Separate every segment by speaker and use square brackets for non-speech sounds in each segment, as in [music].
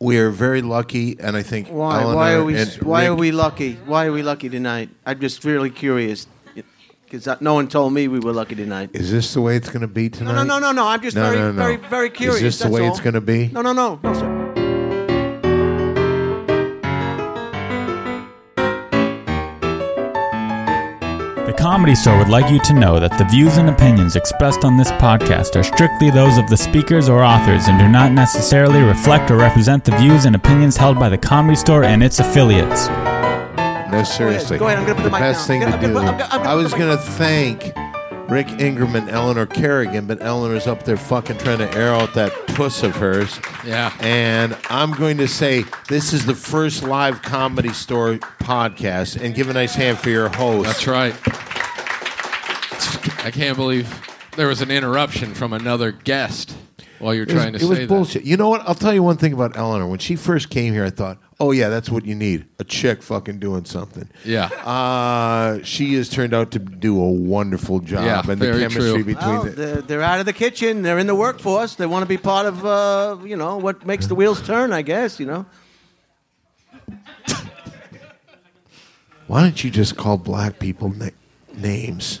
Speaker 1: we are very lucky, and I think
Speaker 2: Why?
Speaker 1: Eleanor
Speaker 2: why are we?
Speaker 1: and
Speaker 2: Why are
Speaker 1: Rick-
Speaker 2: we lucky? Why are we lucky tonight? I'm just really curious, because no one told me we were lucky tonight.
Speaker 1: Is this the way it's going to be tonight?
Speaker 2: No, no, no, no, no. I'm just
Speaker 1: No,
Speaker 2: very,
Speaker 1: no, no.
Speaker 2: very, very
Speaker 1: Is
Speaker 2: curious.
Speaker 1: this the
Speaker 2: that's
Speaker 1: way
Speaker 2: all.
Speaker 1: it's gonna be?
Speaker 2: No, no, no, no, sir.
Speaker 3: The Comedy Store would like you to know that the views and opinions expressed on this podcast are strictly those of the speakers or authors and do not necessarily reflect or represent the views and opinions held by the Comedy Store and its affiliates.
Speaker 1: No, seriously.
Speaker 2: Go ahead, I'm gonna put the mic
Speaker 1: best
Speaker 2: down.
Speaker 1: thing
Speaker 2: I'm
Speaker 1: to
Speaker 2: gonna- I'm
Speaker 1: do.
Speaker 2: gonna- I'm gonna- I'm gonna
Speaker 1: I was
Speaker 2: put the mic
Speaker 1: going to thank Rick Ingram and Eleanor Kerrigan, but Eleanor's up there fucking trying to air out that puss of hers.
Speaker 4: Yeah.
Speaker 1: And I'm going to say this is the first live comedy store podcast, and give a nice hand for your host.
Speaker 4: That's right. I can't believe there was an interruption from another guest while you're
Speaker 1: It was,
Speaker 4: trying to
Speaker 1: it
Speaker 4: say
Speaker 1: was
Speaker 4: that.
Speaker 1: bullshit. You know what? I'll tell you one thing about Eleanor. When she first came here, I thought, "Oh yeah, that's what you need a chick fucking doing something."
Speaker 4: Yeah.
Speaker 1: Uh, she has turned out to do a wonderful job,
Speaker 4: Yeah,
Speaker 1: and the
Speaker 4: very
Speaker 1: chemistry
Speaker 4: true.
Speaker 1: between
Speaker 2: Well,
Speaker 1: the,
Speaker 2: they're, they're out of the kitchen. They're in the workforce. They want to be part of, uh, you know, what makes the wheels turn. I guess, you know.
Speaker 1: Why don't you just call black people na- names?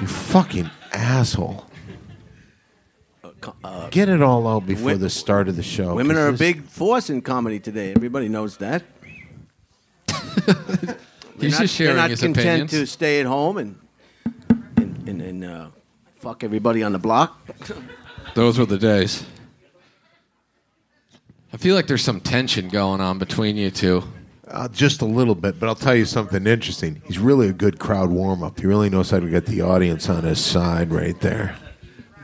Speaker 1: You fucking asshole. Get it all out before
Speaker 2: wi-
Speaker 1: the start of the show.
Speaker 2: Women
Speaker 1: 'cause
Speaker 2: are a
Speaker 1: this-
Speaker 2: big force in comedy today. Everybody knows that.
Speaker 4: He's
Speaker 2: not-
Speaker 4: just sharing
Speaker 2: they're not
Speaker 4: his
Speaker 2: content
Speaker 4: opinions.
Speaker 2: to stay at home and and and, and uh, fuck everybody on the block.
Speaker 4: Those were the days. I feel like there's some tension going on between you two.
Speaker 1: uh, just a little bit, but I'll tell you something interesting. He's really a good crowd warm up. He really knows how to get the audience on his side right there.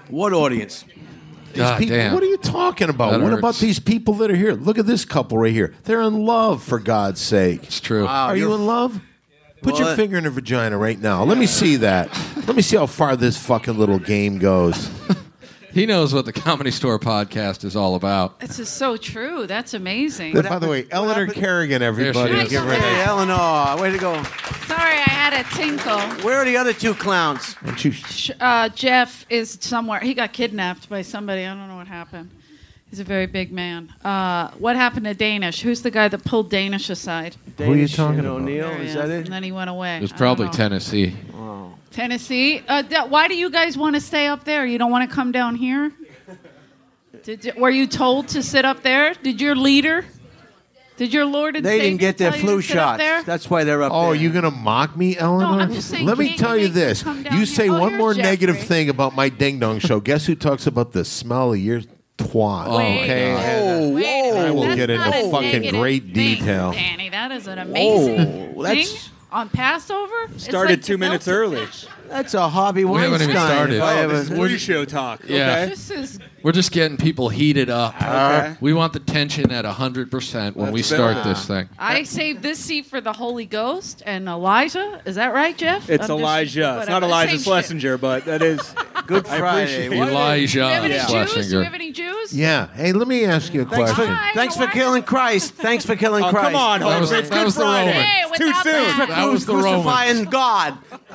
Speaker 2: What audience?
Speaker 1: These
Speaker 4: God
Speaker 1: people-
Speaker 4: damn.
Speaker 1: What are you talking about?
Speaker 4: That
Speaker 1: what about
Speaker 4: hurts.
Speaker 1: these people that are here? Look at this couple right here. They're in love, for God's sake.
Speaker 4: It's true.
Speaker 2: Wow.
Speaker 1: Are you
Speaker 2: you're-
Speaker 1: in love? Put your
Speaker 2: What?
Speaker 1: finger in her vagina right now. Let me see that. Let me see how far this fucking little game goes.
Speaker 4: He knows what the Comedy Store podcast is all about.
Speaker 5: This is so true. That's amazing.
Speaker 1: By the way, Eleanor
Speaker 2: happened-
Speaker 1: Kerrigan,
Speaker 4: There
Speaker 1: everybody.
Speaker 4: she
Speaker 1: Give
Speaker 5: is.
Speaker 1: her a
Speaker 2: Hey,
Speaker 1: nice-
Speaker 2: Eleanor, way to go.
Speaker 5: Sorry, I had a tinkle.
Speaker 2: Where are the other two clowns?
Speaker 1: Why don't you-
Speaker 5: Sh- Uh, Jeff is somewhere. He got kidnapped by somebody. I don't know what happened. He's a very big man. Uh, what happened to Danish? Who's the guy that pulled Danish aside?
Speaker 2: Who
Speaker 1: are you talking about?
Speaker 2: O'Neill,
Speaker 5: There he
Speaker 2: is that it?
Speaker 5: And then he went away.
Speaker 4: It was
Speaker 5: I don't
Speaker 4: probably
Speaker 5: know.
Speaker 4: Tennessee.
Speaker 5: Tennessee. Uh, that, why do you guys want to stay up there? You don't want to come down here? Did you, were you told to sit up there? Did your leader? Did your lord and
Speaker 2: They
Speaker 5: savior
Speaker 2: didn't get their
Speaker 5: tell you to
Speaker 2: flu
Speaker 5: sit up
Speaker 2: shots.
Speaker 5: there?
Speaker 2: That's why they're up
Speaker 1: Oh,
Speaker 2: there.
Speaker 1: you gonna mock me, Eleanor?
Speaker 5: I'm just saying,
Speaker 1: Let me
Speaker 5: can't
Speaker 1: tell
Speaker 5: you
Speaker 1: you
Speaker 5: make them
Speaker 1: this:
Speaker 5: come down
Speaker 1: you
Speaker 5: here?
Speaker 1: say
Speaker 5: Oh,
Speaker 1: one
Speaker 5: here's
Speaker 1: more negative
Speaker 5: Jeffrey.
Speaker 1: thing about my ding dong show. Guess who talks about the smell of your twat?
Speaker 4: Wait.
Speaker 1: okay, and, uh,
Speaker 2: Whoa,
Speaker 5: Oh Wait a minute,
Speaker 1: I will
Speaker 5: that's
Speaker 1: get into
Speaker 5: not a
Speaker 1: fucking
Speaker 5: negative
Speaker 1: great
Speaker 5: thing,
Speaker 1: detail.
Speaker 5: Danny, that is an amazing
Speaker 2: Whoa, Oh, that's-
Speaker 5: thing on Passover. It's
Speaker 6: Started
Speaker 5: like
Speaker 6: two
Speaker 5: the
Speaker 6: minutes
Speaker 5: Belter
Speaker 6: early.
Speaker 5: fish.
Speaker 2: that's a Harvey
Speaker 4: haven't
Speaker 2: Weinstein.
Speaker 4: even started.
Speaker 2: if I
Speaker 4: Oh,
Speaker 2: ever-
Speaker 6: This is pre-show talk.
Speaker 4: Yeah.
Speaker 6: Okay.
Speaker 5: This is
Speaker 4: We're just getting people heated up.
Speaker 6: Okay.
Speaker 4: We want the tension at 100% when we
Speaker 6: Let's build
Speaker 4: start
Speaker 6: it.
Speaker 4: this thing.
Speaker 5: I saved this seat for the Holy Ghost and Elijah. Is that right, Jeff?
Speaker 6: It's
Speaker 5: I'm just-
Speaker 6: Elijah. It's not
Speaker 5: whatever,
Speaker 6: Elijah
Speaker 5: same shit.
Speaker 6: Schlesinger, but that is
Speaker 5: [laughs]
Speaker 2: Good
Speaker 6: I
Speaker 2: Friday.
Speaker 6: appreciate
Speaker 2: What-
Speaker 4: Elijah
Speaker 5: Do we have any Jews? Do
Speaker 4: Schlesinger.
Speaker 5: we have any Jews?
Speaker 1: Yeah. Hey, let me ask you a
Speaker 2: Thanks
Speaker 1: question.
Speaker 2: for,
Speaker 5: Hi,
Speaker 2: thanks for
Speaker 5: why-
Speaker 2: killing Christ. Thanks for killing
Speaker 6: Oh,
Speaker 2: Christ.
Speaker 6: come on,
Speaker 4: That was-
Speaker 6: Homer. It's
Speaker 4: that
Speaker 6: Good
Speaker 4: was the
Speaker 6: Friday.
Speaker 4: Roman.
Speaker 5: Hey,
Speaker 6: Too
Speaker 5: without
Speaker 6: soon.
Speaker 5: that,
Speaker 4: That was the Romans.
Speaker 2: crucifying God.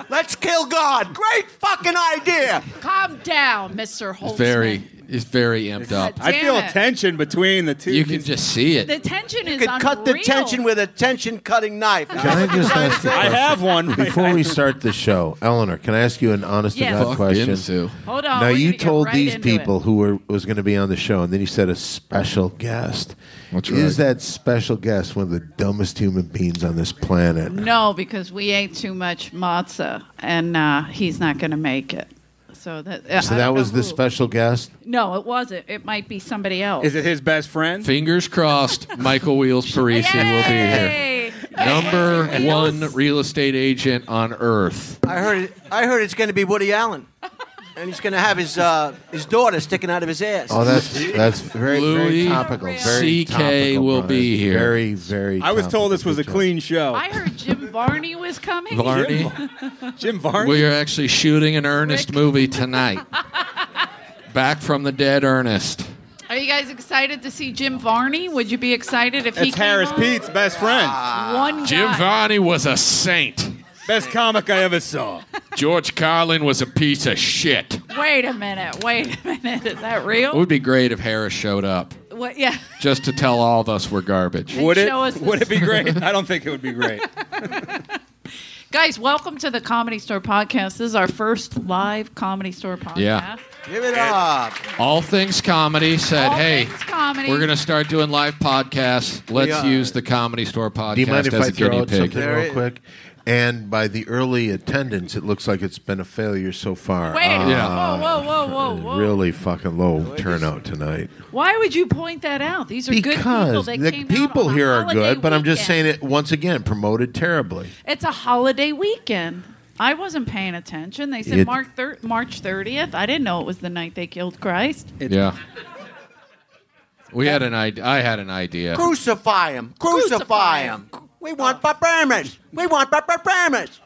Speaker 2: Let's kill God. Great fucking idea.
Speaker 5: calm down, Mr. Holtzman.
Speaker 4: Very, he's very amped up.
Speaker 5: God
Speaker 6: I
Speaker 5: Damn
Speaker 6: feel a
Speaker 5: it.
Speaker 6: tension between the two.
Speaker 4: You can just see it.
Speaker 5: The tension is
Speaker 2: You could cut the
Speaker 5: unreal.
Speaker 2: tension with a tension cutting knife.
Speaker 1: Can
Speaker 2: [laughs]
Speaker 1: I just ask you a
Speaker 6: I
Speaker 1: question?
Speaker 6: have one.
Speaker 1: Before we start the show, Eleanor, can I ask you an honest
Speaker 5: Yes.
Speaker 1: to
Speaker 4: Fuck
Speaker 1: God question?
Speaker 4: into.
Speaker 5: Hold on.
Speaker 1: Now
Speaker 5: we're
Speaker 1: you
Speaker 5: gonna Oh, get
Speaker 1: told
Speaker 5: right
Speaker 1: these
Speaker 5: into it.
Speaker 1: people who were was going to be on the show, and then you said a special guest.
Speaker 4: That's
Speaker 1: Is
Speaker 4: right.
Speaker 1: that special guest one of the dumbest human beings on this planet?
Speaker 5: No, because we ate too much matzah, and uh, he's not going to make it. So that uh,
Speaker 1: So
Speaker 5: I
Speaker 1: that
Speaker 5: don't
Speaker 1: was
Speaker 5: know
Speaker 1: the
Speaker 5: who.
Speaker 1: special guest.
Speaker 5: No, it wasn't. It might be somebody else.
Speaker 6: Is it his best friend?
Speaker 4: Fingers [laughs] crossed, Michael Wheels Parisi will be here.
Speaker 5: Yay!
Speaker 4: Number
Speaker 5: Wheels.
Speaker 4: one real estate agent on earth.
Speaker 2: I heard. It, I heard it's going to be Woody Allen, and he's going to have his uh, his daughter sticking out of his ass.
Speaker 1: Oh, that's that's very, very
Speaker 4: Louis
Speaker 1: topical. Very
Speaker 4: CK
Speaker 1: topical,
Speaker 4: will
Speaker 1: Brian.
Speaker 4: be here.
Speaker 1: Very very.
Speaker 6: I was told this
Speaker 1: topical.
Speaker 6: was a
Speaker 1: Good job.
Speaker 6: clean show.
Speaker 5: I heard Jim Varney was coming.
Speaker 4: Varney,
Speaker 6: Jim Varney.
Speaker 4: we are actually shooting an Ernest
Speaker 5: Rick.
Speaker 4: movie tonight. Back from the dead, Ernest.
Speaker 5: Are you guys excited to see Jim Varney? Would you be excited if he
Speaker 6: It's
Speaker 5: came
Speaker 6: Harris
Speaker 5: on?
Speaker 6: Pete's best friend.
Speaker 5: One
Speaker 4: Jim
Speaker 5: guy.
Speaker 4: Varney was a saint.
Speaker 6: Best comic I
Speaker 5: [laughs]
Speaker 6: ever saw.
Speaker 4: George Carlin was a piece of shit.
Speaker 5: Wait a minute. Wait a minute. Is that
Speaker 4: It
Speaker 5: real?
Speaker 4: would be great if Harris showed up.
Speaker 5: Would, what? Yeah.
Speaker 4: just to tell all of us we're garbage.
Speaker 5: And
Speaker 6: Would it?
Speaker 5: show us the
Speaker 6: Would it be great? I don't think it would
Speaker 5: [laughs]
Speaker 6: be great.
Speaker 5: Guys, welcome to the Comedy Store podcast. This is our first live Comedy Store podcast.
Speaker 4: Yeah.
Speaker 2: Give it up.
Speaker 4: All Things Comedy said,
Speaker 5: All
Speaker 4: "Hey,
Speaker 5: Things Comedy."
Speaker 4: we're going to start doing live podcasts. Let's
Speaker 2: Yeah.
Speaker 4: use the Comedy Store podcast
Speaker 1: Do you mind if
Speaker 4: as
Speaker 1: I
Speaker 4: a
Speaker 1: throw
Speaker 4: guinea
Speaker 1: out
Speaker 4: pig."
Speaker 1: something
Speaker 2: There
Speaker 1: real
Speaker 2: it-
Speaker 1: quick? And by the early attendance, it looks like it's been a failure so far.
Speaker 5: Wait.
Speaker 1: Uh,
Speaker 4: Yeah.
Speaker 5: Whoa, whoa, whoa, whoa, whoa.
Speaker 1: Really fucking low turnout tonight.
Speaker 5: Why would you point that out? These are good people.
Speaker 1: Because
Speaker 5: They
Speaker 1: the
Speaker 5: came out
Speaker 1: people
Speaker 5: on a
Speaker 1: here are
Speaker 5: holiday
Speaker 1: good, but I'm just saying
Speaker 5: weekend.
Speaker 1: it once again promoted terribly.
Speaker 5: It's a holiday weekend. I wasn't paying attention. They said
Speaker 1: It-
Speaker 5: March, thir- March 30th. I didn't know it was the night they killed Christ.
Speaker 4: Yeah. We had an idea. I had an idea.
Speaker 2: Crucify him. Crucify him. We want barbarians. We want barbarians.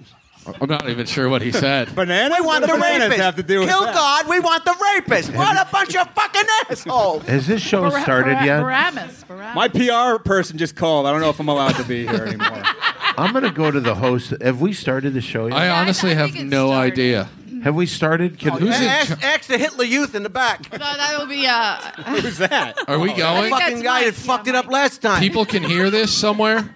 Speaker 4: I'm not even sure what
Speaker 1: [laughs]
Speaker 4: he said.
Speaker 6: Bananas.
Speaker 2: We want
Speaker 6: what
Speaker 2: the
Speaker 6: do bananas
Speaker 2: rapists.
Speaker 6: have to do with
Speaker 2: Kill
Speaker 6: that?
Speaker 2: God. We want the rapists. What a bunch of fucking assholes.
Speaker 1: Has this show
Speaker 5: Barra-
Speaker 1: started
Speaker 5: Barra-
Speaker 1: yet?
Speaker 5: Barabbas. Barabbas.
Speaker 6: My PR person just called. I don't know if I'm allowed to be
Speaker 5: [laughs]
Speaker 6: here anymore.
Speaker 1: I'm going to go to the host. Have we started the show yet?
Speaker 4: I
Speaker 5: I
Speaker 4: honestly
Speaker 5: think
Speaker 4: have
Speaker 5: it
Speaker 4: no
Speaker 5: started.
Speaker 4: idea.
Speaker 1: Have we started?
Speaker 5: Oh,
Speaker 1: Can,
Speaker 4: Who's in
Speaker 2: ask,
Speaker 4: char-
Speaker 2: ask the Hitler youth in the back.
Speaker 5: So that will be. Uh,
Speaker 6: Who's that?
Speaker 4: Are
Speaker 1: Oh,
Speaker 4: we going?
Speaker 5: think [laughs]
Speaker 2: fucking
Speaker 5: that's
Speaker 2: guy
Speaker 5: Mike.
Speaker 2: that fucked
Speaker 5: Yeah,
Speaker 2: it up
Speaker 5: Mike.
Speaker 2: last time.
Speaker 4: People can hear this somewhere.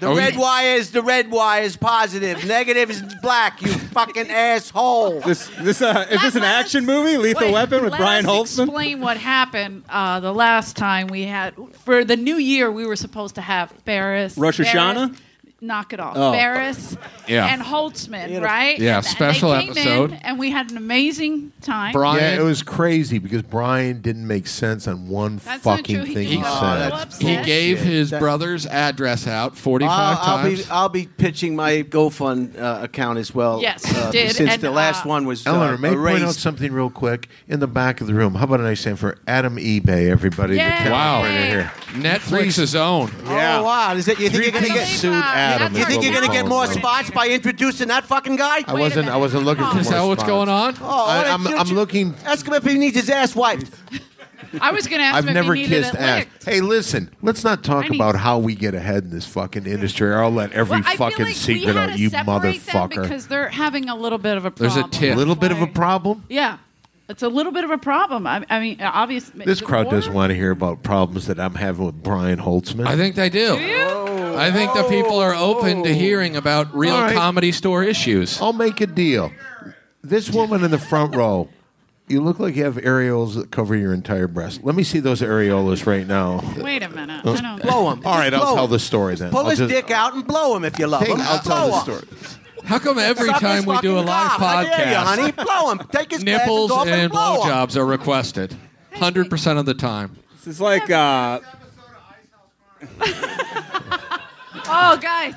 Speaker 2: the
Speaker 4: are we-
Speaker 2: red wire is the red wire is positive. Negative is black. You [laughs] fucking asshole.
Speaker 6: This this uh, is this an
Speaker 5: Let us-
Speaker 6: action movie? Lethal
Speaker 5: wait,
Speaker 6: Weapon with
Speaker 5: let
Speaker 6: Brian
Speaker 5: us
Speaker 6: Holtzman?
Speaker 5: Explain what happened uh, the last time we had for the new year. We were supposed to have Ferris,
Speaker 6: Rosh
Speaker 5: Ferris-
Speaker 6: Hashanah?
Speaker 5: knock it off,
Speaker 6: Oh.
Speaker 5: Ferris,
Speaker 4: Yeah.
Speaker 5: and Holtzman, right?
Speaker 4: Yeah,
Speaker 5: And- and they
Speaker 4: special
Speaker 5: came in,
Speaker 4: episode.
Speaker 5: and we had an amazing time.
Speaker 4: Brian,
Speaker 1: yeah, it was crazy because Brian didn't make sense on one
Speaker 5: That's not
Speaker 1: fucking
Speaker 5: true. He
Speaker 1: thing
Speaker 5: just
Speaker 1: he
Speaker 5: got
Speaker 1: said.
Speaker 5: so upset.
Speaker 4: he
Speaker 5: Bullshit.
Speaker 4: gave his brother's address out 45
Speaker 2: I'll, I'll
Speaker 4: times.
Speaker 2: be I'll be pitching my GoFund uh, account as well.
Speaker 5: Yes,
Speaker 2: uh,
Speaker 5: you did,
Speaker 2: since
Speaker 5: and,
Speaker 2: the last
Speaker 5: uh,
Speaker 2: one was
Speaker 1: Eleanor,
Speaker 2: uh,
Speaker 1: may I point out
Speaker 2: erased.
Speaker 1: something real quick in the back of the room. How about a nice stand for Adam eBay, everybody?
Speaker 5: Yay.
Speaker 1: The
Speaker 4: Wow.
Speaker 1: right here.
Speaker 4: Netflix's own.
Speaker 6: Yeah.
Speaker 2: Oh wow! Is that you think
Speaker 1: Three
Speaker 2: you're gonna
Speaker 1: piece
Speaker 2: get?
Speaker 1: suit Adam.
Speaker 5: That's
Speaker 1: is
Speaker 2: You
Speaker 5: our
Speaker 2: think
Speaker 1: what
Speaker 2: you're
Speaker 1: we
Speaker 2: gonna get
Speaker 1: call
Speaker 2: more
Speaker 1: him right
Speaker 2: spots by introducing that fucking guy?
Speaker 1: now. I
Speaker 5: Wait a
Speaker 1: wasn't. I
Speaker 5: minute. Oh.
Speaker 1: wasn't looking for
Speaker 5: Is
Speaker 1: more
Speaker 4: Is that what's
Speaker 1: spots.
Speaker 4: going on?
Speaker 2: Oh, what
Speaker 1: I,
Speaker 2: a-
Speaker 1: I'm,
Speaker 2: you-
Speaker 1: I'm
Speaker 2: you-
Speaker 1: looking.
Speaker 2: Ask him if he needs his ass wiped.
Speaker 5: I was going to ask
Speaker 1: I've
Speaker 5: him if
Speaker 1: never
Speaker 5: he needed
Speaker 1: kissed
Speaker 5: it
Speaker 1: ass.
Speaker 5: licked.
Speaker 1: Hey, listen. Let's not talk
Speaker 5: I need-
Speaker 1: about how we get ahead in this fucking industry. Or I'll let every
Speaker 5: Well, I feel
Speaker 1: fucking
Speaker 5: like we
Speaker 1: secret
Speaker 5: had
Speaker 1: out,
Speaker 5: to
Speaker 1: you
Speaker 5: separate them
Speaker 1: motherfucker.
Speaker 5: because they're having a little bit of a problem.
Speaker 4: There's a
Speaker 1: A
Speaker 4: tiff.
Speaker 1: little bit of a
Speaker 5: Like-
Speaker 1: problem.
Speaker 5: Yeah, it's a little bit of a problem. I, I mean, obviously,
Speaker 1: This
Speaker 5: the
Speaker 1: crowd
Speaker 5: war-
Speaker 1: doesn't want to hear about problems that I'm having with Brian Holtzman.
Speaker 4: I think they do. I think the people are open to hearing about real
Speaker 1: All right. Oh,
Speaker 4: comedy store issues.
Speaker 1: I'll make a deal. This woman in the front row, you look like you have areolas that cover your entire breast. Let me see those areolas right now.
Speaker 5: Wait a minute. I don't.
Speaker 2: Blow him.
Speaker 1: All right,
Speaker 2: Just blow
Speaker 1: I'll tell
Speaker 2: him.
Speaker 1: the story then.
Speaker 2: Pull
Speaker 1: I'll
Speaker 2: his
Speaker 1: just-
Speaker 2: dick out and blow him if you love
Speaker 1: Take-
Speaker 2: him.
Speaker 1: I'll tell
Speaker 2: Blow
Speaker 1: the
Speaker 2: him.
Speaker 1: story.
Speaker 4: How come every
Speaker 2: Suck his
Speaker 4: time we do a
Speaker 2: fucking
Speaker 4: live
Speaker 2: cock. I dare you, honey.
Speaker 4: podcast,
Speaker 2: Blow him. Take his glasses
Speaker 4: nipples
Speaker 2: off
Speaker 4: and
Speaker 2: blow him.
Speaker 4: blowjobs are requested 100% of the time?
Speaker 6: This is like uh,
Speaker 5: Oh, guys,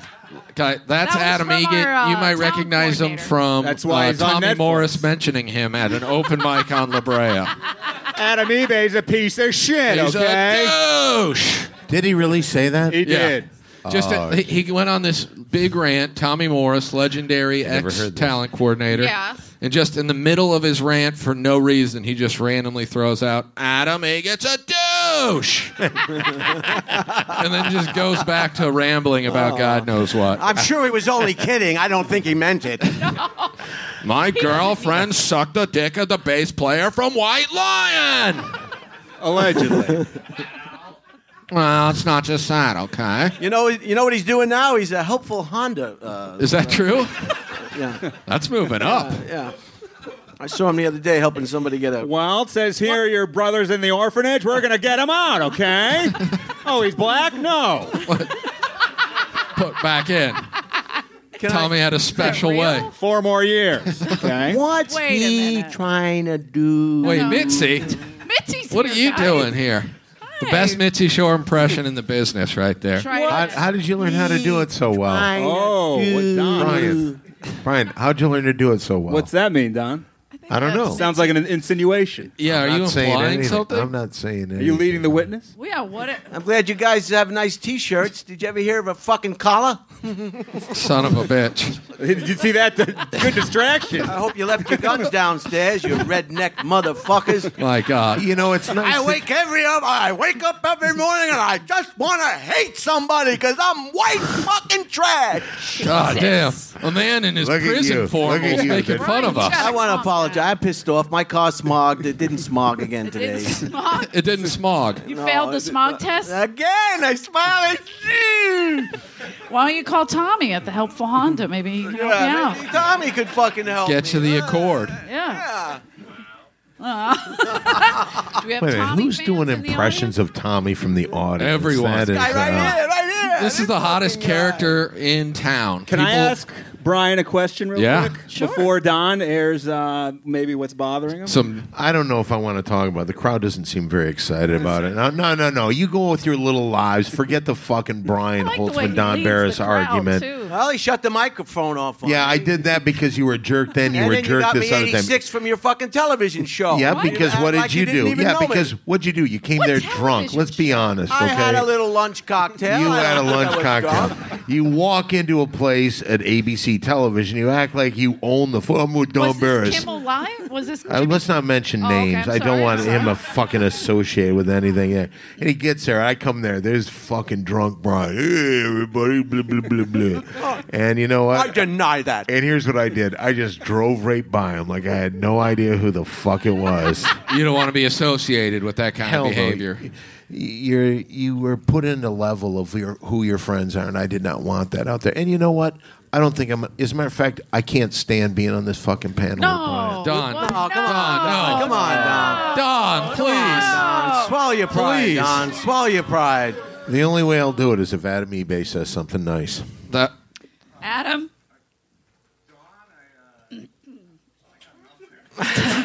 Speaker 4: Guy, that's
Speaker 5: That
Speaker 4: Adam
Speaker 5: was from
Speaker 4: Egan.
Speaker 5: our, uh,
Speaker 4: you might
Speaker 5: town
Speaker 4: recognize him
Speaker 5: coordinator.
Speaker 4: from
Speaker 6: That's why
Speaker 4: uh,
Speaker 6: he's on
Speaker 4: Tommy
Speaker 6: Netflix.
Speaker 4: Morris mentioning him at an open mic on La
Speaker 6: [laughs]
Speaker 4: Brea.
Speaker 6: Adam eBay's a piece of shit.
Speaker 4: He's
Speaker 6: okay,
Speaker 4: a douche.
Speaker 1: Did he really say that?
Speaker 6: he
Speaker 4: Yeah.
Speaker 6: did.
Speaker 4: Just
Speaker 1: Oh,
Speaker 4: a- he, he went on this big rant. Tommy Morris, legendary
Speaker 1: never
Speaker 4: ex
Speaker 1: heard this.
Speaker 4: talent coordinator.
Speaker 5: Yes.
Speaker 4: And just in the middle of his rant, for no reason, he just randomly throws out Adam A gets a douche, [laughs] and then just goes back to rambling about
Speaker 1: Oh.
Speaker 4: God knows what.
Speaker 2: I'm sure he was
Speaker 4: [laughs]
Speaker 2: only kidding. I don't think he meant it.
Speaker 4: My girlfriend sucked the dick of the bass player from White Lion.
Speaker 6: Allegedly, [laughs]
Speaker 4: Well, it's not just that, okay?
Speaker 2: You know, you know what he's doing now? He's a helpful Honda. Uh,
Speaker 4: Is that true?
Speaker 2: yeah,
Speaker 4: That's moving up.
Speaker 2: yeah. I saw him the other day helping somebody get a.
Speaker 6: Wild says here your brother's in the orphanage. We're gonna get him out. Okay. oh, he's black. No.
Speaker 4: Put back
Speaker 1: [laughs]
Speaker 4: in.
Speaker 2: Can I-
Speaker 4: Tommy had a special
Speaker 5: real?
Speaker 4: way.
Speaker 6: Four more years. Okay.
Speaker 2: What's
Speaker 5: Wait a
Speaker 2: he
Speaker 5: minute.
Speaker 2: trying to do?
Speaker 4: Wait,
Speaker 5: No. [laughs]
Speaker 4: Mitzi,
Speaker 5: Mitzi's
Speaker 4: what are
Speaker 5: here,
Speaker 4: you
Speaker 5: guys.
Speaker 4: doing here? The best Mitzi Shore impression in the business, right there.
Speaker 5: Try
Speaker 1: How,
Speaker 5: it.
Speaker 1: how did you learn how to do it so well?
Speaker 2: Trying to
Speaker 6: Oh, what Don?
Speaker 1: Brian, Brian, how'd you learn to do it so well?
Speaker 6: What's that mean, Don?
Speaker 1: I don't know.
Speaker 6: Sounds like an insinuation.
Speaker 1: I'm
Speaker 4: Yeah, are you
Speaker 1: not saying
Speaker 4: implying
Speaker 1: anything.
Speaker 4: something?
Speaker 1: I'm not saying anything.
Speaker 6: Are you leading the witness? [laughs]
Speaker 5: Well, yeah, what? A,
Speaker 2: I'm glad you guys have nice T-shirts. Did you ever hear of a fucking collar?
Speaker 4: Son of a bitch.
Speaker 6: Did you see that? [laughs] Good distraction.
Speaker 2: I hope you left your [laughs] guns downstairs, you redneck motherfuckers.
Speaker 4: My God.
Speaker 1: You know, it's nice.
Speaker 2: I
Speaker 1: that-
Speaker 2: wake every up. I wake up every morning and I just want to hate somebody because I'm white fucking trash.
Speaker 4: God damn. A man in his
Speaker 1: Look at
Speaker 4: prison
Speaker 1: you.
Speaker 4: form
Speaker 1: Look at
Speaker 4: was
Speaker 1: you.
Speaker 4: making fun of us.
Speaker 5: Right.
Speaker 2: I want to apologize I pissed off. My car smogged. It didn't smog again
Speaker 5: Didn't
Speaker 2: today.
Speaker 5: smog.
Speaker 4: It didn't smog.
Speaker 5: You
Speaker 2: No,
Speaker 5: failed
Speaker 2: it-
Speaker 5: the smog test.
Speaker 2: Again, I smiled.
Speaker 5: Why don't you call Tommy at the Helpful Honda? Maybe he can help
Speaker 2: Yeah,
Speaker 5: you
Speaker 2: maybe
Speaker 5: out.
Speaker 2: Tommy could fucking help.
Speaker 4: Get you
Speaker 2: me.
Speaker 4: the Accord.
Speaker 5: Yeah.
Speaker 2: Yeah.
Speaker 5: Do we have
Speaker 1: Wait a minute,
Speaker 5: Tommy
Speaker 1: who's
Speaker 5: fans
Speaker 1: doing
Speaker 5: in the
Speaker 1: impressions of Tommy from the audience?
Speaker 4: Everyone.
Speaker 1: That
Speaker 4: This
Speaker 2: Guy
Speaker 1: is,
Speaker 2: right
Speaker 1: uh,
Speaker 2: here, right here.
Speaker 4: This is the hottest
Speaker 2: fucking guy.
Speaker 4: character in town.
Speaker 6: Can I ask Brian a question real
Speaker 4: Yeah.
Speaker 6: quick
Speaker 5: Sure.
Speaker 6: before Don airs uh, maybe what's bothering him?
Speaker 4: some?
Speaker 1: I don't know if I want to talk about. it. The crowd doesn't seem very excited about it. No, no, no, no. You go with your little lives. Forget the fucking Brian
Speaker 5: audience? I like the way
Speaker 1: Holtzman
Speaker 5: he
Speaker 1: Don
Speaker 5: leads the
Speaker 1: Barris
Speaker 5: crowd,
Speaker 1: argument.
Speaker 5: too.
Speaker 2: Well, he shut the microphone off. On
Speaker 1: Yeah,
Speaker 2: me.
Speaker 1: I did that because you were a jerk then. You
Speaker 2: And
Speaker 1: were a
Speaker 2: then you
Speaker 1: jerk
Speaker 2: got
Speaker 1: this
Speaker 2: me
Speaker 1: other time.
Speaker 2: 86 from your fucking television show.
Speaker 1: Yeah,
Speaker 5: Why do you
Speaker 1: because
Speaker 2: act
Speaker 1: what did
Speaker 2: like
Speaker 1: you,
Speaker 2: you didn't
Speaker 1: do?
Speaker 2: even
Speaker 1: Yeah,
Speaker 2: know me?
Speaker 1: because what'd you do? You came
Speaker 5: What
Speaker 1: there drunk.
Speaker 5: television
Speaker 1: Let's be honest.
Speaker 2: I
Speaker 1: okay?
Speaker 2: had a little lunch cocktail.
Speaker 1: You
Speaker 2: I
Speaker 1: had a
Speaker 2: don't think
Speaker 1: lunch
Speaker 2: I was
Speaker 1: cocktail.
Speaker 2: drunk.
Speaker 1: You walk into a place at ABC Television. You act like you own the. F- I'm with Don
Speaker 5: Was
Speaker 1: Barris.
Speaker 5: this Kimmel live?
Speaker 4: [laughs]
Speaker 5: Was this?
Speaker 1: Uh, let's not mention
Speaker 5: Oh, okay,
Speaker 1: names.
Speaker 5: I'm
Speaker 1: I
Speaker 5: sorry,
Speaker 1: don't want
Speaker 5: I'm
Speaker 1: him
Speaker 5: sorry.
Speaker 1: a fucking associated with anything. Yeah. And he gets there. I come there. There's fucking drunk Brian. Hey, everybody, blah blah blah
Speaker 2: [laughs]
Speaker 1: blah. And you know what?
Speaker 2: I deny that.
Speaker 1: and here's what I did. I just drove right by him like I had no idea who the fuck it was.
Speaker 4: You don't want to be associated with that kind
Speaker 1: Hell
Speaker 4: of
Speaker 1: no.
Speaker 4: behavior.
Speaker 1: You're you were put in the level of your, who your friends are, and I did not want that out there. And you know what? I don't think I'm. As a matter of fact, I can't stand being on this fucking panel. with
Speaker 5: No.
Speaker 1: Brian.
Speaker 4: Don.
Speaker 5: What?
Speaker 2: Oh, come
Speaker 5: No.
Speaker 2: on, Don. Come on, Don.
Speaker 4: Don, please.
Speaker 2: Don, swallow your pride,
Speaker 4: Please.
Speaker 2: Don. Swallow your pride.
Speaker 1: The only way I'll do it is if Adam Ebe says something nice.
Speaker 4: That,
Speaker 5: Adam.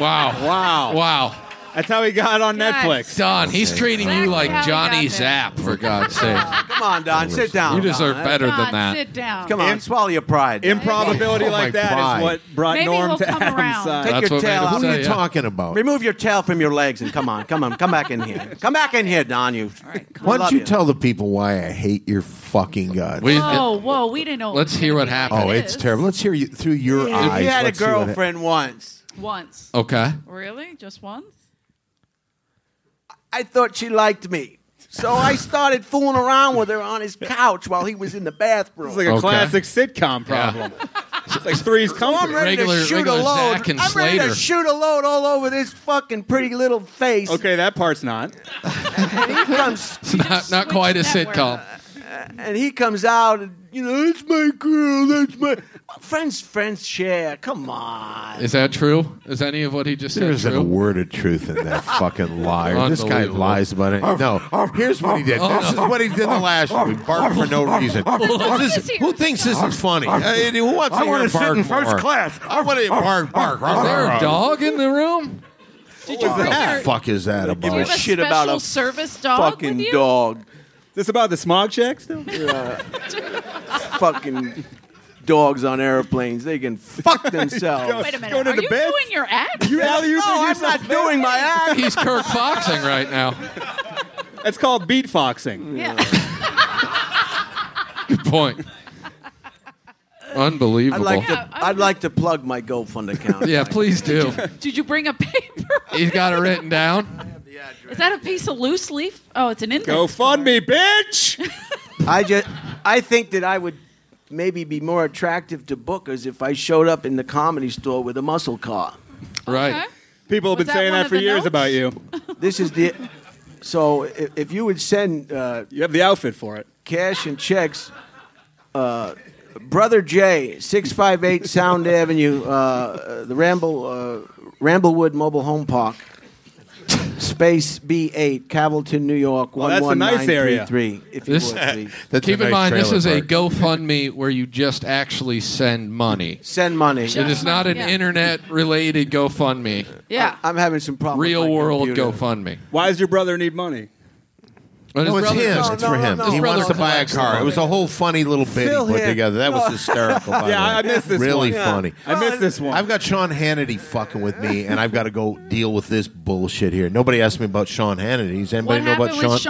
Speaker 4: wow.
Speaker 6: Wow.
Speaker 4: Wow.
Speaker 6: That's how he got on
Speaker 5: Guys.
Speaker 6: Netflix.
Speaker 4: Don, he's treating you
Speaker 5: Exactly how
Speaker 4: like
Speaker 5: we
Speaker 4: Johnny
Speaker 5: got there.
Speaker 4: Zapp, for God's
Speaker 1: [laughs]
Speaker 4: sake.
Speaker 2: Come on, Don. Sit down.
Speaker 1: Oh,
Speaker 4: You deserve
Speaker 2: Don.
Speaker 4: better
Speaker 5: Don,
Speaker 4: than that.
Speaker 5: sit down.
Speaker 2: Come on, swallow your pride.
Speaker 6: Improbability
Speaker 1: Oh, my
Speaker 6: like that is
Speaker 1: pride.
Speaker 6: what brought
Speaker 5: Maybe
Speaker 6: Norm
Speaker 5: he'll
Speaker 6: to
Speaker 5: come
Speaker 6: Adam's
Speaker 5: around.
Speaker 6: side.
Speaker 2: Take
Speaker 4: That's
Speaker 2: your
Speaker 4: what made
Speaker 2: tail
Speaker 4: him
Speaker 2: out.
Speaker 1: What are you
Speaker 4: yeah.
Speaker 1: talking about?
Speaker 2: Remove your tail from your legs and come on, come on, come back in here. Come back in here, Don. You.
Speaker 1: Why
Speaker 2: Love
Speaker 1: don't you
Speaker 2: you.
Speaker 1: tell the people why I hate your fucking guts?
Speaker 4: We-
Speaker 5: Whoa, whoa, we didn't know. it
Speaker 4: Let's
Speaker 5: was
Speaker 4: hear
Speaker 5: gonna
Speaker 4: what
Speaker 5: be
Speaker 4: happened.
Speaker 5: like
Speaker 1: oh,
Speaker 5: this.
Speaker 1: it's terrible. Let's hear you through your
Speaker 2: You
Speaker 1: eyes.
Speaker 2: had a
Speaker 1: Let's see what hap-
Speaker 2: girlfriend once.
Speaker 5: Once.
Speaker 4: Okay.
Speaker 5: Really? Just once?
Speaker 2: I thought she liked me. So I started fooling around with her on his couch while he was in the bathroom.
Speaker 6: It's like a
Speaker 4: Okay.
Speaker 6: classic sitcom problem. It's like Three's
Speaker 2: I'm
Speaker 6: Company.
Speaker 2: ready
Speaker 4: Regular-
Speaker 2: to shoot a
Speaker 4: regular
Speaker 2: load.
Speaker 4: Zack and
Speaker 2: I'm ready to
Speaker 4: Slater.
Speaker 2: shoot a load all over this fucking pretty little face.
Speaker 6: Okay, that part's not.
Speaker 2: And he comes
Speaker 4: It's not, not
Speaker 5: switched
Speaker 4: quite a
Speaker 5: network.
Speaker 4: sitcom.
Speaker 2: and he comes out and you know, it's my girl, that's my Oh, friends friends share. Come on.
Speaker 4: Is that true? Is any of what he just
Speaker 1: There
Speaker 4: said
Speaker 1: isn't a
Speaker 4: true?
Speaker 1: word of truth in [laughs] that fucking liar. This guy
Speaker 4: Unbelievable.
Speaker 1: lies about it. No, Oh, here's what he did. This is what he did the last year. We barked for no reason. This is- who thinks this is funny? Uh, who wants to
Speaker 7: I
Speaker 1: hear
Speaker 7: want to sit
Speaker 1: bark
Speaker 7: in first
Speaker 1: more?
Speaker 7: class.
Speaker 1: I want to bark, bark.
Speaker 4: Is there a dog in the room?
Speaker 5: Did you bring
Speaker 1: What
Speaker 5: her?
Speaker 1: the fuck is that
Speaker 5: Do you
Speaker 1: about?
Speaker 5: have a
Speaker 2: Shit
Speaker 5: special
Speaker 2: about a
Speaker 5: service dog
Speaker 2: Fucking
Speaker 5: with you?
Speaker 2: dog.
Speaker 6: This about the smog check still?
Speaker 2: fucking dogs on airplanes. They can [laughs] fuck themselves.
Speaker 5: Wait a minute.
Speaker 6: Go to
Speaker 5: Are
Speaker 6: the
Speaker 5: you
Speaker 6: bed?
Speaker 5: doing your act?
Speaker 6: You alley-ooping
Speaker 2: no, I'm
Speaker 6: yourself
Speaker 2: not
Speaker 6: there?
Speaker 2: doing my act.
Speaker 4: He's Kirk Foxing right now.
Speaker 6: It's called beat foxing.
Speaker 5: yeah.
Speaker 4: Good point.
Speaker 2: I'd
Speaker 4: Unbelievable.
Speaker 2: like
Speaker 5: Yeah,
Speaker 2: to.
Speaker 5: I-
Speaker 2: I'd like to plug my GoFund account.
Speaker 4: yeah, please do.
Speaker 5: Did you bring a [laughs] paper?
Speaker 4: He's got it written down.
Speaker 5: Is that a piece of loose leaf? Oh, it's an index.
Speaker 6: Go fund me, bitch!
Speaker 2: I just. I think that I would maybe be more attractive to bookers if I showed up in the comedy store with a muscle car.
Speaker 4: Right.
Speaker 6: People have
Speaker 5: Was
Speaker 6: been
Speaker 5: that
Speaker 6: saying
Speaker 5: one
Speaker 6: that
Speaker 5: of
Speaker 6: for
Speaker 5: the
Speaker 6: years
Speaker 5: notes?
Speaker 6: about you.
Speaker 2: This is the. So i- if you would send uh,
Speaker 6: You have the outfit for it.
Speaker 2: cash and checks, uh, brother J, six five eight Sound Avenue, uh, uh, the Ramble uh, Ramblewood Mobile Home Park, space B eight, Cavilton, New York one
Speaker 6: that's a
Speaker 2: one nine
Speaker 6: nice
Speaker 2: three
Speaker 6: area.
Speaker 2: three. If you
Speaker 4: This- [laughs]
Speaker 2: would, please.
Speaker 1: That's a
Speaker 4: Keep in
Speaker 1: nice
Speaker 4: mind, this
Speaker 1: trailer
Speaker 4: is a
Speaker 1: park.
Speaker 4: GoFundMe where you just actually send money.
Speaker 2: Send money.
Speaker 4: It is not an
Speaker 5: Yeah.
Speaker 4: internet related GoFundMe,
Speaker 5: Yeah.
Speaker 2: I'm having some problems. with
Speaker 4: real
Speaker 2: my
Speaker 4: world
Speaker 2: computer.
Speaker 4: GoFundMe.
Speaker 6: Why does your brother need money?
Speaker 4: But
Speaker 1: No,
Speaker 4: his
Speaker 1: it's
Speaker 4: brother-
Speaker 1: him.
Speaker 2: no,
Speaker 1: it's
Speaker 2: no,
Speaker 1: for him.
Speaker 2: no,
Speaker 1: he
Speaker 4: no.
Speaker 1: wants to
Speaker 4: Brother
Speaker 1: buy a
Speaker 4: collects
Speaker 1: car. It
Speaker 4: them.
Speaker 1: was a whole funny little bit
Speaker 2: Phil
Speaker 1: he put
Speaker 2: here.
Speaker 1: together. That was hysterical. by the
Speaker 6: Yeah,
Speaker 1: way.
Speaker 6: I- I missed this
Speaker 1: Really
Speaker 6: one. Yeah.
Speaker 1: funny.
Speaker 6: I missed this one.
Speaker 1: I've got Sean Hannity fucking with me, and I've got to go deal with this bullshit here. Nobody asked me about Sean Hannity. Does anybody
Speaker 5: What
Speaker 1: know
Speaker 5: happened
Speaker 1: about Sean?
Speaker 5: with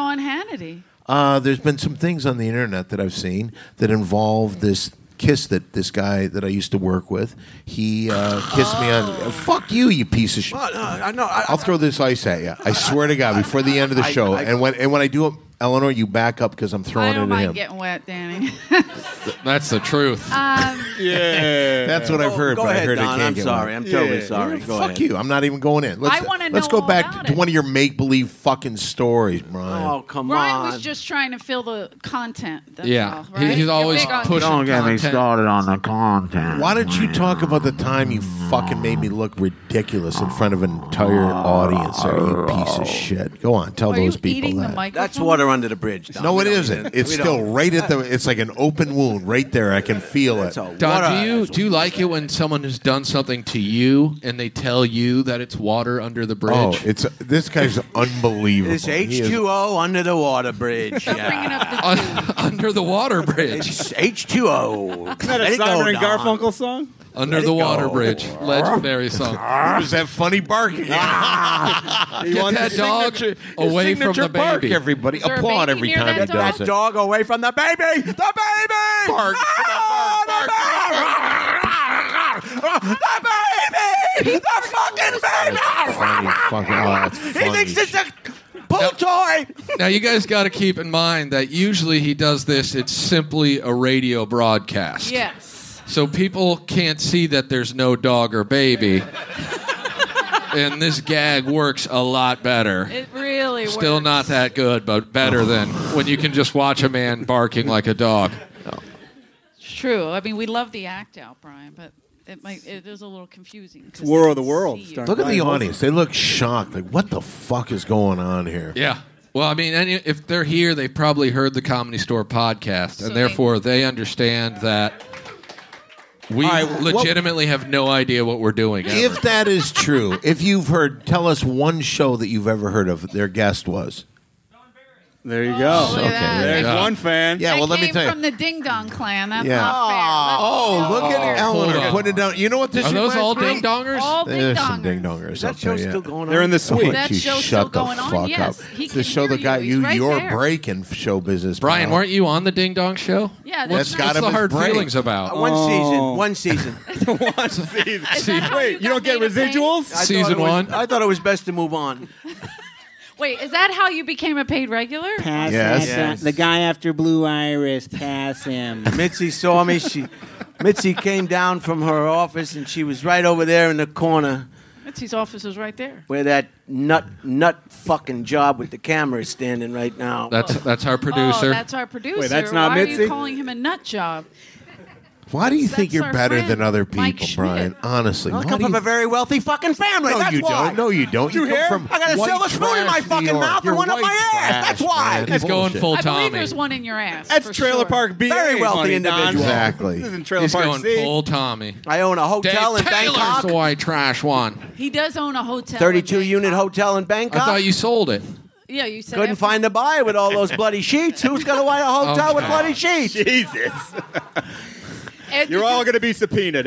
Speaker 5: Sean Hannity?
Speaker 1: Uh, there's been some things on the internet that I've seen that involve this kiss that this guy that I used to work with. He uh, kissed me on. fuck you, you piece of shit.
Speaker 2: Oh. Well, Oh, no, I know. I,
Speaker 1: I'll throw this ice at you. I swear to God, before the end of the
Speaker 2: I-
Speaker 1: show,
Speaker 2: I-
Speaker 1: and when and when I do it, Eleanor, you back up because I'm throwing
Speaker 5: I
Speaker 1: it
Speaker 5: don't
Speaker 1: at
Speaker 5: mind
Speaker 1: him.
Speaker 5: getting wet, [laughs] Danny.
Speaker 4: That's the truth.
Speaker 1: [laughs]
Speaker 6: Yeah.
Speaker 1: That's what I've heard.
Speaker 2: oh, Go
Speaker 1: but I
Speaker 2: ahead,
Speaker 1: heard it
Speaker 2: Don.
Speaker 1: can't
Speaker 2: I'm
Speaker 1: get
Speaker 2: sorry.
Speaker 1: one.
Speaker 2: I'm totally
Speaker 6: Yeah.
Speaker 2: sorry.
Speaker 1: Fuck
Speaker 2: Go ahead.
Speaker 1: you! I'm not even going in. Let's,
Speaker 5: I wanna
Speaker 1: let's
Speaker 5: know
Speaker 1: go
Speaker 5: all
Speaker 1: back
Speaker 5: about
Speaker 1: to
Speaker 5: it.
Speaker 1: one of your make believe fucking stories, Brian.
Speaker 2: Oh come
Speaker 5: Ryan
Speaker 2: on.
Speaker 5: was just trying to fill the content. That's
Speaker 4: Yeah.
Speaker 5: all,
Speaker 4: He-
Speaker 5: right?
Speaker 4: he's
Speaker 5: You're
Speaker 4: always
Speaker 5: big on-
Speaker 4: pushing- Don't get me Content. started
Speaker 7: on the content.
Speaker 1: Why don't you talk about the time you fucking made me look ridiculous in front of an entire audience? There, you piece of shit. Go on, tell
Speaker 5: Are you
Speaker 1: those people
Speaker 5: eating
Speaker 1: that.
Speaker 5: the microphone?
Speaker 2: That's water under the bridge. Don.
Speaker 1: No,
Speaker 2: We
Speaker 1: it
Speaker 2: don't
Speaker 1: isn't.
Speaker 2: need it.
Speaker 1: It's
Speaker 2: We don't.
Speaker 1: still right at the. It's like an open wound right there. I can feel it.
Speaker 2: It's a water-
Speaker 4: Don, do you do you like it when someone has done something to you and they tell you that it's water under the bridge?
Speaker 1: Oh, it's this guy's unbelievable.
Speaker 2: It's
Speaker 1: He
Speaker 2: H
Speaker 1: is-
Speaker 2: two O under the water bridge.
Speaker 5: Bringing
Speaker 2: Yeah.
Speaker 5: up [laughs]
Speaker 4: [laughs] Un-
Speaker 5: the
Speaker 4: under the water bridge.
Speaker 2: It's H two O. Isn't
Speaker 6: that a Simon and Garfunkel song?
Speaker 4: Under the water bridge.
Speaker 1: [laughs]
Speaker 4: Legendary song.
Speaker 1: It was that funny barking. Ah. [laughs]
Speaker 4: Get that dog away from the
Speaker 1: bark,
Speaker 4: baby.
Speaker 1: everybody.
Speaker 5: there a
Speaker 1: Applaud
Speaker 5: baby
Speaker 1: every
Speaker 5: near
Speaker 1: time he
Speaker 5: that dog?
Speaker 1: does it.
Speaker 2: Dog away from the baby. The baby.
Speaker 1: Bark,
Speaker 2: Ah, the baby. The baby. The fucking
Speaker 1: That's
Speaker 2: baby.
Speaker 1: funny, fucking- oh, that's
Speaker 2: He
Speaker 1: funny.
Speaker 2: thinks it's a bull toy.
Speaker 4: Now you guys got to keep in mind that usually he does this. It's simply a radio broadcast.
Speaker 5: yes.
Speaker 4: So people can't see that there's no dog or baby. and this gag works a lot better.
Speaker 5: It really
Speaker 4: Still
Speaker 5: works.
Speaker 4: not that good, but better than when you can just watch a man barking like a dog.
Speaker 5: It's True. I mean, we love the act out, Brian, but it might it is a little confusing. 'cause
Speaker 6: War of
Speaker 5: they
Speaker 6: the Worlds
Speaker 5: see you.
Speaker 6: starting.
Speaker 1: Look at the audience. They look shocked. Like, what the fuck is going on here?
Speaker 4: Yeah. Well, I mean, any, if they're here, they probably heard the Comedy Store podcast,
Speaker 5: So
Speaker 4: and
Speaker 5: they-
Speaker 4: therefore they understand that we
Speaker 1: All right, what-
Speaker 4: legitimately have no idea what we're doing. ever.
Speaker 1: If that is true, if you've heard, tell us one show that you've ever heard of. Their guest was.
Speaker 6: There you go.
Speaker 5: Oh, look at Okay, that.
Speaker 6: There's
Speaker 4: Yeah.
Speaker 6: one fan.
Speaker 1: Yeah.
Speaker 5: That
Speaker 1: Well, let me
Speaker 5: came
Speaker 1: tell you.
Speaker 5: from the Ding Dong Clan. That's
Speaker 1: Yeah.
Speaker 5: not fair.
Speaker 1: oh, look at Eleanor
Speaker 4: on.
Speaker 1: putting it down. You know what this
Speaker 4: Are those
Speaker 1: reminds
Speaker 4: all
Speaker 1: me?
Speaker 4: ding dongers?
Speaker 5: All ding
Speaker 1: There's some
Speaker 5: dong.
Speaker 1: ding dongers.
Speaker 2: Is
Speaker 1: up
Speaker 2: that
Speaker 1: there,
Speaker 2: show
Speaker 1: yeah.
Speaker 2: still going on?
Speaker 6: They're in the
Speaker 1: Why
Speaker 6: suite.
Speaker 1: don't
Speaker 5: That
Speaker 1: you
Speaker 5: show's
Speaker 1: shut
Speaker 5: still going
Speaker 1: the
Speaker 5: on?
Speaker 1: fuck
Speaker 5: Yes,
Speaker 1: up.
Speaker 5: he
Speaker 1: It's
Speaker 5: can
Speaker 1: the show
Speaker 5: hear
Speaker 1: that got
Speaker 5: you. He's
Speaker 1: you
Speaker 5: right
Speaker 1: your
Speaker 5: there.
Speaker 1: break in show business.
Speaker 4: Brian,
Speaker 1: pal.
Speaker 4: weren't you on the Ding Dong Show?
Speaker 5: Yeah, that's
Speaker 4: what's,
Speaker 5: That's
Speaker 1: got
Speaker 4: what's
Speaker 1: him
Speaker 4: the
Speaker 1: his
Speaker 4: hard
Speaker 1: break.
Speaker 4: feelings about?
Speaker 2: Uh, One season. One season.
Speaker 6: One season.
Speaker 5: Is that how
Speaker 6: Wait, you
Speaker 5: got
Speaker 6: don't get
Speaker 5: made a paid-
Speaker 6: residuals?
Speaker 2: I
Speaker 4: Season
Speaker 2: thought it was-
Speaker 4: one.
Speaker 2: I thought it was best to move on.
Speaker 5: Wait, is that how you became a paid regular?
Speaker 8: Pass
Speaker 1: Yes.
Speaker 8: that-
Speaker 2: Yes.
Speaker 8: The guy after Blue Iris, pass him.
Speaker 2: Mitzi saw me. She, Mitzi came down from her office, and she was right over there in the corner
Speaker 5: Mitzi's office is right
Speaker 2: [laughs]
Speaker 5: there.
Speaker 2: where that nut nut fucking job with the camera is standing right now.
Speaker 4: That's that's our producer.
Speaker 5: Oh, that's our producer.
Speaker 6: Wait, that's not
Speaker 5: Why are
Speaker 6: Mitzi?
Speaker 5: you calling him a nut job?
Speaker 1: Why do you think
Speaker 5: That's
Speaker 1: you're
Speaker 5: our
Speaker 1: better
Speaker 5: friend,
Speaker 1: than other
Speaker 5: Mike
Speaker 1: people,
Speaker 5: Schmidt.
Speaker 1: Brian? Honestly,
Speaker 2: I
Speaker 1: why
Speaker 2: come
Speaker 1: do
Speaker 2: from
Speaker 1: you-
Speaker 2: a very wealthy fucking family.
Speaker 1: No,
Speaker 2: that's
Speaker 1: you
Speaker 2: why.
Speaker 1: don't. No, you don't. You,
Speaker 6: you
Speaker 1: come
Speaker 6: hear?
Speaker 1: from.
Speaker 2: I got a
Speaker 1: white
Speaker 2: silver spoon in
Speaker 1: trash
Speaker 2: my
Speaker 1: New
Speaker 2: fucking
Speaker 1: York.
Speaker 2: mouth and
Speaker 1: You're
Speaker 2: one up
Speaker 1: white
Speaker 2: my ass.
Speaker 1: trash,
Speaker 2: That's why.
Speaker 1: man.
Speaker 4: He's going
Speaker 1: Bullshit.
Speaker 4: full
Speaker 5: I believe
Speaker 4: Tommy.
Speaker 5: there's one in your ass.
Speaker 6: [laughs] That's
Speaker 5: for
Speaker 6: Trailer
Speaker 5: sure.
Speaker 6: Park B.
Speaker 2: Very wealthy
Speaker 6: money, Don.
Speaker 2: individual.
Speaker 6: This
Speaker 1: Exactly.
Speaker 6: isn't Trailer
Speaker 4: He's
Speaker 6: Park
Speaker 4: going
Speaker 6: C.
Speaker 4: full Tommy.
Speaker 2: I own a
Speaker 4: Dave
Speaker 2: hotel in
Speaker 4: Taylor's
Speaker 2: Bangkok,
Speaker 4: the white trash one.
Speaker 5: He does own a hotel. in
Speaker 2: 32 unit
Speaker 5: Bangkok.
Speaker 2: hotel in
Speaker 4: I
Speaker 2: Bangkok.
Speaker 4: thought you sold it.
Speaker 5: Yeah, you said
Speaker 2: couldn't
Speaker 5: after-
Speaker 2: find a buyer with all those bloody sheets. Who's going to buy a hotel
Speaker 1: Oh,
Speaker 2: with
Speaker 4: Okay.
Speaker 2: bloody sheets?
Speaker 6: Jesus.
Speaker 5: after-
Speaker 6: You're all going to be subpoenaed,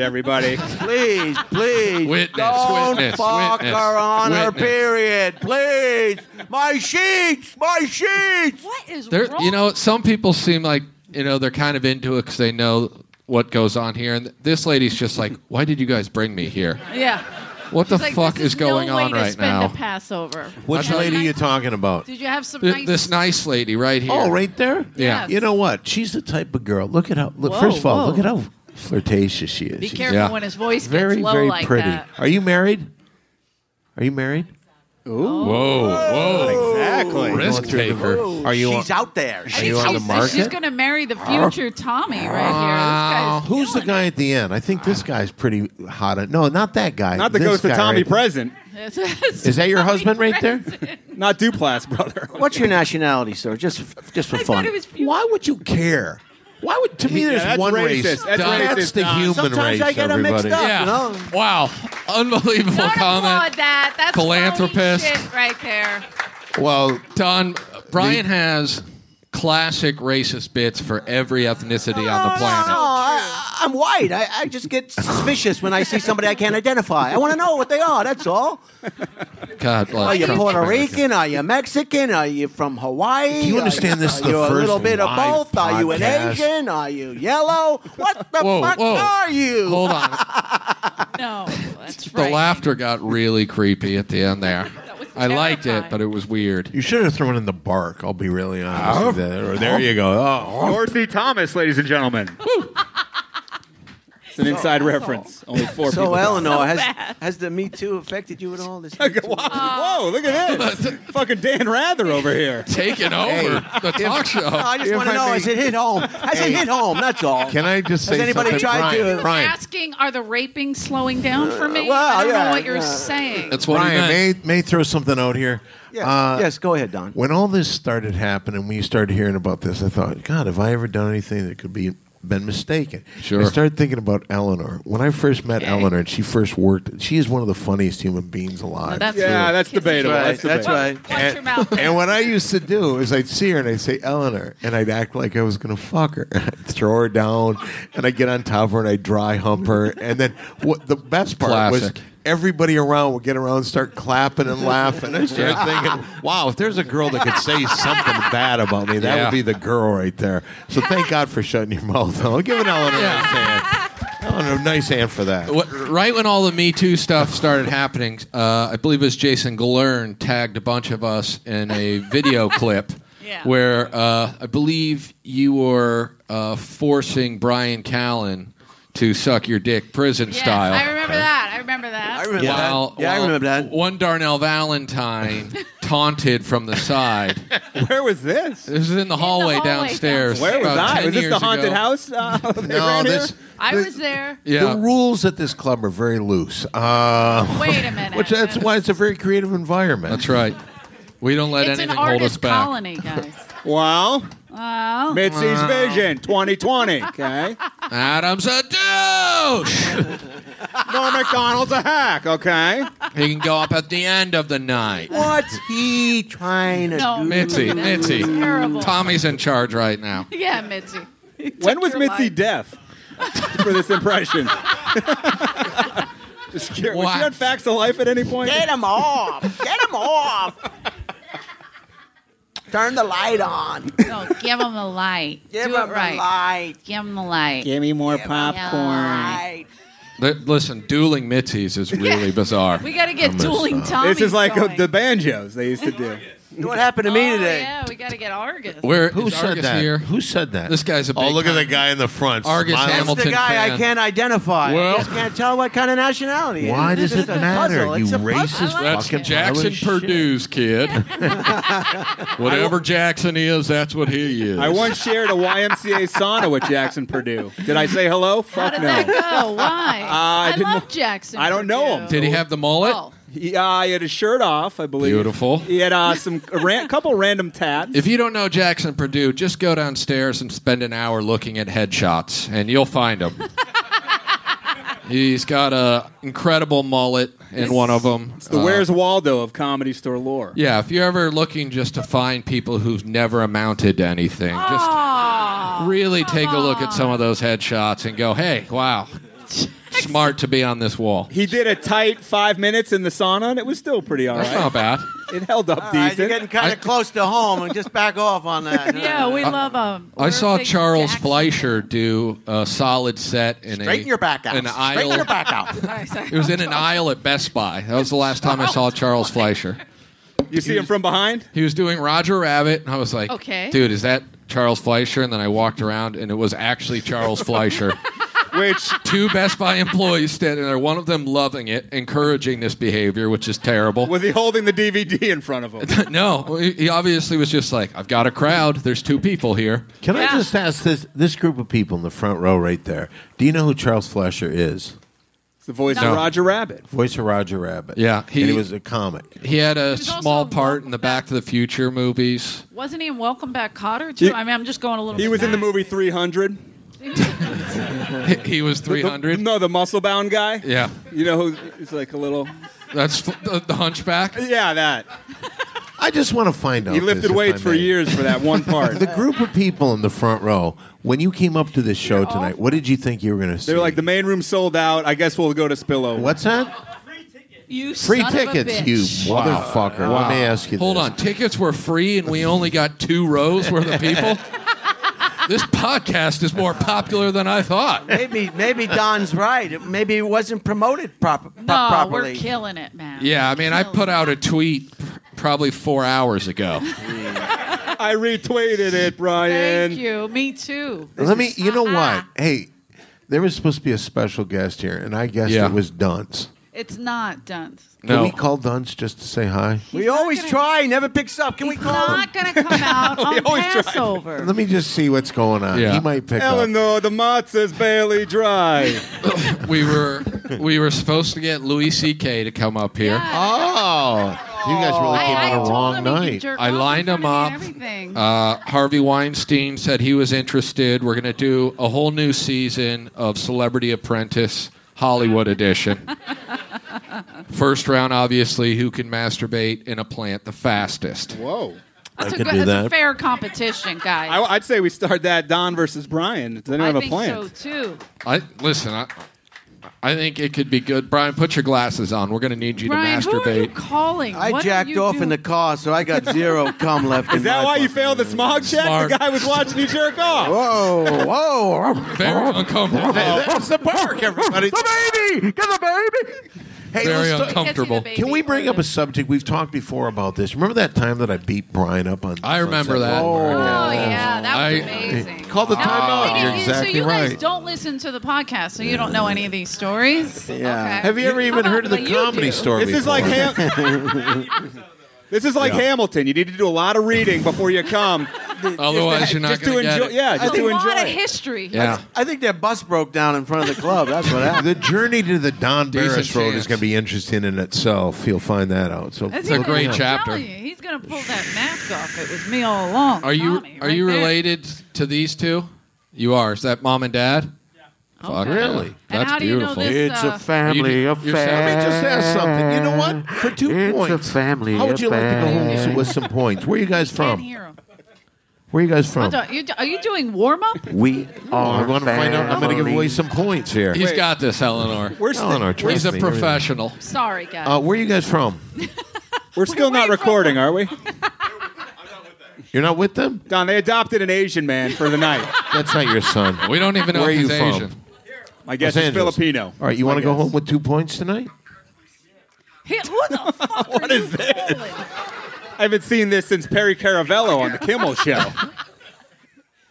Speaker 1: [laughs]
Speaker 6: everybody.
Speaker 2: Please, please.
Speaker 4: Witness,
Speaker 2: Don't
Speaker 4: witness,
Speaker 2: fuck
Speaker 4: witness,
Speaker 2: her on her
Speaker 4: witness.
Speaker 2: period. Please. My sheets. My sheets.
Speaker 5: What is
Speaker 4: There,
Speaker 5: wrong?
Speaker 4: you know, some people seem like you know they're kind of into it because they know what goes on here, and this lady's just like, "Why did you guys bring me here?
Speaker 5: Yeah.
Speaker 4: What
Speaker 5: She's
Speaker 4: the
Speaker 5: like,
Speaker 4: fuck
Speaker 5: this
Speaker 4: is going
Speaker 5: no
Speaker 4: on
Speaker 5: way to
Speaker 4: right
Speaker 5: spend
Speaker 4: now?"
Speaker 5: A Passover.
Speaker 1: Which
Speaker 5: And
Speaker 1: lady are
Speaker 5: nice-
Speaker 1: you talking about?
Speaker 5: Did you have some
Speaker 4: Th-
Speaker 5: nice?
Speaker 4: This nice lady right here.
Speaker 1: Oh, right there.
Speaker 4: Yeah.
Speaker 5: Yes.
Speaker 1: You know what? She's the type of girl. Look at how. Look,
Speaker 5: Whoa,
Speaker 1: first of all,
Speaker 5: whoa.
Speaker 1: look at how flirtatious she is.
Speaker 5: Be
Speaker 1: She's
Speaker 5: careful
Speaker 4: Yeah.
Speaker 5: when his voice gets
Speaker 1: very,
Speaker 5: low
Speaker 1: very
Speaker 5: like
Speaker 1: pretty.
Speaker 5: that.
Speaker 1: Are you married? Are you married?
Speaker 4: Whoa, whoa,
Speaker 6: Exactly.
Speaker 4: risk
Speaker 1: Going through the
Speaker 4: taker.
Speaker 1: ver- Are you?
Speaker 2: She's
Speaker 1: on-
Speaker 2: out there.
Speaker 1: Are you on the
Speaker 5: She's-
Speaker 1: market?
Speaker 5: She's going to marry the future Tommy right here. This guy's
Speaker 1: Who's the
Speaker 5: killing
Speaker 1: guy at the end? I think this guy's pretty hot. No, not that guy.
Speaker 6: Not the
Speaker 1: This
Speaker 6: ghost of
Speaker 1: guy
Speaker 6: Tommy
Speaker 1: right-
Speaker 6: Present.
Speaker 5: it. [laughs] It's-
Speaker 1: Is that your husband right there?
Speaker 6: Not Duplass, brother.
Speaker 2: What's your nationality, sir? Just, just for
Speaker 5: I
Speaker 2: fun.
Speaker 5: thought it was future.
Speaker 1: Why would you care? Why would to me?
Speaker 6: Yeah,
Speaker 1: There's
Speaker 6: that's
Speaker 1: one race.
Speaker 6: racist. That's racist,
Speaker 1: the
Speaker 6: Don.
Speaker 1: human race.
Speaker 2: Sometimes I get 'em mixed
Speaker 1: everybody.
Speaker 2: up.
Speaker 4: Yeah.
Speaker 2: You know?
Speaker 4: Wow. Unbelievable
Speaker 5: Don't
Speaker 4: comment.
Speaker 5: applaud that. That's phony
Speaker 4: Philanthropist.
Speaker 5: shit right there.
Speaker 1: Well,
Speaker 4: Don, Brian has classic racist bits for every ethnicity on the
Speaker 2: No,
Speaker 4: planet.
Speaker 2: I, Uh, I'm white. I, I just get suspicious when I see somebody I can't identify. I want to know what they are. That's all.
Speaker 4: God bless
Speaker 2: Are you
Speaker 4: Trump's
Speaker 2: Puerto
Speaker 4: America.
Speaker 2: Rican? Are you Mexican? Are you from Hawaii?
Speaker 1: Do you
Speaker 2: Are
Speaker 1: understand this is
Speaker 2: Are
Speaker 1: the
Speaker 2: you a
Speaker 1: first
Speaker 2: little bit of
Speaker 1: live
Speaker 2: both? Are you an
Speaker 1: podcast?
Speaker 2: Asian? Are you yellow? What the
Speaker 4: Whoa,
Speaker 2: fuck
Speaker 4: whoa.
Speaker 2: are you?
Speaker 4: Hold
Speaker 5: [laughs]
Speaker 4: on.
Speaker 5: No, that's
Speaker 4: The
Speaker 5: right.
Speaker 4: laughter got really creepy at the end there.
Speaker 5: [laughs] That was
Speaker 4: I liked it,
Speaker 5: Terrifying.
Speaker 4: but it was weird. [laughs]
Speaker 1: You should have thrown in the bark. I'll be really honest. with that. Or there you go. Oh.
Speaker 6: Dorothy Thomas, ladies and gentlemen. it's an inside reference. Only four
Speaker 2: So
Speaker 6: people.
Speaker 2: Eleanor, has
Speaker 5: bad.
Speaker 2: has the Me Too affected you at all? This
Speaker 6: Look at- wow. [laughs] Whoa, look
Speaker 2: Uh.
Speaker 6: at this.
Speaker 2: [laughs]
Speaker 6: Fucking Dan Rather over here.
Speaker 4: Taking over the talk
Speaker 2: [laughs]
Speaker 4: show.
Speaker 2: I just
Speaker 1: If
Speaker 2: want
Speaker 1: I
Speaker 2: to know.
Speaker 1: may-
Speaker 2: Has it hit home? Has it hit home? That's all.
Speaker 1: Can I just say
Speaker 2: Has anybody
Speaker 1: something?
Speaker 2: tried
Speaker 1: Brian,
Speaker 2: to-
Speaker 1: Brian,
Speaker 5: Asking, are the raping slowing down for me?
Speaker 2: well,
Speaker 5: I don't
Speaker 2: yeah,
Speaker 5: know what you're
Speaker 2: yeah.
Speaker 5: saying.
Speaker 4: That's what I
Speaker 1: Brian
Speaker 4: meant.
Speaker 1: may, may throw something out here.
Speaker 2: Yeah.
Speaker 1: Uh,
Speaker 2: yes, go ahead, Don.
Speaker 1: When all this started happening, when you started hearing about this, I thought, God, have I ever done anything that could be been mistaken?
Speaker 4: Sure.
Speaker 1: I started thinking about Eleanor. When I first met Eleanor and she first worked, she is one of the funniest human beings alive.
Speaker 5: Now, that's
Speaker 6: Yeah, that's debatable.
Speaker 2: Right,
Speaker 6: That's
Speaker 2: that's
Speaker 6: debatable.
Speaker 2: right.
Speaker 5: Watch your mouth.
Speaker 1: And what I used to do is I'd see her and I'd say Eleanor, and I'd act like I was gonna fuck her, [laughs] I'd throw her down, and I'd get on top of her and I'd dry hump her, and then what the best part
Speaker 4: Classic.
Speaker 1: was everybody around would get around, and start clapping and laughing. I started thinking, wow, if there's a girl that could say something bad about me, that
Speaker 4: Yeah.
Speaker 1: would be the girl right there. So thank God for shutting your mouth. I'll give an Eleanor a nice hand. Eleanor, a nice hand for that.
Speaker 4: What, right when all the Me Too stuff started happening, uh, I believe it was Jason Glern tagged a bunch of us in a
Speaker 5: [laughs]
Speaker 4: video clip
Speaker 5: Yeah.
Speaker 4: where uh, I believe you were uh, forcing Brian Callen to suck your dick prison
Speaker 5: Yes,
Speaker 4: style.
Speaker 5: I remember that. I remember that.
Speaker 2: I remember
Speaker 4: While-
Speaker 2: that. Yeah, I
Speaker 4: while
Speaker 2: remember that.
Speaker 4: One Darnell
Speaker 5: [laughs]
Speaker 4: Valentine taunted from the side.
Speaker 6: Where was this?
Speaker 4: This is in the hallway,
Speaker 5: hallway
Speaker 4: downstairs.
Speaker 5: downstairs.
Speaker 6: Where was
Speaker 4: about 10
Speaker 6: I? Was this the
Speaker 4: years
Speaker 6: haunted
Speaker 4: ago.
Speaker 5: [laughs]
Speaker 6: house? Uh, [laughs] they
Speaker 1: no,
Speaker 6: ran here?
Speaker 1: this
Speaker 5: I was there.
Speaker 4: Yeah.
Speaker 1: the rules at this club are very loose. Uh,
Speaker 5: Wait a minute.
Speaker 1: Which that's why it's a very creative environment.
Speaker 4: That's right. We don't let
Speaker 5: It's an
Speaker 4: anything hold us
Speaker 5: artist
Speaker 4: back.
Speaker 5: colony, guys.
Speaker 6: Wow.
Speaker 5: Wow.
Speaker 6: Mitzi's
Speaker 5: [laughs]
Speaker 6: Vision 2020. Okay.
Speaker 4: Adam's a douche.
Speaker 6: Norm McDonald's a hack. Okay.
Speaker 4: he can go up at the end of the night.
Speaker 2: What's he trying to
Speaker 5: No,
Speaker 2: do?
Speaker 4: Mitzi,
Speaker 5: that's
Speaker 4: Mitzi.
Speaker 5: Terrible.
Speaker 4: Tommy's in charge right now.
Speaker 5: Yeah, Mitzi. [laughs] He
Speaker 6: When
Speaker 5: took
Speaker 6: was
Speaker 5: your
Speaker 6: Mitzi
Speaker 5: line.
Speaker 6: deaf for
Speaker 5: [laughs]
Speaker 6: this impression? Just curious. Was she
Speaker 4: What?
Speaker 6: on Facts of Life at any point?
Speaker 2: Get him off! Get him off! Turn the light on.
Speaker 5: No, give him the light.
Speaker 2: Give
Speaker 5: Do
Speaker 2: him
Speaker 5: it right.
Speaker 2: the light.
Speaker 5: Give him the light.
Speaker 8: Give me more popcorn.
Speaker 5: popcorn.
Speaker 2: Light.
Speaker 4: Th- Listen, dueling Mitzi's is really bizarre.
Speaker 5: We got to
Speaker 4: uh,
Speaker 5: get dueling Tommy.
Speaker 6: This is like uh,
Speaker 5: going.
Speaker 6: the banjos they used to do.
Speaker 5: [laughs]
Speaker 2: What happened to me
Speaker 5: Oh,
Speaker 2: today?
Speaker 5: Yeah, we got to get Argus.
Speaker 4: Where
Speaker 1: Who
Speaker 4: is
Speaker 1: said
Speaker 4: Argus
Speaker 1: that?
Speaker 4: here?
Speaker 1: Who said that?
Speaker 4: This guy's a
Speaker 1: Oh,
Speaker 4: big
Speaker 1: look at
Speaker 4: time-
Speaker 1: the guy in the front.
Speaker 4: Argus
Speaker 1: smiling.
Speaker 2: That's
Speaker 4: Hamilton
Speaker 2: the guy I
Speaker 4: fan.
Speaker 2: can't identify.
Speaker 4: Well-
Speaker 2: I just can't tell what kind of nationality. it
Speaker 1: Why
Speaker 2: is.
Speaker 1: does
Speaker 2: It's
Speaker 1: it
Speaker 2: just a
Speaker 1: matter?
Speaker 2: puzzle.
Speaker 1: You
Speaker 2: It's a
Speaker 1: racist
Speaker 5: I like
Speaker 1: fucking
Speaker 5: it.
Speaker 4: Jackson
Speaker 1: pile of shit.
Speaker 4: Purdue's
Speaker 5: [laughs]
Speaker 4: kid. Whatever Jackson is, that's what he is.
Speaker 6: I once shared a YMCA sauna with Jackson Purdue. Did I say hello?
Speaker 5: How
Speaker 6: Fuck
Speaker 5: did
Speaker 6: no.
Speaker 5: that go? Why? I,
Speaker 6: didn't-
Speaker 5: love Jackson.
Speaker 6: I don't know
Speaker 5: Perdue.
Speaker 6: him.
Speaker 4: Did he have the mullet?
Speaker 5: Oh,
Speaker 6: He, uh, he had his shirt off, I believe.
Speaker 4: Beautiful.
Speaker 6: He had uh, some a ran- couple random tats.
Speaker 4: If you don't know Jackson Purdue, just go downstairs and spend an hour looking at headshots, and you'll find him. He's got a incredible mullet in one of them.
Speaker 6: the Where's Waldo of comedy store lore.
Speaker 4: uh, yeah, if you're ever looking just to find people who've never amounted to anything, just really take a look at some of those headshots and go, "Hey, wow, smart to be on this wall."
Speaker 6: He did a tight five minutes in the sauna, and it was still pretty all
Speaker 4: That's
Speaker 6: right.
Speaker 4: not bad.
Speaker 6: It held up
Speaker 2: All right,
Speaker 6: decent.
Speaker 2: Uh, you're getting kind
Speaker 4: I-
Speaker 2: of close to home, and just back off on [laughs] that.
Speaker 5: yeah, we love him.
Speaker 4: Uh, I
Speaker 5: We're
Speaker 4: saw
Speaker 5: big
Speaker 4: Charles
Speaker 5: Jackson-
Speaker 4: Fleischer do a solid set in a
Speaker 2: straighten your back out.
Speaker 4: An
Speaker 2: straighten
Speaker 4: aisle,
Speaker 2: your back out.
Speaker 5: [laughs] Sorry, sorry.
Speaker 4: It was in an aisle at Best Buy. That was the last time I saw Charles Fleischer.
Speaker 6: you see him from behind?
Speaker 4: He was doing Roger Rabbit, and I was like,
Speaker 5: Okay.
Speaker 4: dude, is that Charles Fleischer?" And then I walked around, and it was actually Charles
Speaker 5: [laughs]
Speaker 4: Fleischer.
Speaker 6: Which
Speaker 4: Two Best Buy employees standing there, one of them loving it, encouraging this behavior, which is terrible.
Speaker 6: was he holding the DVD in front of
Speaker 4: [laughs]
Speaker 6: him?
Speaker 4: no, he he obviously was just like, "I've got a crowd. There's two people here."
Speaker 1: Can I
Speaker 5: Yeah.
Speaker 1: just ask this this group of people in the front row right there? Do you know who Charles Fleischer is?
Speaker 6: It's the voice
Speaker 4: No.
Speaker 6: of Roger Rabbit.
Speaker 1: Voice of Roger Rabbit.
Speaker 4: Yeah,
Speaker 1: he,
Speaker 4: he-
Speaker 1: and he was a comic.
Speaker 4: He had a
Speaker 5: was also
Speaker 4: small
Speaker 5: in
Speaker 4: part
Speaker 5: Welcome
Speaker 4: in the
Speaker 5: Back.
Speaker 4: Back to the Future movies.
Speaker 5: Wasn't he in Welcome Back, Cotter? Too?
Speaker 6: He-
Speaker 5: I mean, I'm just going a little.
Speaker 6: He was in the
Speaker 5: back.
Speaker 6: movie 300.
Speaker 4: He, he was
Speaker 6: The-
Speaker 4: 300.
Speaker 6: no, the muscle bound guy.
Speaker 4: Yeah,
Speaker 6: You know who? He's like a little.
Speaker 4: that's f- the, the Hunchback.
Speaker 6: Yeah, that.
Speaker 1: I just want to find out.
Speaker 6: He
Speaker 1: this,
Speaker 6: lifted
Speaker 1: if
Speaker 6: weights
Speaker 1: I
Speaker 6: for
Speaker 1: may.
Speaker 6: years for
Speaker 4: [laughs]
Speaker 6: that one part.
Speaker 1: The group of people in the front row, when you came up to this show tonight, what did you think you were going to see?
Speaker 6: They were like, the main room sold out. I guess we'll go to spillover.
Speaker 1: What's that?
Speaker 5: You
Speaker 1: Free
Speaker 5: son of a
Speaker 1: tickets,
Speaker 5: bitch.
Speaker 1: you motherfucker. Let me ask you
Speaker 4: Hold
Speaker 1: this.
Speaker 4: on, tickets were free and we only got two rows worth of
Speaker 6: [laughs]
Speaker 4: people. this podcast is more popular than I thought.
Speaker 2: Maybe, maybe Don's right. Maybe it wasn't promoted proper,
Speaker 5: No,
Speaker 2: properly.
Speaker 5: we're killing it, man.
Speaker 4: Yeah, I mean, I put out a tweet probably four hours ago.
Speaker 6: I retweeted it,
Speaker 5: [laughs]
Speaker 6: Brian.
Speaker 5: Thank you. Me too.
Speaker 1: Let me. You know
Speaker 6: uh-uh.
Speaker 1: what? Hey, there was supposed to be a special guest here, and I guessed
Speaker 4: Yeah.
Speaker 1: it was Dunce.
Speaker 5: It's not done.
Speaker 1: Can
Speaker 4: No.
Speaker 1: we call Dunce just to say hi?
Speaker 2: we always try. He never picks up. Can we
Speaker 5: It's
Speaker 2: call him?
Speaker 5: not going to
Speaker 2: [laughs]
Speaker 5: come out on
Speaker 6: always try.
Speaker 5: Passover.
Speaker 1: Let me just see what's going on.
Speaker 4: Yeah.
Speaker 1: He might pick up.
Speaker 6: Eleanor, the matza's barely
Speaker 5: [laughs]
Speaker 6: dry.
Speaker 4: we were we were supposed to get Louis C.K. to come up here.
Speaker 5: Yeah.
Speaker 1: Oh, you guys really came
Speaker 5: I, I
Speaker 1: on
Speaker 5: told
Speaker 1: a wrong
Speaker 5: him he could
Speaker 1: night.
Speaker 5: jerk
Speaker 4: I
Speaker 5: off in
Speaker 4: lined him
Speaker 5: front
Speaker 4: up.
Speaker 5: of me and Everything.
Speaker 4: Uh, Harvey Weinstein said he was interested. We're going to do a whole new season of Celebrity Apprentice Hollywood
Speaker 5: [laughs]
Speaker 4: Edition. First round, obviously, who can masturbate in a plant the fastest?
Speaker 6: Whoa.
Speaker 5: That's a
Speaker 1: could
Speaker 5: good-
Speaker 1: do
Speaker 5: that's a
Speaker 1: that.
Speaker 5: fair competition, guys.
Speaker 6: I, would say we start that Don versus Brian. Does anyone have a
Speaker 5: think
Speaker 6: plan?
Speaker 5: so too.
Speaker 4: I listen. I, I think it could be good. Brian, put your glasses on. We're going to need you
Speaker 5: Brian,
Speaker 4: to
Speaker 5: who are you
Speaker 4: masturbate.
Speaker 5: calling?
Speaker 2: I
Speaker 5: What are
Speaker 2: jacked
Speaker 5: you
Speaker 2: off in the
Speaker 5: doing?
Speaker 2: car, so I got [laughs] zero cum left.
Speaker 6: Is that why you failed the smog check?
Speaker 4: Smart.
Speaker 6: The guy was watching you jerk off.
Speaker 2: Whoa, whoa!
Speaker 4: Very uncomfortable.
Speaker 1: That's the park, everybody. the baby, get the baby. Hey,
Speaker 4: Very
Speaker 1: let's talk-
Speaker 4: uncomfortable.
Speaker 5: Catching a
Speaker 1: can we
Speaker 5: baby.
Speaker 1: bring up a subject we've talked before about this? Remember that time that I beat Brian up on?
Speaker 4: I remember
Speaker 1: Sunset
Speaker 4: that.
Speaker 1: Boulevard?
Speaker 5: Oh yeah, that was
Speaker 4: I-
Speaker 5: amazing.
Speaker 1: Call the
Speaker 5: Now,
Speaker 1: timeout.
Speaker 5: wait,
Speaker 1: Oh, You're
Speaker 5: you-
Speaker 1: exactly
Speaker 5: so you
Speaker 1: right.
Speaker 5: guys don't listen to the podcast, so you don't know any of these stories.
Speaker 2: Yeah.
Speaker 5: Okay.
Speaker 1: Have you ever even
Speaker 5: Come on,
Speaker 1: heard of the
Speaker 5: but you
Speaker 1: comedy
Speaker 5: do.
Speaker 1: store?
Speaker 6: This is like
Speaker 1: before?
Speaker 6: [laughs] Ham- This is like Hamilton. You need to do a lot of reading before you come.
Speaker 4: Otherwise, you're not
Speaker 6: just to
Speaker 4: going to get
Speaker 6: enjoy.
Speaker 4: it.
Speaker 6: Yeah, just
Speaker 5: There's
Speaker 6: to
Speaker 5: a
Speaker 6: enjoy.
Speaker 5: lot of
Speaker 6: it.
Speaker 5: history.
Speaker 4: Yeah.
Speaker 2: I think their bus broke down in front of the club. That's what [laughs] happened.
Speaker 1: the journey to the Don
Speaker 4: Decent
Speaker 1: Barris Road
Speaker 4: chance.
Speaker 1: is going to be interesting in itself. You'll find that out. So
Speaker 5: That's
Speaker 4: a
Speaker 5: even-
Speaker 4: great
Speaker 5: I'm
Speaker 4: chapter.
Speaker 5: telling You, he's gonna pull that mask off. It was me all along.
Speaker 4: Are you
Speaker 5: Tommy,
Speaker 4: are
Speaker 5: right
Speaker 4: you
Speaker 5: there.
Speaker 4: related to these two? You are. Is that mom and dad? Yeah. Fuck
Speaker 1: Really?
Speaker 4: yeah.
Speaker 5: Oh, And
Speaker 4: That's
Speaker 5: how do you know
Speaker 4: beautiful.
Speaker 5: this? It's a
Speaker 4: family
Speaker 1: Let me
Speaker 4: affair.
Speaker 1: just ask something. You know what? For two points,
Speaker 7: family
Speaker 1: how would you like to go home
Speaker 7: affair.
Speaker 1: with- with some points? Where are you guys
Speaker 5: Can't
Speaker 1: from?
Speaker 5: hear him.
Speaker 1: Where are you guys from?
Speaker 5: Hold on, you- Are you doing warm up?
Speaker 7: We are.
Speaker 1: I want to find out. I'm going to give away some points here.
Speaker 4: He's got this, Eleanor.
Speaker 6: We're, st-
Speaker 1: Eleanor, trust
Speaker 4: He's a
Speaker 1: me.
Speaker 4: professional.
Speaker 5: Sorry, guys.
Speaker 1: Uh, where are you guys from?
Speaker 6: we're still not
Speaker 5: away from
Speaker 6: recording, are we?
Speaker 1: You're not with them?
Speaker 6: Don, they adopted an Asian man for the night.
Speaker 1: That's not your
Speaker 4: [laughs]
Speaker 1: son.
Speaker 4: We don't even know
Speaker 1: Where
Speaker 4: if
Speaker 1: are
Speaker 4: he's
Speaker 1: you from?
Speaker 4: Asian.
Speaker 6: I
Speaker 1: Los
Speaker 6: guess it's
Speaker 1: Angeles.
Speaker 6: Filipino.
Speaker 1: All right, you want to go home with two points tonight?
Speaker 5: Hey, who the fuck
Speaker 6: What
Speaker 5: are
Speaker 6: is
Speaker 5: you
Speaker 6: this?
Speaker 5: calling?
Speaker 6: I haven't seen this since Perry Caravello on
Speaker 5: [laughs]
Speaker 6: the Kimmel Show.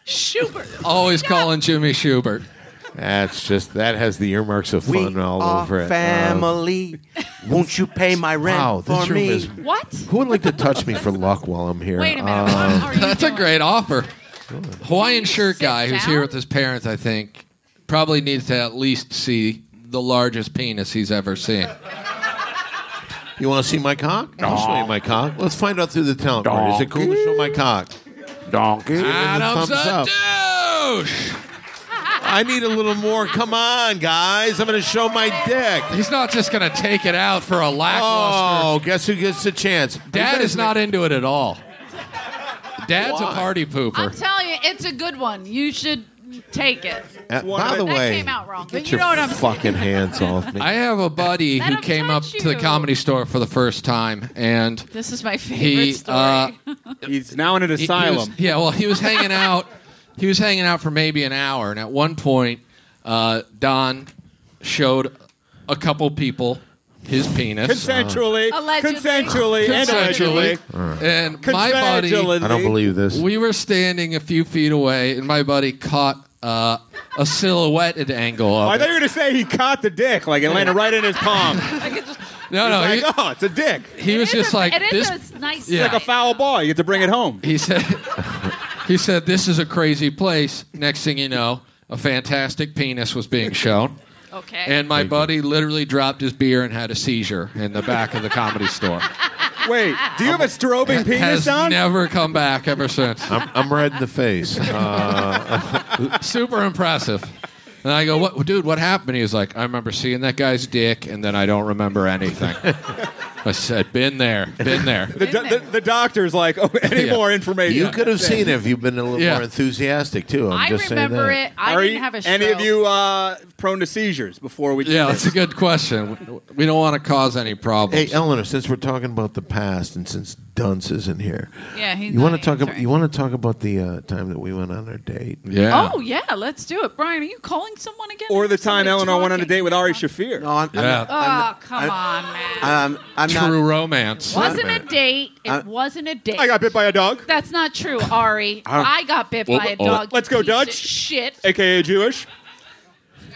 Speaker 5: Schubert.
Speaker 4: Always calling Jimmy Schubert.
Speaker 1: That's just that has the earmarks of
Speaker 2: We
Speaker 1: fun all
Speaker 2: are
Speaker 1: over it. Um,
Speaker 2: family. Won't you pay my rent
Speaker 1: wow,
Speaker 2: for
Speaker 1: this room
Speaker 2: me?
Speaker 1: is.
Speaker 5: What?
Speaker 1: Who would like to touch me for luck while I'm here?
Speaker 5: Wait a minute.
Speaker 1: Uh,
Speaker 5: what are you
Speaker 4: That's a
Speaker 5: doing?
Speaker 4: great offer. Hawaiian
Speaker 5: you
Speaker 4: shirt
Speaker 5: sit
Speaker 4: guy who's
Speaker 5: down?
Speaker 4: here with his parents, I think, probably needs to at least see the largest penis he's ever seen.
Speaker 1: you want to see my cock? I'll show you my cock. Let's find out through the talent part. Is it cool to show my cock?
Speaker 7: Donkey.
Speaker 4: Adam's
Speaker 1: thumbs
Speaker 4: a
Speaker 1: up.
Speaker 4: douche.
Speaker 1: I need a little more. Come on, guys. I'm going to show my dick.
Speaker 4: He's not just going to take it out for a lackluster.
Speaker 1: Oh, guess who gets the chance?
Speaker 4: Dad is
Speaker 1: Uh,
Speaker 4: not into it at all. Dad's
Speaker 1: Why?
Speaker 4: a party pooper.
Speaker 5: I'm telling you, it's a good one. You should take it.
Speaker 1: Uh, by
Speaker 6: That
Speaker 1: the
Speaker 5: That
Speaker 1: way,
Speaker 5: came out wrong. But
Speaker 1: Get
Speaker 5: you
Speaker 1: your
Speaker 5: know what I'm
Speaker 1: fucking hands off
Speaker 5: [laughs]
Speaker 1: me.
Speaker 4: I have a buddy
Speaker 5: Let
Speaker 4: who
Speaker 5: him
Speaker 4: came up
Speaker 5: touch
Speaker 4: to the
Speaker 5: you.
Speaker 4: comedy store for the first time, and
Speaker 5: This is my favorite
Speaker 4: He,
Speaker 5: story. [laughs]
Speaker 4: uh,
Speaker 6: He's now in an
Speaker 4: he- he was-
Speaker 6: asylum.
Speaker 4: yeah, well, he was hanging out. He was hanging out for maybe an hour, and at one point, uh, Don showed a couple people his penis
Speaker 6: Consensually,
Speaker 5: Allegedly.
Speaker 6: consensually, and allegedly.
Speaker 4: consensually, and my buddy
Speaker 6: Consensually.
Speaker 1: I don't believe this.
Speaker 4: We were standing a few feet away, and my buddy caught uh, a silhouetted angle of
Speaker 6: Oh, I
Speaker 4: it.
Speaker 6: thought you were going to say he caught the dick, like it landed right in his palm. He's
Speaker 5: Like, it's-
Speaker 4: no, no,
Speaker 6: like,
Speaker 4: he,
Speaker 6: oh, it's a dick.
Speaker 4: he
Speaker 5: it
Speaker 4: was
Speaker 5: is
Speaker 4: just
Speaker 5: a-
Speaker 4: like
Speaker 5: it is
Speaker 4: this.
Speaker 5: a nice.
Speaker 4: Yeah.
Speaker 5: Yeah.
Speaker 6: Like a foul ball. You get to bring it home.
Speaker 4: he said, [laughs] he said, this is a crazy place. Next thing you know, a fantastic penis was being shown,
Speaker 5: Okay.
Speaker 4: and my buddy literally dropped his beer and had a seizure in the back of the comedy
Speaker 6: [laughs]
Speaker 4: store.
Speaker 6: Wait, do you have a strobing penis,
Speaker 4: Has
Speaker 6: Don?
Speaker 4: never come back ever since.
Speaker 1: I'm, I'm red in the
Speaker 5: [laughs]
Speaker 1: face. Uh,
Speaker 4: super impressive. And I go, what, dude, what happened? He was like, I remember seeing that guy's dick, and then I don't
Speaker 1: [laughs]
Speaker 4: remember anything. I said, been there, been there.
Speaker 6: The, do- the, the doctor's like, oh, [laughs] any
Speaker 4: Yeah.
Speaker 6: more information?
Speaker 1: you could have seen it if you've been a little
Speaker 4: Yeah.
Speaker 1: more enthusiastic too. I'm
Speaker 5: I
Speaker 1: just
Speaker 5: remember
Speaker 1: saying
Speaker 5: it. I
Speaker 6: Are
Speaker 5: didn't
Speaker 6: you-
Speaker 5: have a stroke.
Speaker 6: any of you uh, prone to seizures before we do
Speaker 4: Yeah,
Speaker 6: this?
Speaker 4: that's a good question. We don't want to cause any
Speaker 1: that.
Speaker 4: problems.
Speaker 1: Hey Eleanor, since we're talking about the past and since Dunce isn't here,
Speaker 5: Yeah, he's
Speaker 1: you want to
Speaker 5: not
Speaker 1: talk about
Speaker 5: answering.
Speaker 1: you want to talk about the uh, time that we went on our date.
Speaker 4: yeah.
Speaker 5: Oh yeah, let's do it, Brian. Are you calling someone again?
Speaker 6: Or the
Speaker 5: Somebody
Speaker 6: time Eleanor went on a
Speaker 5: talking.
Speaker 6: date with Ari Shafir.
Speaker 2: No, I'm, I'm
Speaker 4: Yeah.
Speaker 2: not-
Speaker 5: Oh come on, man.
Speaker 2: Um, I'm, I'm not-
Speaker 4: true romance.
Speaker 5: wasn't a date. It
Speaker 2: I-
Speaker 5: wasn't a date.
Speaker 6: I got bit by a dog,
Speaker 5: That's not
Speaker 6: [laughs]
Speaker 5: true, Ari. I got bit by a
Speaker 4: Oh, oh.
Speaker 5: dog. you
Speaker 6: Let's go,
Speaker 5: piece of
Speaker 6: Dutch.
Speaker 5: Shit.
Speaker 6: aka Jewish.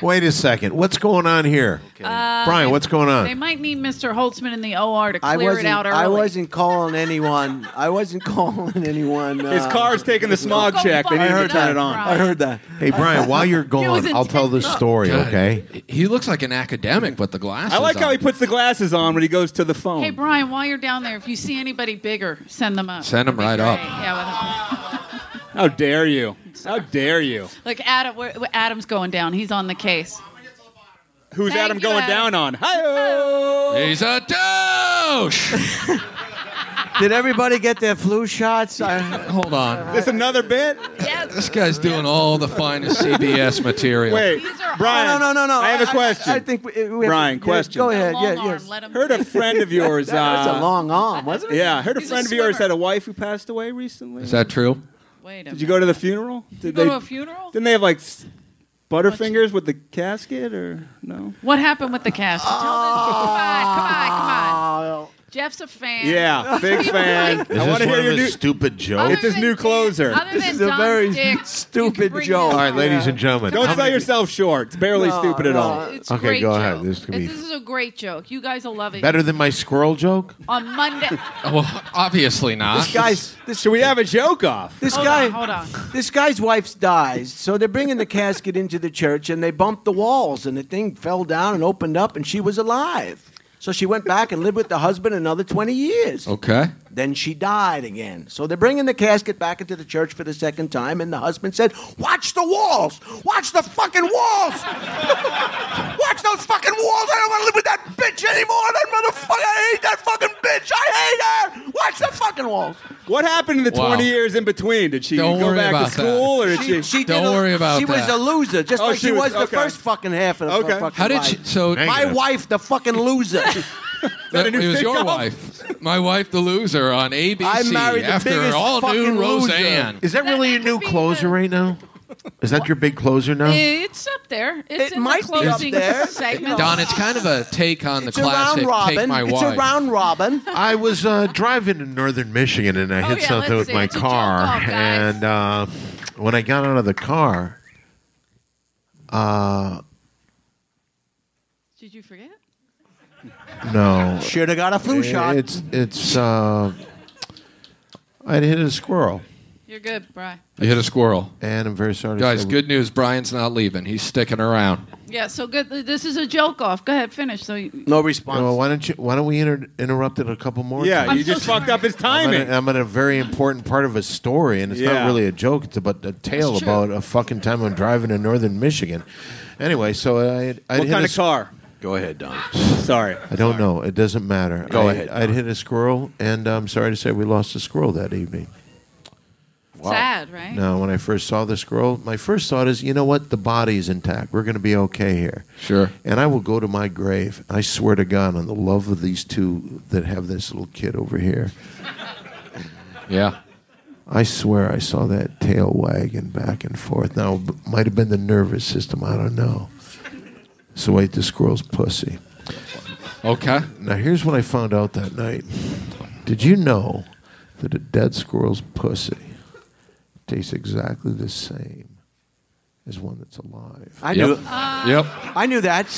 Speaker 1: Wait a second. What's going on here? Brian,
Speaker 5: Uh,
Speaker 1: what's going
Speaker 5: They
Speaker 1: on?
Speaker 5: might need Mr. Holtzman in the OR to
Speaker 2: I
Speaker 5: clear it
Speaker 2: wasn't.
Speaker 5: out early.
Speaker 2: I wasn't calling anyone. I wasn't [laughs] calling anyone.
Speaker 6: His
Speaker 2: uh,
Speaker 6: car's taking the smog
Speaker 5: Go
Speaker 6: check. They need
Speaker 5: fuck
Speaker 6: him to turn
Speaker 5: up,
Speaker 6: it on.
Speaker 2: I heard that.
Speaker 1: Hey, Brian, while
Speaker 5: [laughs]
Speaker 1: you're
Speaker 5: was
Speaker 1: gone,
Speaker 5: a
Speaker 1: I'll tell this
Speaker 5: TikTok.
Speaker 1: story, okay?
Speaker 4: He looks like an academic with the glasses.
Speaker 6: I like how
Speaker 4: on.
Speaker 6: he puts the glasses on when he goes to the
Speaker 5: Hey,
Speaker 6: phone.
Speaker 5: Brian, while you're down there, if you see anybody bigger, send them up.
Speaker 4: Send 'em
Speaker 5: That'd be
Speaker 4: right
Speaker 5: great.
Speaker 4: up.
Speaker 5: Yeah,
Speaker 6: How dare you? How dare you?
Speaker 5: with- look, Adam, we're- we're- Adam's going down. He's on the case.
Speaker 6: Who's
Speaker 5: Thank
Speaker 6: Adam
Speaker 5: you,
Speaker 6: going
Speaker 5: Adam.
Speaker 6: down on? Hi-oh!
Speaker 4: He's a
Speaker 6: [laughs]
Speaker 4: douche.
Speaker 2: Did everybody get their flu shots?
Speaker 6: [laughs]
Speaker 2: I,
Speaker 4: Hold on.
Speaker 6: This another bit?
Speaker 5: Yes.
Speaker 4: This guy's doing all the finest CBS material.
Speaker 6: Wait,
Speaker 5: These are-
Speaker 6: Brian.
Speaker 2: Oh, no, no, no, no.
Speaker 6: I have a question.
Speaker 2: I, think we, we have-
Speaker 6: Brian,
Speaker 2: yeah,
Speaker 6: question.
Speaker 2: Go ahead.
Speaker 5: Long
Speaker 2: Yeah,
Speaker 5: arm.
Speaker 2: yes.
Speaker 5: Let him.
Speaker 6: heard a friend of yours.
Speaker 2: That's a
Speaker 6: uh,
Speaker 2: long arm, wasn't it?
Speaker 6: Yeah, I heard a
Speaker 5: He's a
Speaker 6: friend of yours
Speaker 5: swimmer.
Speaker 6: had a wife who passed away recently.
Speaker 4: Is that true?
Speaker 5: Wait a
Speaker 6: Did you go to the funeral? Did
Speaker 5: go to a funeral?
Speaker 6: Didn't they have like s- butterfingers with the casket or no?
Speaker 5: What happened with the cast? Tell them- come on, come on, come on.
Speaker 2: Oh,
Speaker 5: Jeff's a fan.
Speaker 6: Yeah, [laughs] big fan.
Speaker 5: Is
Speaker 6: I want to hear your new.
Speaker 1: stupid
Speaker 5: Other
Speaker 1: jokes?
Speaker 6: It's his
Speaker 5: than
Speaker 6: new
Speaker 5: Dan-
Speaker 6: closer.
Speaker 5: other
Speaker 2: This
Speaker 5: than
Speaker 2: is a
Speaker 5: Don's
Speaker 2: very
Speaker 5: dick, you
Speaker 2: stupid
Speaker 5: can bring
Speaker 2: joke.
Speaker 5: it
Speaker 1: All
Speaker 5: up.
Speaker 1: right, ladies and gentlemen.
Speaker 6: Don't
Speaker 1: how
Speaker 6: sell
Speaker 1: many-
Speaker 6: yourself short. It's barely
Speaker 2: No,
Speaker 6: stupid at
Speaker 2: no.
Speaker 6: all.
Speaker 5: It's a
Speaker 1: Okay,
Speaker 5: great
Speaker 1: go
Speaker 5: joke.
Speaker 1: ahead. This can be-
Speaker 5: this is a great joke. You guys will love it.
Speaker 1: Better than my squirrel joke?
Speaker 5: On
Speaker 1: [laughs]
Speaker 5: Monday.
Speaker 4: Well, obviously not.
Speaker 6: [laughs]
Speaker 2: This guy's this,
Speaker 6: Should we have a joke off?
Speaker 2: this
Speaker 5: Hold
Speaker 2: guy
Speaker 5: on, hold on.
Speaker 1: [laughs]
Speaker 2: this guy's wife dies, so they're bringing the casket into the church, and they bumped the walls, and the thing fell down and opened up, and she was alive. So she went back and lived with the husband another twenty years.
Speaker 4: Okay.
Speaker 2: Then she died again. So they're bringing the casket back into the church for the second time, and the husband said, "Watch the walls! Watch the fucking walls! Watch those fucking walls! I don't want to live with that bitch anymore! That motherfucker! I hate that fucking bitch! I hate her! Watch the fucking walls!"
Speaker 6: What happened in the
Speaker 4: Wow.
Speaker 6: 20 years in between? Did she
Speaker 4: Don't
Speaker 6: go
Speaker 4: worry
Speaker 6: back to
Speaker 4: about
Speaker 6: school or did she?
Speaker 4: Don't
Speaker 2: did a-
Speaker 4: worry about
Speaker 2: She was
Speaker 4: that.
Speaker 2: a loser, just
Speaker 6: Oh,
Speaker 2: like
Speaker 6: she
Speaker 2: she was,
Speaker 6: was-
Speaker 2: the
Speaker 6: okay.
Speaker 2: first fucking half of the
Speaker 6: Okay.
Speaker 2: fucking
Speaker 4: How did
Speaker 2: life.
Speaker 4: she? So
Speaker 1: Hang
Speaker 2: My
Speaker 1: Negative.
Speaker 2: wife, the fucking loser.
Speaker 4: that,
Speaker 6: a new
Speaker 4: it was your
Speaker 6: sitcom?
Speaker 4: wife, my wife, the loser on ABC.
Speaker 2: I married the
Speaker 4: after
Speaker 2: biggest
Speaker 4: all
Speaker 2: fucking
Speaker 4: new
Speaker 2: loser.
Speaker 4: Roseanne.
Speaker 1: Is that
Speaker 5: That-
Speaker 1: really your
Speaker 5: that
Speaker 1: new
Speaker 5: could be
Speaker 1: closer
Speaker 5: the-
Speaker 1: right
Speaker 5: [laughs]
Speaker 1: now? Is that your big closer now?
Speaker 5: It's up there. It's
Speaker 2: It
Speaker 5: in
Speaker 2: might
Speaker 5: the
Speaker 2: be up
Speaker 5: closing
Speaker 2: there.
Speaker 5: segment.
Speaker 4: Don, it's kind of a take on the
Speaker 2: it's a round
Speaker 4: classic "Take
Speaker 2: robin.
Speaker 4: My
Speaker 2: It's
Speaker 4: Wife."
Speaker 2: a round
Speaker 4: [laughs]
Speaker 2: robin.
Speaker 1: I was uh, driving in northern Michigan and I
Speaker 5: Oh,
Speaker 1: hit
Speaker 5: yeah,
Speaker 1: something with
Speaker 5: let's see.
Speaker 1: my
Speaker 5: It's a joke Oh,
Speaker 1: car.
Speaker 5: off, guys.
Speaker 1: and uh, when I got out of the car,
Speaker 5: Did you forget?
Speaker 1: no,
Speaker 2: Should have got a flu shot.
Speaker 1: it's it's. Uh, I'd hit a squirrel,
Speaker 5: You're good, Brian.
Speaker 4: you hit a squirrel,
Speaker 1: and I'm very sorry. to
Speaker 4: guys.
Speaker 1: say-
Speaker 4: Good news: Brian's not leaving. He's sticking around.
Speaker 5: Yeah, so good. This is a joke off. Go ahead, finish. So you,
Speaker 2: no response.
Speaker 1: Well, why don't you? Why don't we inter- interrupt it a couple more?
Speaker 6: Yeah,
Speaker 1: times?
Speaker 6: you
Speaker 5: so
Speaker 6: just
Speaker 5: sorry.
Speaker 6: fucked up his
Speaker 1: I'm
Speaker 6: timing.
Speaker 1: at, a, I'm at a very important part of a story, and it's
Speaker 6: Yeah.
Speaker 1: not really a joke. It's about a tale
Speaker 5: That's true.
Speaker 1: about a fucking time I'm driving in northern Michigan. Anyway, so I I
Speaker 6: what
Speaker 1: hit
Speaker 6: kind
Speaker 1: a
Speaker 6: of car?
Speaker 1: Go ahead, Don.
Speaker 6: Sorry.
Speaker 1: I don't know. It doesn't matter.
Speaker 2: Go
Speaker 1: I,
Speaker 2: ahead,
Speaker 1: I'd hit a squirrel, and I'm sorry to say we lost a squirrel that evening.
Speaker 5: sad, right?
Speaker 1: Now, when I first saw the squirrel, my first thought is, you know what? The body's intact. We're going to be okay here.
Speaker 4: Sure.
Speaker 1: And I will go to my grave. I swear to God on the love of these two that have this little kid over here.
Speaker 4: Yeah.
Speaker 1: I swear I saw that tail wagging back and forth. Now, it might have been the nervous system. I don't know. So, ate the squirrel's pussy.
Speaker 4: Okay.
Speaker 1: Now, here's what I found out that night. Did you know that a dead squirrel's pussy tastes exactly the same as one that's alive?
Speaker 2: I
Speaker 4: Yep.
Speaker 2: knew.
Speaker 4: Yep.
Speaker 2: I knew that. I knew that.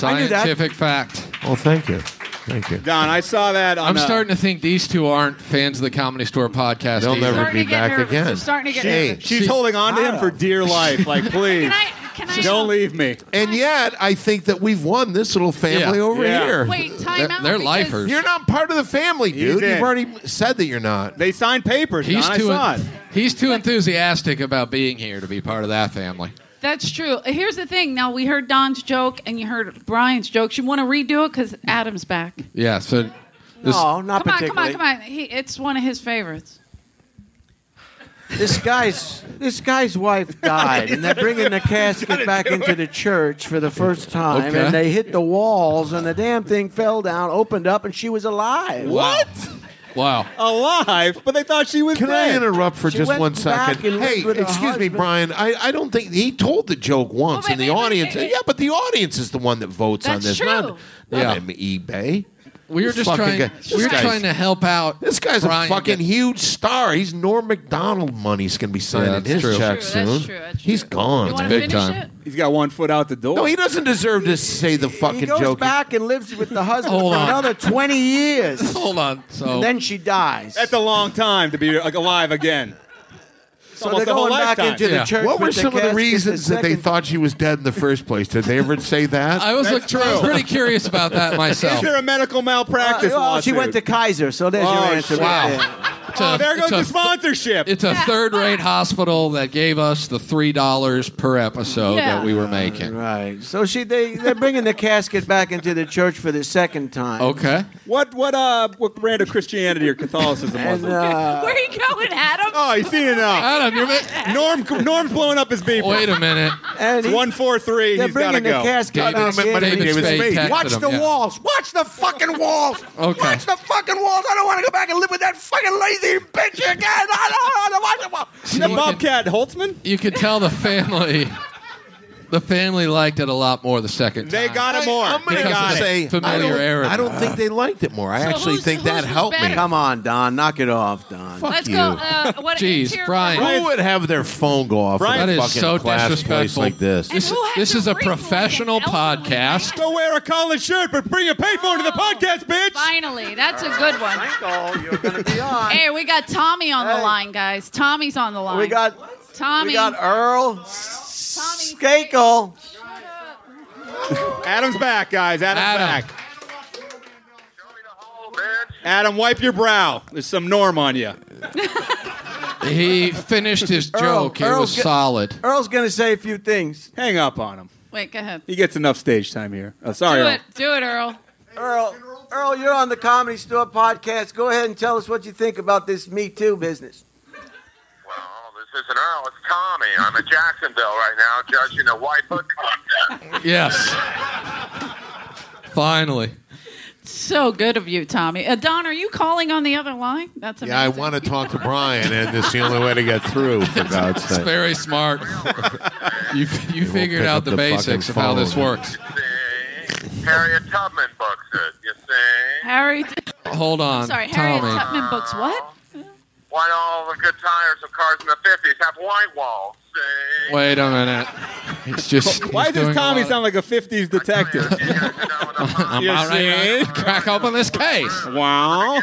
Speaker 4: Scientific fact.
Speaker 1: Oh, thank you. Thank you.
Speaker 6: Don, I saw that on
Speaker 4: I'm
Speaker 6: uh,
Speaker 4: starting to think these two aren't fans of the Comedy Store podcast.
Speaker 1: They'll
Speaker 4: either.
Speaker 1: never
Speaker 5: Starting
Speaker 1: be
Speaker 5: to get
Speaker 1: back
Speaker 5: nervous.
Speaker 1: again.
Speaker 5: I'm starting to get
Speaker 1: Hey.
Speaker 5: nervous.
Speaker 6: She's holding on to him for dear life. Like, please.
Speaker 5: Can I? Can I?
Speaker 6: Don't leave me.
Speaker 1: And yet, I think that we've won this little family
Speaker 4: Yeah.
Speaker 1: over
Speaker 6: Yeah.
Speaker 1: here.
Speaker 4: [laughs]
Speaker 5: Wait, time
Speaker 4: They're-
Speaker 5: out.
Speaker 4: they're
Speaker 5: because
Speaker 4: lifers.
Speaker 1: You're not part of the family, dude.
Speaker 6: in.
Speaker 1: You've already said that you're not.
Speaker 6: They signed papers.
Speaker 4: He's
Speaker 6: Don. I
Speaker 4: too.
Speaker 6: saw it.
Speaker 4: He's too enthusiastic about being here to be part of that family.
Speaker 5: That's true. Here's the thing. Now we heard Don's joke and you heard Brian's joke. You want to redo it because Adam's back.
Speaker 4: Yeah. So. This,
Speaker 2: No, not
Speaker 5: come on, come
Speaker 2: particularly.
Speaker 5: on, come on. He, it's one of his favorites.
Speaker 2: This guy's this guy's
Speaker 5: [laughs]
Speaker 2: wife died, and they're bringing the casket back into the church for the first time,
Speaker 4: Okay.
Speaker 2: and they hit the walls, and the damn thing fell down, opened up, and she was alive.
Speaker 6: What?
Speaker 4: Wow.
Speaker 6: Alive? But they thought she was
Speaker 1: Can I
Speaker 6: dead.
Speaker 1: interrupt for
Speaker 2: She
Speaker 1: just
Speaker 2: went
Speaker 1: one
Speaker 2: back
Speaker 1: second?
Speaker 2: and
Speaker 1: Hey,
Speaker 2: lived with her
Speaker 1: excuse me,
Speaker 2: husband.
Speaker 1: Brian. I, I don't think he told the joke once,
Speaker 5: Oh, wait,
Speaker 1: and
Speaker 5: wait,
Speaker 1: the
Speaker 5: wait,
Speaker 1: audience.
Speaker 5: wait, wait.
Speaker 1: Yeah, but the audience is the one that votes on
Speaker 5: That's
Speaker 1: this,
Speaker 5: true.
Speaker 1: not, not
Speaker 4: Yeah.
Speaker 1: em- eBay.
Speaker 4: We were
Speaker 1: This
Speaker 4: just
Speaker 1: fucking
Speaker 4: trying.
Speaker 1: guy-
Speaker 4: We
Speaker 1: this
Speaker 4: were
Speaker 1: guy's-
Speaker 4: trying to help out.
Speaker 1: This guy's
Speaker 4: Brian
Speaker 1: a fucking
Speaker 4: get-
Speaker 1: huge star. He's Norm Macdonald money's gonna be signing
Speaker 4: that's
Speaker 1: his
Speaker 4: true.
Speaker 1: check
Speaker 5: True,
Speaker 1: soon.
Speaker 5: that's true, that's
Speaker 1: He's
Speaker 5: true.
Speaker 1: gone.
Speaker 5: You want to
Speaker 4: big
Speaker 5: finish
Speaker 4: time.
Speaker 5: it?
Speaker 6: He's got one foot out the door.
Speaker 1: no, he doesn't deserve to say the fucking
Speaker 2: he goes
Speaker 1: joke.
Speaker 2: back and lives with the husband
Speaker 4: Hold
Speaker 2: for
Speaker 4: on. Oh.
Speaker 2: another 20 years.
Speaker 4: Hold on. So
Speaker 2: and then she dies.
Speaker 6: That's a long time to be like, alive again. It's
Speaker 2: so
Speaker 6: almost
Speaker 2: they're
Speaker 6: the whole
Speaker 2: going back
Speaker 6: lifetime.
Speaker 2: into
Speaker 4: Yeah.
Speaker 2: the church.
Speaker 1: what were
Speaker 2: with
Speaker 1: some of the
Speaker 2: casket
Speaker 1: reasons that they
Speaker 2: second-
Speaker 1: thought she was dead in the first place? Did they ever say that?
Speaker 4: [laughs] I was like,
Speaker 6: That's
Speaker 4: I was
Speaker 6: true.
Speaker 4: pretty curious about that
Speaker 6: Is
Speaker 4: myself.
Speaker 6: there a medical
Speaker 2: Uh,
Speaker 6: malpractice
Speaker 2: well,
Speaker 6: lawsuit?
Speaker 2: she went to Kaiser, so there's your
Speaker 6: Oh,
Speaker 2: answer. right
Speaker 4: wow.
Speaker 2: there.
Speaker 4: It's
Speaker 6: Oh,
Speaker 4: a-
Speaker 6: there goes
Speaker 4: it's a-
Speaker 6: the sponsorship.
Speaker 4: It's a third-rate hospital that gave us the three dollars per episode
Speaker 5: Yeah.
Speaker 4: that we were making.
Speaker 2: Right. So she they they're bringing the casket back into the church for the second time.
Speaker 4: Okay.
Speaker 6: What what uh what brand of Christianity or Catholicism was
Speaker 2: And
Speaker 6: it?
Speaker 2: uh,
Speaker 5: Where are you going, Adam?
Speaker 6: oh, he's seen enough.
Speaker 4: Adam, you're. Ma-
Speaker 6: Norm Norm's blowing up his beeper.
Speaker 4: Wait a minute.
Speaker 2: and
Speaker 6: It's
Speaker 2: he-
Speaker 6: one four three.
Speaker 2: they're
Speaker 6: He's got to
Speaker 2: bringing the
Speaker 6: go.
Speaker 2: casket
Speaker 4: David-
Speaker 2: back in.
Speaker 4: David Spade texted
Speaker 1: Watch
Speaker 4: him,
Speaker 1: the
Speaker 4: yeah.
Speaker 1: walls. Watch the fucking walls.
Speaker 4: Okay.
Speaker 1: Watch the fucking walls. I don't want to go back and live with that fucking lazy bitch again. I don't want to watch the walls.
Speaker 6: The Bobcat Holtzman.
Speaker 4: You could tell the family. The family liked it a lot more the second time.
Speaker 6: They got it more.
Speaker 1: I'm gonna
Speaker 6: They got it.
Speaker 1: say
Speaker 4: Familiar
Speaker 1: I don't,
Speaker 4: era.
Speaker 1: I don't think they liked it more. I
Speaker 5: So
Speaker 1: actually
Speaker 5: who's-
Speaker 1: think that
Speaker 5: who's
Speaker 1: helped
Speaker 5: better?
Speaker 1: me.
Speaker 2: Come on, Don, knock it off, Don.
Speaker 1: Fuck
Speaker 5: Let's
Speaker 1: you.
Speaker 5: go. Uh, what,
Speaker 4: Jeez,
Speaker 5: cheer for
Speaker 4: Brian.
Speaker 5: Brian.
Speaker 1: Who would have their phone go off
Speaker 6: Brian-
Speaker 1: in a
Speaker 4: That is
Speaker 1: fucking
Speaker 4: so
Speaker 1: class place
Speaker 4: disrespectful.
Speaker 1: like this?
Speaker 5: And who had
Speaker 4: This
Speaker 5: to
Speaker 4: is a
Speaker 5: bring, like, an
Speaker 4: professional
Speaker 5: elderly man?
Speaker 4: podcast.
Speaker 6: Go wear a collared shirt, but bring your payphone to the
Speaker 4: Oh,
Speaker 6: podcast, bitch.
Speaker 5: Finally, that's a good one.
Speaker 2: Oh, you're gonna [laughs] be on.
Speaker 5: Hey, we got Tommy on the
Speaker 2: Hey.
Speaker 5: line, guys. Tommy's on the line.
Speaker 2: We got
Speaker 5: Tommy.
Speaker 2: we got Earl
Speaker 5: Tommy.
Speaker 2: Skakel.
Speaker 6: Adam's back, guys. Adam's
Speaker 4: Adam.
Speaker 6: back. Adam, wipe your brow. There's some norm on you.
Speaker 4: He finished his
Speaker 2: Earl-
Speaker 4: joke. it
Speaker 2: Earl's
Speaker 4: was
Speaker 2: get-
Speaker 4: solid.
Speaker 2: Earl's gonna say a few things.
Speaker 6: Hang up on him.
Speaker 5: Wait, go ahead.
Speaker 6: He gets enough stage time here. Oh, sorry.
Speaker 5: Do
Speaker 6: Earl.
Speaker 5: it, do it, Earl.
Speaker 2: Earl, Earl, you're on the Comedy Store podcast. Go ahead and tell us what you think about this Me Too business.
Speaker 7: Well, this isn't Earl. It's Tommy. I'm in Jacksonville right now, judging a white hood contest.
Speaker 4: Yes. Finally.
Speaker 5: So good of you, Tommy. Uh, Don, are you calling on the other line? That's amazing.
Speaker 1: Yeah, I want to talk to Brian, and it's the only way to get through. For God's
Speaker 4: It's
Speaker 1: sake.
Speaker 4: very smart. You, you figured
Speaker 1: pick
Speaker 4: out
Speaker 1: up
Speaker 4: the,
Speaker 1: the
Speaker 4: basics of
Speaker 1: fucking
Speaker 4: how this
Speaker 1: phone.
Speaker 4: works.
Speaker 7: See, Harriet Tubman books it. You see,
Speaker 5: Harry,
Speaker 4: Hold on.
Speaker 5: sorry, Harriet
Speaker 4: Tommy.
Speaker 5: Tubman books what?
Speaker 7: why don't all the good tires of cars in the '50s have white walls? See,
Speaker 4: Wait a minute. He's just.
Speaker 6: Why
Speaker 4: he's
Speaker 6: does
Speaker 4: doing a
Speaker 6: Tommy
Speaker 4: lot of-
Speaker 6: sound like a 50s
Speaker 7: You
Speaker 6: detective?
Speaker 7: guys know what I'm
Speaker 4: I'm
Speaker 6: You
Speaker 4: all right.
Speaker 6: see?
Speaker 4: Crack open this case.
Speaker 6: wow.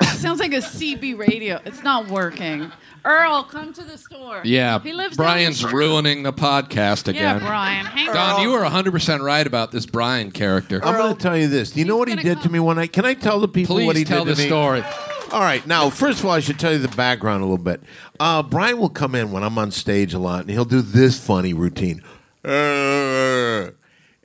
Speaker 7: getting, see?
Speaker 5: Sounds like a CB radio. It's not working. Earl, come to the store.
Speaker 4: Yeah.
Speaker 5: he lives. down the
Speaker 4: Brian's
Speaker 5: street.
Speaker 4: ruining the podcast
Speaker 5: Yeah,
Speaker 4: again.
Speaker 5: Brian. Hang
Speaker 4: Don,
Speaker 5: on.
Speaker 4: you were 100% right about this Brian character.
Speaker 1: I'm going to tell you this. Do you know what he
Speaker 5: gonna
Speaker 1: did to
Speaker 5: come.
Speaker 1: me one night? Can I tell the people
Speaker 4: Please
Speaker 1: what he
Speaker 4: tell
Speaker 1: did
Speaker 4: the
Speaker 1: to me?
Speaker 4: story.
Speaker 1: All right. Now, first of all, I should tell you the background a little bit. Uh, Brian will come in when I'm on stage a lot, and he'll do this funny routine. Uh,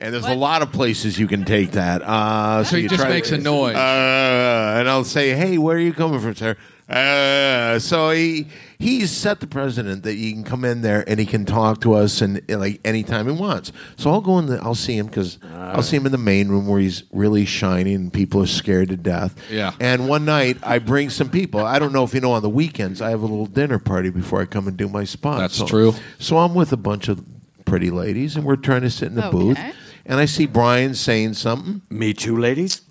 Speaker 1: And there's a
Speaker 5: What?
Speaker 1: lot of places you can take that. Uh, so,
Speaker 4: So he
Speaker 1: you
Speaker 4: just
Speaker 1: try-
Speaker 4: makes a noise.
Speaker 1: Uh, and I'll say, "Hey, where are you coming from, sir?" Uh, so he he's set the precedent that he can come in there and he can talk to us and and, like anytime he wants. So I'll go in the I'll see him because I'll see him in the main room where he's really shiny and people are scared to death.
Speaker 4: Yeah.
Speaker 1: And one night I bring some people. I don't know if you know on the weekends I have a little dinner party before I come and do my spot.
Speaker 4: That's
Speaker 1: So-
Speaker 4: true.
Speaker 1: So I'm with a bunch of pretty ladies and we're trying to sit in
Speaker 4: Oh,
Speaker 1: the
Speaker 5: Okay.
Speaker 1: booth. And I see Brian saying something.
Speaker 2: Me Too, ladies.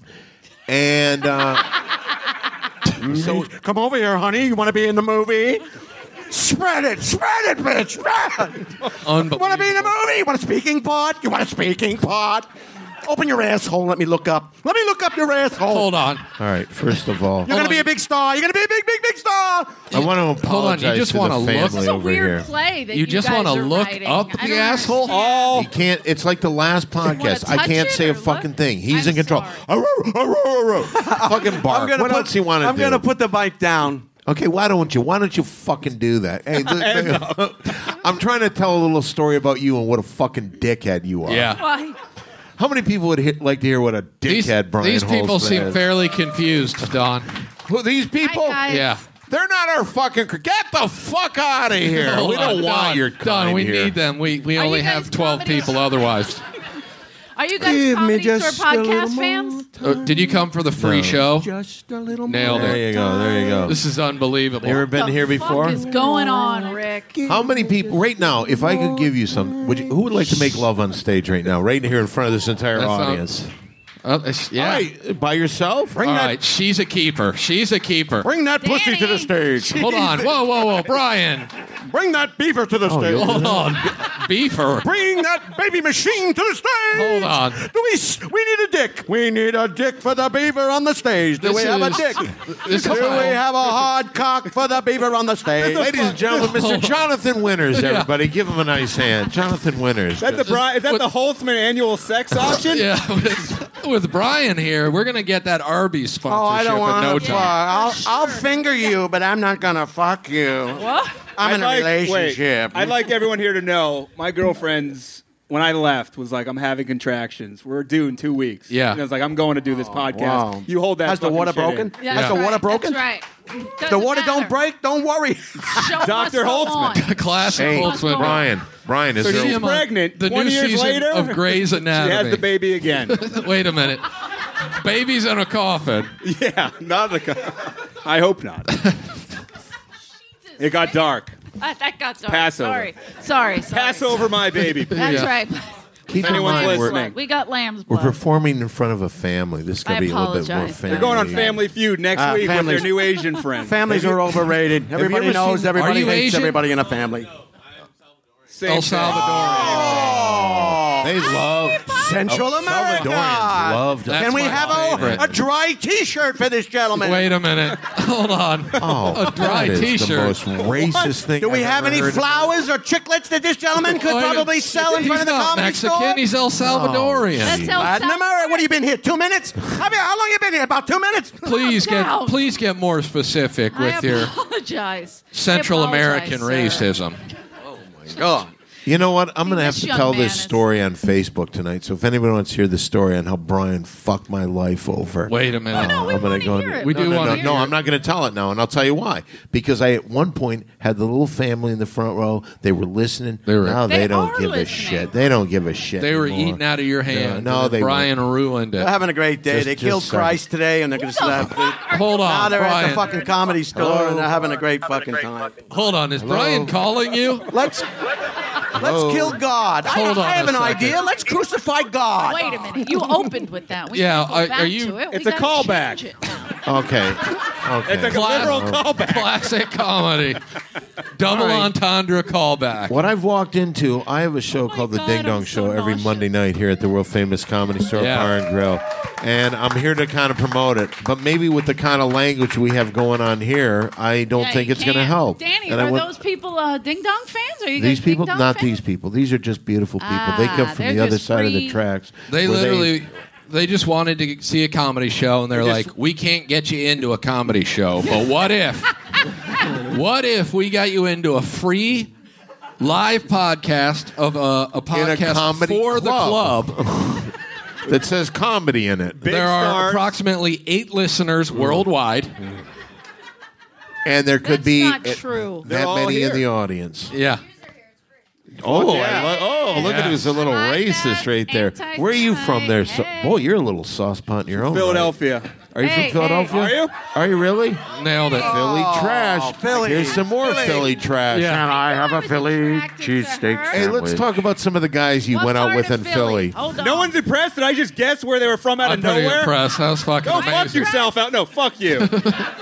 Speaker 1: And uh,
Speaker 2: [laughs] So come over here, honey. You want to be in the movie? Spread it, spread it, bitch. Spread. it. Want to be in a
Speaker 4: Unbelievable.
Speaker 2: movie? You want a speaking part? You want a speaking part? Open your asshole. and Let me look up. Let me look up your asshole.
Speaker 4: Hold on.
Speaker 1: all right, first of all,
Speaker 2: You're gonna
Speaker 4: on.
Speaker 2: be a big star. You're gonna be a big, big, big star.
Speaker 1: I want to
Speaker 4: Hold on,
Speaker 1: apologize
Speaker 4: you just
Speaker 1: to
Speaker 4: wanna
Speaker 1: the
Speaker 4: look-
Speaker 5: This
Speaker 1: family
Speaker 5: is a
Speaker 1: over
Speaker 5: weird
Speaker 1: here.
Speaker 5: play that
Speaker 4: You
Speaker 5: you,
Speaker 4: just
Speaker 5: want to
Speaker 4: look up the
Speaker 5: I don't
Speaker 4: asshole?
Speaker 5: understand.
Speaker 1: He can't. It's like the last podcast. I
Speaker 5: Oh. touch
Speaker 1: can't
Speaker 5: it
Speaker 1: say a
Speaker 5: or look?
Speaker 1: fucking thing. He's
Speaker 5: I'm
Speaker 1: in control.
Speaker 5: sorry.
Speaker 1: Arrow, arrow,
Speaker 5: [laughs]
Speaker 1: arrow. fucking bark. What else you want to do?
Speaker 2: I'm gonna put the bike down.
Speaker 1: Okay, why don't you? Why don't you fucking do that?
Speaker 5: [laughs]
Speaker 1: Hey, look, [laughs] I'm trying to tell a little story about you and what a fucking dickhead you are.
Speaker 4: Yeah.
Speaker 5: Well, he-
Speaker 1: How many people would hit, like to hear what a dickhead
Speaker 4: These,
Speaker 1: Brian
Speaker 4: these people
Speaker 1: Holtzman
Speaker 4: seem
Speaker 1: is?
Speaker 4: fairly confused, Don.
Speaker 1: Who, these people?
Speaker 5: Hi, guys.
Speaker 4: Yeah.
Speaker 1: They're not our fucking. cr- Get the fuck out of
Speaker 4: [laughs]
Speaker 1: here.
Speaker 4: Hold
Speaker 1: we
Speaker 4: on,
Speaker 1: don't want
Speaker 4: Don,
Speaker 1: your kind
Speaker 4: Don, we
Speaker 1: here.
Speaker 4: need them. We, we
Speaker 5: Are
Speaker 4: only
Speaker 5: you guys
Speaker 4: have 12
Speaker 5: comedy?
Speaker 4: people otherwise.
Speaker 5: are you guys
Speaker 2: Give me
Speaker 5: comedy store
Speaker 2: just a little
Speaker 5: podcast fans?
Speaker 4: Uh, did you come for the free show?
Speaker 2: Just a little
Speaker 4: Nailed
Speaker 1: There
Speaker 4: it.
Speaker 1: you go. There you go.
Speaker 4: This is unbelievable.
Speaker 1: You ever been
Speaker 5: The
Speaker 1: here before?
Speaker 5: Fuck is going on, Rick?
Speaker 1: How many people right now? If I could give you some, would you, who would like to make love on stage right now, right here in front of this entire
Speaker 4: That's not-
Speaker 1: audience?
Speaker 4: Oh, it's- yeah.
Speaker 1: All right, by yourself? Bring
Speaker 4: All
Speaker 1: that,
Speaker 4: right, she's a keeper. She's a keeper.
Speaker 1: bring that pussy to the
Speaker 5: Danny.
Speaker 1: stage.
Speaker 4: Hold on. Whoa, whoa, whoa, Brian. Oh,
Speaker 1: Bring that beaver to the stage. [laughs]
Speaker 4: Hold on. Beaver.
Speaker 1: Bring that baby machine to the stage.
Speaker 4: Hold on.
Speaker 1: Do we, s- we need a dick. We need a dick for the beaver on the stage. Do
Speaker 4: This
Speaker 1: we have
Speaker 4: is-
Speaker 1: a dick?
Speaker 4: this
Speaker 1: Do
Speaker 4: is
Speaker 1: we
Speaker 4: how-
Speaker 1: have a hard cock for the beaver on the stage? Ladies and gentlemen, Mr. Jonathan Winters, everybody. Give him a nice hand. Jonathan Winters.
Speaker 6: Is that the Bri- is that the Holtzman
Speaker 1: [laughs]
Speaker 6: annual sex auction?
Speaker 4: Yeah, [laughs] with, with Brian here, we're gonna get that Arby's
Speaker 1: Oh, I
Speaker 4: sponsorship
Speaker 1: don't
Speaker 4: in
Speaker 1: want
Speaker 4: no
Speaker 1: to fuck.
Speaker 4: time. [laughs]
Speaker 1: I'll, I'll finger you, but I'm not going to fuck you.
Speaker 5: What?
Speaker 1: I'm in a
Speaker 6: I'd like- wait,
Speaker 1: relationship.
Speaker 6: I'd like everyone here to know my girlfriend's when I left was like I'm having contractions. We're due in two weeks.
Speaker 4: Yeah.
Speaker 6: And I was like I'm going to do this podcast.
Speaker 1: Oh, wow.
Speaker 6: You hold that.
Speaker 2: Has the
Speaker 6: fucking
Speaker 2: water
Speaker 6: shit in.
Speaker 2: broken?
Speaker 5: Yeah,
Speaker 2: Has the
Speaker 5: right.
Speaker 2: water broken?
Speaker 5: That's right.
Speaker 2: The
Speaker 5: Doesn't
Speaker 2: water don't
Speaker 5: matter.
Speaker 2: break. Don't worry.
Speaker 5: Show must
Speaker 6: Dr.
Speaker 5: go
Speaker 6: Holtzman.
Speaker 5: on.
Speaker 4: Classic
Speaker 1: Hey,
Speaker 5: What's going on?
Speaker 1: Brian. Brian, is
Speaker 6: So
Speaker 1: there
Speaker 6: she's
Speaker 4: Jim on
Speaker 6: pregnant.
Speaker 4: The new
Speaker 6: 20 years
Speaker 4: season
Speaker 6: later,
Speaker 4: of Grey's Anatomy.
Speaker 6: [laughs] She has the baby again.
Speaker 4: [laughs]
Speaker 1: [laughs]
Speaker 4: Wait a minute. Baby's in a coffin.
Speaker 6: yeah, not the. Co- I hope
Speaker 1: [laughs]
Speaker 6: not. It got dark.
Speaker 5: Ah, that got sorry.
Speaker 6: Passover.
Speaker 5: Sorry. Sorry. sorry.
Speaker 6: Pass over
Speaker 1: [laughs]
Speaker 6: my baby.
Speaker 5: That's
Speaker 4: Yeah.
Speaker 5: right.
Speaker 1: Keep in
Speaker 6: Anyone's
Speaker 1: mind,
Speaker 5: Lamb's
Speaker 1: we're,
Speaker 6: listening.
Speaker 5: blood. We got lamb's
Speaker 1: we're
Speaker 5: blood.
Speaker 1: performing in front of a family. This is going
Speaker 5: I
Speaker 1: to be a little bit more
Speaker 5: apologize.
Speaker 1: family.
Speaker 5: They're
Speaker 6: They're going on Family Feud next
Speaker 2: Uh,
Speaker 6: week with
Speaker 2: families.
Speaker 6: their new Asian friend.
Speaker 2: Families are overrated.
Speaker 1: you
Speaker 2: Everybody
Speaker 1: ever
Speaker 2: knows.
Speaker 1: seen-
Speaker 2: everybody
Speaker 4: Are you
Speaker 2: hates
Speaker 4: Asian?
Speaker 2: everybody in a family.
Speaker 6: Same
Speaker 4: El
Speaker 6: thing.
Speaker 4: Salvador.
Speaker 1: They love
Speaker 9: Oh,
Speaker 2: Central America.
Speaker 1: Oh, Salvadorians love.
Speaker 4: That's
Speaker 2: Can we
Speaker 4: my
Speaker 2: have a,
Speaker 4: favorite.
Speaker 2: a dry T-shirt for this gentleman?
Speaker 4: Wait a minute. [laughs] Hold on.
Speaker 1: oh,
Speaker 4: a dry
Speaker 1: that is the
Speaker 4: T-shirt.
Speaker 1: most racist thing.
Speaker 2: Do we
Speaker 1: I've
Speaker 2: have
Speaker 1: ever
Speaker 2: any
Speaker 1: heard.
Speaker 2: flowers or chiclets that this gentleman could
Speaker 4: Oh, yeah.
Speaker 2: probably sell in
Speaker 4: He's
Speaker 2: front of the
Speaker 4: not
Speaker 2: comedy
Speaker 4: Mexican.
Speaker 2: store?
Speaker 4: He's El
Speaker 1: Oh,
Speaker 4: Salvadorian.
Speaker 5: That's El
Speaker 2: Latin
Speaker 5: Salvador.
Speaker 2: America. What have you been here? Two minutes? Have you, how long you been here? About two minutes.
Speaker 4: please get
Speaker 5: down.
Speaker 4: please get more specific
Speaker 5: I
Speaker 4: with your
Speaker 5: apologize.
Speaker 4: Central
Speaker 5: I apologize,
Speaker 4: American
Speaker 2: Oh,
Speaker 5: sir.
Speaker 4: racism.
Speaker 1: You know what? I'm going to have
Speaker 5: This
Speaker 1: to
Speaker 5: young
Speaker 1: tell
Speaker 5: man
Speaker 1: this
Speaker 5: is-
Speaker 1: story on Facebook tonight. So if anybody wants to hear the story on how Brian fucked my life over,
Speaker 4: Wait a minute.
Speaker 5: no, we
Speaker 1: I'm going
Speaker 5: wanna
Speaker 1: to go.
Speaker 5: hear
Speaker 1: into-
Speaker 5: it.
Speaker 4: We
Speaker 1: no,
Speaker 4: do
Speaker 1: no,
Speaker 4: wanna
Speaker 1: no,
Speaker 4: hear
Speaker 1: no,
Speaker 4: it.
Speaker 1: I'm not going to tell it now, and I'll tell you why. Because I at one point had the little family in the front row. They were listening.
Speaker 4: They were-
Speaker 1: now they,
Speaker 5: They
Speaker 1: don't
Speaker 5: are
Speaker 1: give a
Speaker 5: listening.
Speaker 1: shit. They don't give a shit.
Speaker 4: They were
Speaker 1: anymore.
Speaker 4: eating out of your hand.
Speaker 1: No, no,
Speaker 4: and
Speaker 1: they
Speaker 4: Brian ruined it.
Speaker 2: They're having a great day.
Speaker 1: Just-
Speaker 2: they
Speaker 1: just
Speaker 2: killed
Speaker 1: second.
Speaker 2: Christ today, and they're going to slap.
Speaker 4: Hold
Speaker 2: Now
Speaker 4: on,
Speaker 2: they're at
Speaker 4: Brian.
Speaker 2: the fucking comedy store,
Speaker 1: Hello?
Speaker 2: and they're having a great fucking time.
Speaker 4: Hold on. Is Brian calling
Speaker 6: [laughs]
Speaker 4: you?
Speaker 2: Let's let's kill God. I,
Speaker 4: Hold
Speaker 2: I
Speaker 4: on
Speaker 2: have
Speaker 4: a
Speaker 2: an
Speaker 4: second.
Speaker 2: idea. Let's crucify God.
Speaker 5: Wait a minute. You opened with that. We
Speaker 4: Yeah,
Speaker 5: can't go
Speaker 4: are-
Speaker 5: back
Speaker 4: are you-
Speaker 5: to it. We
Speaker 6: it's a
Speaker 5: gotta
Speaker 6: callback.
Speaker 5: change it.
Speaker 1: Okay.
Speaker 4: [laughs]
Speaker 1: Okay.
Speaker 6: It's like a liberal
Speaker 4: Oh.
Speaker 6: callback.
Speaker 4: Classic comedy. Double entendre callback.
Speaker 1: What I've walked into, I have a show
Speaker 5: Oh my
Speaker 1: called The
Speaker 5: God,
Speaker 1: Ding Dong
Speaker 5: I'm
Speaker 1: Show
Speaker 5: so
Speaker 1: every
Speaker 5: nauseous.
Speaker 1: Monday night here at the world famous comedy store
Speaker 4: Yeah.
Speaker 1: Bar and Grill, and I'm here to kind of promote it. But maybe with the kind of language we have going on here, I don't
Speaker 5: Yeah,
Speaker 1: think
Speaker 5: you
Speaker 1: it's going to
Speaker 5: can't.
Speaker 1: help.
Speaker 5: Danny,
Speaker 1: And I
Speaker 5: are
Speaker 1: want-
Speaker 5: those people uh, Ding Dong fans? Are you guys
Speaker 1: these people?
Speaker 5: Ding Dong
Speaker 1: Not
Speaker 5: fans?
Speaker 1: these people. These are just beautiful people. they
Speaker 5: Ah,
Speaker 1: come from
Speaker 5: they're
Speaker 1: the other
Speaker 5: just
Speaker 1: side of the
Speaker 5: free.
Speaker 1: tracks.
Speaker 4: They
Speaker 1: where
Speaker 4: literally, they, just wanted to see a comedy show, and they're
Speaker 6: They just-
Speaker 4: like, "We can't get you into a comedy show, but what if?
Speaker 6: [laughs]
Speaker 4: what if we got you into a free live podcast of a, a podcast
Speaker 1: comedy
Speaker 4: for
Speaker 1: club.
Speaker 4: the club?
Speaker 1: that says comedy in it,
Speaker 6: Big
Speaker 4: there are
Speaker 6: stars. Mm-hmm.
Speaker 4: approximately eight listeners worldwide.
Speaker 1: and there could
Speaker 5: That's
Speaker 1: be
Speaker 5: not
Speaker 1: it-
Speaker 5: true.
Speaker 1: that
Speaker 6: They're all
Speaker 1: many in
Speaker 6: here.
Speaker 1: the audience.
Speaker 4: Yeah,
Speaker 1: Oh,
Speaker 6: yeah.
Speaker 1: I li- oh, look at
Speaker 4: Yeah.
Speaker 1: who's a little
Speaker 5: Like
Speaker 1: racist
Speaker 5: that
Speaker 1: right there. Where are you from there? So,
Speaker 5: anti-Semitic.
Speaker 1: boy, you're a little saucepan in your own. right.
Speaker 6: Philadelphia.
Speaker 1: Are you
Speaker 5: Hey,
Speaker 1: from Philadelphia?
Speaker 6: hey. Are you?
Speaker 1: Are you really?
Speaker 4: nailed it.
Speaker 1: Philly trash.
Speaker 2: Philly.
Speaker 1: Here's some more Oh, Philly, trash.
Speaker 4: Yeah.
Speaker 5: I have a Philly cheesesteak.
Speaker 1: Hey, let's talk about some of the guys you went out with in Philly.
Speaker 5: Hold on.
Speaker 6: No one's impressed that I just guessed where they were from out
Speaker 4: I'm
Speaker 6: of
Speaker 4: pretty
Speaker 6: nowhere.
Speaker 4: impressed. That was fucking
Speaker 6: Go
Speaker 4: amazing.
Speaker 6: fuck yourself out. No,
Speaker 4: [laughs]
Speaker 6: fuck you.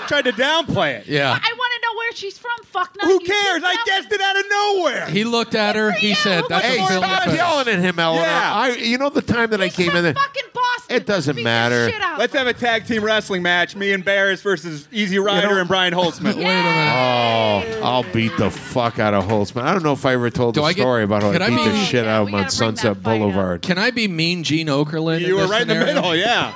Speaker 6: Tried to downplay it.
Speaker 4: Yeah.
Speaker 5: I want to know where she's from. Fuck no.
Speaker 6: Who cares? I guessed it out of nowhere.
Speaker 4: He looked at her. He
Speaker 5: Yeah,
Speaker 4: said,
Speaker 5: who
Speaker 4: "That's
Speaker 5: goes
Speaker 1: Hey,
Speaker 4: a
Speaker 5: to
Speaker 4: Philly
Speaker 1: stop
Speaker 4: thing."
Speaker 1: yelling at him, Eleanor.
Speaker 6: Yeah.
Speaker 1: I, you know the time that I came in there.
Speaker 5: Fucking Boston.
Speaker 1: It doesn't
Speaker 5: Beat the
Speaker 1: matter.
Speaker 5: shit out of
Speaker 6: Let's have a tag team wrestling match. Me and Barris versus Easy Rider
Speaker 1: know-
Speaker 6: and
Speaker 4: [laughs]
Speaker 6: Brian Holtzman.
Speaker 4: Wait a minute.
Speaker 1: Oh, I'll beat the fuck out of Holtzman. I don't know if I ever told
Speaker 4: Do
Speaker 1: the
Speaker 4: I get-
Speaker 1: story about how I
Speaker 4: could
Speaker 1: beat
Speaker 4: I
Speaker 1: the
Speaker 4: be-
Speaker 1: shit
Speaker 5: Yeah,
Speaker 1: out
Speaker 5: we
Speaker 1: of him on
Speaker 5: gotta bring that
Speaker 1: Sunset
Speaker 5: fight up.
Speaker 1: Boulevard.
Speaker 4: Can I be mean Gene Okerlund?
Speaker 6: You were
Speaker 4: this
Speaker 6: right in the
Speaker 4: scenario?
Speaker 6: middle, yeah.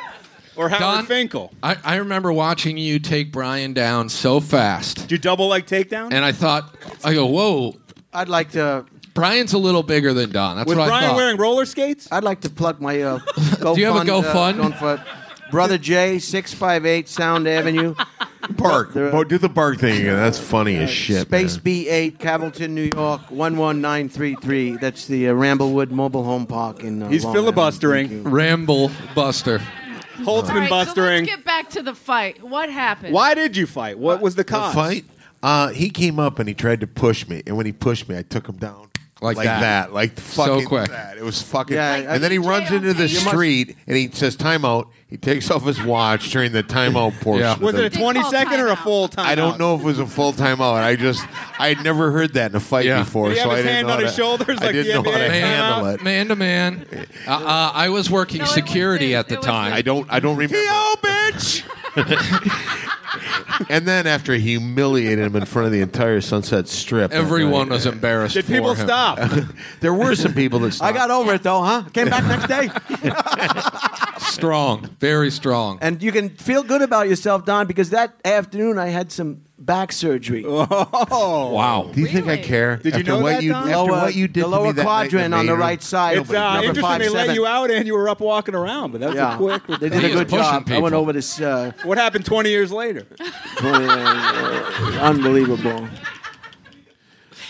Speaker 6: Or Howard
Speaker 4: Don-
Speaker 6: Finkel.
Speaker 4: I, I remember watching you take Brian down so fast,
Speaker 6: Did you double leg takedown?
Speaker 4: and I thought, I go, whoa,
Speaker 2: I'd like to.
Speaker 4: Brian's a little bigger than Don. That's
Speaker 6: Was
Speaker 4: what I
Speaker 6: Brian
Speaker 4: thought.
Speaker 6: wearing roller skates?
Speaker 2: I'd like to plug my uh,
Speaker 4: Do you have a
Speaker 2: GoFund,
Speaker 4: GoFund?
Speaker 2: Uh, GoFund. Brother J, six five eight Sound Avenue,
Speaker 1: Bark.
Speaker 2: There-
Speaker 1: Bo- do the bark thing again. That's funny as shit.
Speaker 2: Space
Speaker 1: man.
Speaker 2: B eight, Cavilton, New York one one nine three three. That's the uh, Ramblewood Mobile Home Park in. Uh,
Speaker 6: He's
Speaker 2: Long Island.
Speaker 6: filibustering,
Speaker 4: Ramble Buster.
Speaker 5: All
Speaker 6: Holtzman
Speaker 5: right,
Speaker 6: bustering.
Speaker 5: So let's get back to the fight. What happened?
Speaker 6: Why did you fight? What was the
Speaker 1: The
Speaker 6: cause?
Speaker 1: fight? Uh, he came up and he tried to push me, and when he pushed me, I took him down.
Speaker 4: Like,
Speaker 1: like that. like fucking
Speaker 4: quick.
Speaker 1: that. It was fucking.
Speaker 2: Yeah, I-
Speaker 1: and then he runs into the
Speaker 5: You must-
Speaker 1: street and he says timeout. He takes off his watch during the timeout portion.
Speaker 4: [laughs] Yeah.
Speaker 1: of
Speaker 6: Was
Speaker 1: the-
Speaker 6: it a
Speaker 5: They
Speaker 6: 20
Speaker 5: call
Speaker 6: second or a
Speaker 5: timeout.
Speaker 6: full time?
Speaker 1: I don't know if it was a full timeout. I just I had never heard that in a fight
Speaker 4: Yeah.
Speaker 1: before,
Speaker 6: Did he
Speaker 1: so
Speaker 6: have
Speaker 1: I
Speaker 6: his
Speaker 1: didn't
Speaker 6: hand
Speaker 1: know
Speaker 6: on his
Speaker 1: how to-
Speaker 6: shoulders
Speaker 1: I
Speaker 6: like
Speaker 1: didn't
Speaker 6: the
Speaker 1: know how to
Speaker 6: NBA
Speaker 1: handle
Speaker 4: Man,
Speaker 1: it.
Speaker 4: out, man to man. Uh, uh, I was working
Speaker 5: No, it wasn't
Speaker 4: security
Speaker 5: it.
Speaker 4: at the
Speaker 5: It was
Speaker 4: time.
Speaker 1: I don't I don't remember.
Speaker 6: Yo, bitch!
Speaker 1: And then after he humiliated him in front of the entire Sunset Strip, that
Speaker 4: Everyone
Speaker 1: night,
Speaker 4: was embarrassed.
Speaker 6: Did
Speaker 4: for
Speaker 6: people
Speaker 4: him.
Speaker 6: [laughs] stop?
Speaker 1: There were some people
Speaker 6: [laughs]
Speaker 1: that
Speaker 2: I
Speaker 1: stopped.
Speaker 2: got over it though, huh? Came back next day,
Speaker 4: Strong, very strong.
Speaker 2: and you can feel good about yourself, Don, because that afternoon I had some back surgery.
Speaker 6: Oh.
Speaker 4: wow.
Speaker 1: Do you think I
Speaker 5: Really?
Speaker 1: care?
Speaker 6: Did you
Speaker 1: after
Speaker 6: know
Speaker 1: what
Speaker 6: that,
Speaker 1: you
Speaker 6: Don?
Speaker 1: after
Speaker 2: Lower-
Speaker 1: what you did
Speaker 2: the
Speaker 1: to me
Speaker 2: lower
Speaker 1: that night in
Speaker 2: quadrant on the
Speaker 1: Maynard?
Speaker 2: right side.
Speaker 6: It's uh,
Speaker 2: number
Speaker 6: interesting
Speaker 2: five,
Speaker 6: they let
Speaker 2: seven.
Speaker 6: you out and you were up walking around, but that was a
Speaker 2: Yeah.
Speaker 6: quick.
Speaker 2: they did
Speaker 4: He
Speaker 2: a
Speaker 4: is
Speaker 2: good
Speaker 4: pushing
Speaker 2: job. I went
Speaker 4: people.
Speaker 2: over this. Uh,
Speaker 6: What happened 20 years later?
Speaker 2: unbelievable.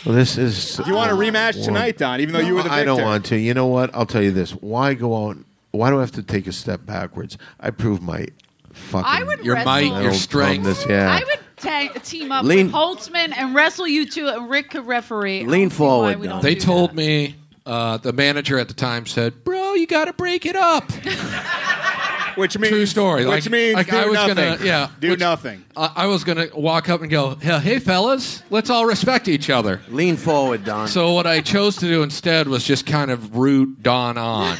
Speaker 1: Well, this is.
Speaker 6: You want a rematch tonight, Don, even though you were the
Speaker 1: I don't
Speaker 6: victor.
Speaker 1: want to. You know what? I'll tell you this. Why go out? Why do I have to take a step backwards? I proved my fucking.
Speaker 5: I would
Speaker 4: Your
Speaker 5: wrestle.
Speaker 4: might, your
Speaker 1: mental
Speaker 4: strength.
Speaker 1: Calmness. Yeah.
Speaker 5: I would ta- team up
Speaker 2: Lean-
Speaker 5: with Holtzman and wrestle you two, and Rick could referee. I don't
Speaker 2: Lean
Speaker 5: see why
Speaker 2: forward,
Speaker 5: we don't
Speaker 2: Don.
Speaker 4: They
Speaker 5: do
Speaker 4: told
Speaker 5: that.
Speaker 4: me uh, the manager at the time said, "Bro, you got to break it up."
Speaker 6: Which means
Speaker 4: True story.
Speaker 6: Which
Speaker 4: Like-
Speaker 6: means
Speaker 4: like
Speaker 6: do
Speaker 4: I was
Speaker 6: nothing.
Speaker 4: gonna- yeah.
Speaker 6: do
Speaker 4: Which-
Speaker 6: nothing.
Speaker 4: I, I was gonna walk up and go, "Hey, hey, fellas, let's all respect each other."
Speaker 2: Lean forward, Don.
Speaker 4: So what I chose to do instead was just kind of root
Speaker 1: [laughs]
Speaker 4: Don on.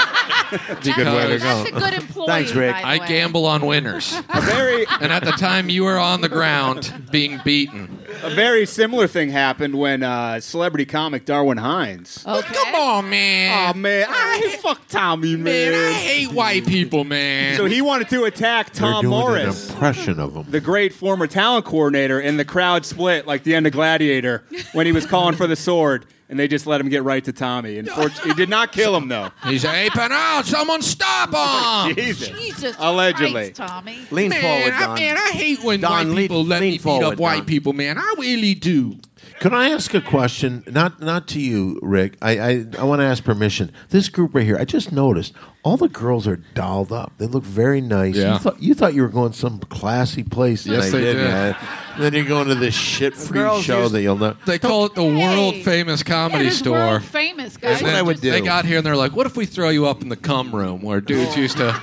Speaker 1: a good way to
Speaker 4: because
Speaker 1: go.
Speaker 5: That's a good employee.
Speaker 2: Thanks, Rick.
Speaker 5: by the
Speaker 4: I
Speaker 5: way.
Speaker 4: gamble on winners,
Speaker 6: A very
Speaker 4: and at the time you were on the ground being beaten.
Speaker 6: a very similar thing happened when uh, celebrity comic Darwin Hines.
Speaker 5: Okay.
Speaker 4: Come on,
Speaker 6: Oh
Speaker 4: man.
Speaker 6: man, I fuck Tommy
Speaker 4: man, I
Speaker 6: man.
Speaker 4: hate white people, man.
Speaker 6: So he wanted to attack
Speaker 1: They're
Speaker 6: Tom
Speaker 1: doing
Speaker 6: Morris.
Speaker 1: an impression of him.
Speaker 6: the great former talent coordinator, and the crowd split like the end of Gladiator when he was calling for the sword, and they just let him get right to Tommy. And for- he did not kill him though.
Speaker 4: He's aping out. Someone stop him.
Speaker 6: Jesus.
Speaker 5: Jesus.
Speaker 6: Allegedly.
Speaker 5: Christ, Tommy.
Speaker 2: lean forward,
Speaker 4: I-
Speaker 2: Don.
Speaker 4: man, I hate when
Speaker 2: Don,
Speaker 4: white
Speaker 2: lean-
Speaker 4: people let
Speaker 2: lean
Speaker 4: me beat
Speaker 2: forward,
Speaker 4: up white
Speaker 2: Don.
Speaker 4: people, man. I really do.
Speaker 1: Can I ask a question? Not not to you, Rick. I I, I want to ask permission. This group right here. I just noticed all the girls are dolled up. They look very nice.
Speaker 4: Yeah.
Speaker 1: You thought you thought you were going some classy place.
Speaker 4: Yes,
Speaker 1: and I
Speaker 4: they did.
Speaker 1: man. And then you're going to this shit free
Speaker 2: girls
Speaker 1: show
Speaker 2: used-
Speaker 1: that you'll know.
Speaker 4: They call it the
Speaker 5: Hey.
Speaker 4: world famous comedy
Speaker 5: yeah,
Speaker 4: store.
Speaker 5: World famous guys.
Speaker 1: That's what I would do.
Speaker 4: They got here and they're like, "What if we throw you up in the cum room where dudes used
Speaker 5: [laughs]
Speaker 4: to?"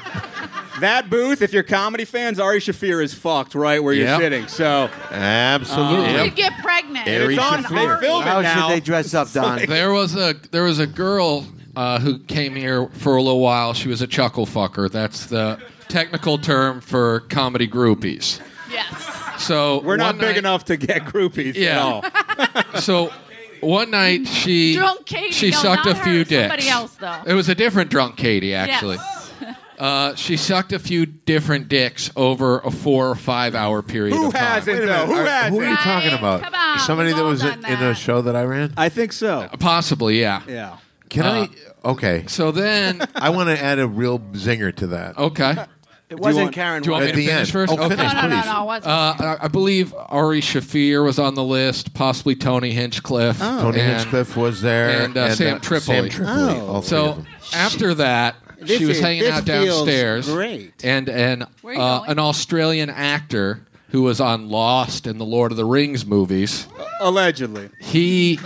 Speaker 6: That booth, if you're comedy fans, Ari Shafir is fucked right where you're
Speaker 4: Yep.
Speaker 6: sitting. So
Speaker 1: Absolutely.
Speaker 4: Oh,
Speaker 5: You could get pregnant.
Speaker 1: There Ari
Speaker 6: it's on. They
Speaker 1: Shafir.
Speaker 6: film
Speaker 2: How
Speaker 6: it now.
Speaker 2: should they dress up, Don?
Speaker 4: There was a there was a girl uh, who came here for a little while. She was a chuckle fucker. That's the technical term for comedy groupies.
Speaker 5: Yes.
Speaker 4: So
Speaker 6: We're not
Speaker 4: one
Speaker 6: big
Speaker 4: night-
Speaker 6: enough to get groupies at
Speaker 4: Yeah.
Speaker 6: all.
Speaker 4: So one night she
Speaker 5: Drunk Katie.
Speaker 4: she
Speaker 5: No,
Speaker 4: sucked a
Speaker 5: not
Speaker 4: few
Speaker 5: her,
Speaker 4: dicks.
Speaker 5: somebody else, though.
Speaker 4: It was a different drunk Katie actually.
Speaker 5: Yes.
Speaker 4: Uh, she sucked a few different dicks over a four or five hour period.
Speaker 6: Who
Speaker 4: of time.
Speaker 6: hasn't
Speaker 1: Wait a
Speaker 6: though?
Speaker 1: minute.
Speaker 6: Who
Speaker 1: Are-
Speaker 6: hasn't?
Speaker 1: who are you
Speaker 5: Right?
Speaker 1: talking about?
Speaker 5: Come on,
Speaker 1: Somebody
Speaker 5: we've
Speaker 1: that
Speaker 5: all
Speaker 1: was in
Speaker 5: done
Speaker 1: in a
Speaker 5: that.
Speaker 1: show that I ran.
Speaker 6: I think so.
Speaker 4: Uh, Possibly, yeah.
Speaker 6: Yeah.
Speaker 1: Can
Speaker 4: Uh,
Speaker 1: I? Okay.
Speaker 4: So
Speaker 6: [laughs]
Speaker 4: then,
Speaker 1: I want to add a real zinger to that.
Speaker 4: okay.
Speaker 2: It wasn't
Speaker 6: want-
Speaker 2: Karen.
Speaker 4: do you want
Speaker 1: At
Speaker 4: me to
Speaker 1: the
Speaker 4: finish
Speaker 1: end.
Speaker 4: first?
Speaker 1: Oh,
Speaker 4: Okay.
Speaker 1: finish,
Speaker 5: No, no, no,
Speaker 1: please.
Speaker 5: no. it wasn't.
Speaker 4: Uh, I- I believe Ari Shafir was on the list, possibly Tony Hinchcliffe.
Speaker 6: Oh.
Speaker 1: Tony
Speaker 4: and-
Speaker 1: Hinchcliffe was there,
Speaker 4: and, uh, Sam
Speaker 1: Sam
Speaker 4: Tripoli.
Speaker 1: Tripoli. all three of
Speaker 4: So
Speaker 1: them.
Speaker 4: after that,
Speaker 6: This
Speaker 4: she was
Speaker 6: is-
Speaker 4: hanging
Speaker 6: this
Speaker 4: out
Speaker 6: feels
Speaker 4: downstairs,
Speaker 6: great.
Speaker 4: and and
Speaker 5: Where you
Speaker 4: uh,
Speaker 5: going?
Speaker 4: an Australian actor who was on Lost and the Lord of the Rings movies.
Speaker 6: Allegedly.
Speaker 4: He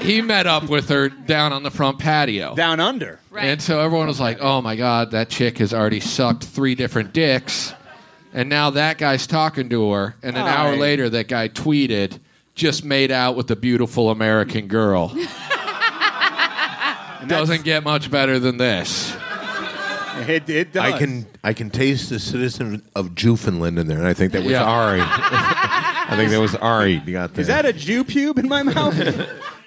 Speaker 4: he met up with her down on the front patio.
Speaker 6: Down under.
Speaker 5: right.
Speaker 4: And so everyone was like, "Oh my god, that chick has already sucked three different dicks." And now that guy's talking to her, and an
Speaker 6: All
Speaker 4: hour
Speaker 6: right.
Speaker 4: later that guy tweeted, "Just made out with a beautiful American
Speaker 5: [laughs]
Speaker 4: girl." Doesn't get much better than this.
Speaker 6: It, it does.
Speaker 1: I can I can taste the citizen of Newfoundland in there, and I think that was
Speaker 4: Yeah.
Speaker 1: Ari. I think that was Ari. You got there.
Speaker 6: Is that a Jew pube in my mouth?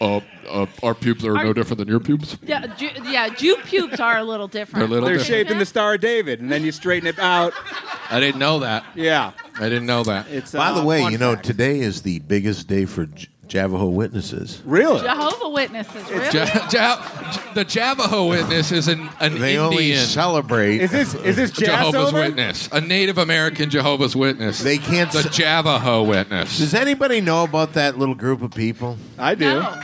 Speaker 4: Uh, uh, our pubes are, no
Speaker 5: Are-
Speaker 4: different than your pubes.
Speaker 5: Yeah, Jew, yeah, Jew pubes are a little different.
Speaker 4: They're a little
Speaker 6: They're
Speaker 4: different.
Speaker 6: shaped in the Star of David, and then you straighten it out.
Speaker 4: I didn't know that.
Speaker 6: Yeah.
Speaker 4: I didn't know that.
Speaker 6: It's
Speaker 1: By
Speaker 6: uh,
Speaker 1: the way,
Speaker 6: fun
Speaker 1: you
Speaker 5: [laughs]
Speaker 1: know
Speaker 6: fact.
Speaker 1: today is the biggest day for J- Navajo witnesses.
Speaker 6: really,
Speaker 5: Jehovah Witnesses, really?
Speaker 4: Ja- ja- the Navajo witness is an, an
Speaker 1: They
Speaker 4: Indian
Speaker 1: only celebrate.
Speaker 6: is this is this jazz
Speaker 4: Jehovah's
Speaker 6: over?
Speaker 4: Witness, a Native American Jehovah's Witness.
Speaker 1: They can't
Speaker 4: The
Speaker 1: s-
Speaker 4: Javaho Witness.
Speaker 1: Does anybody know about that little group of people?
Speaker 6: I do.
Speaker 5: No.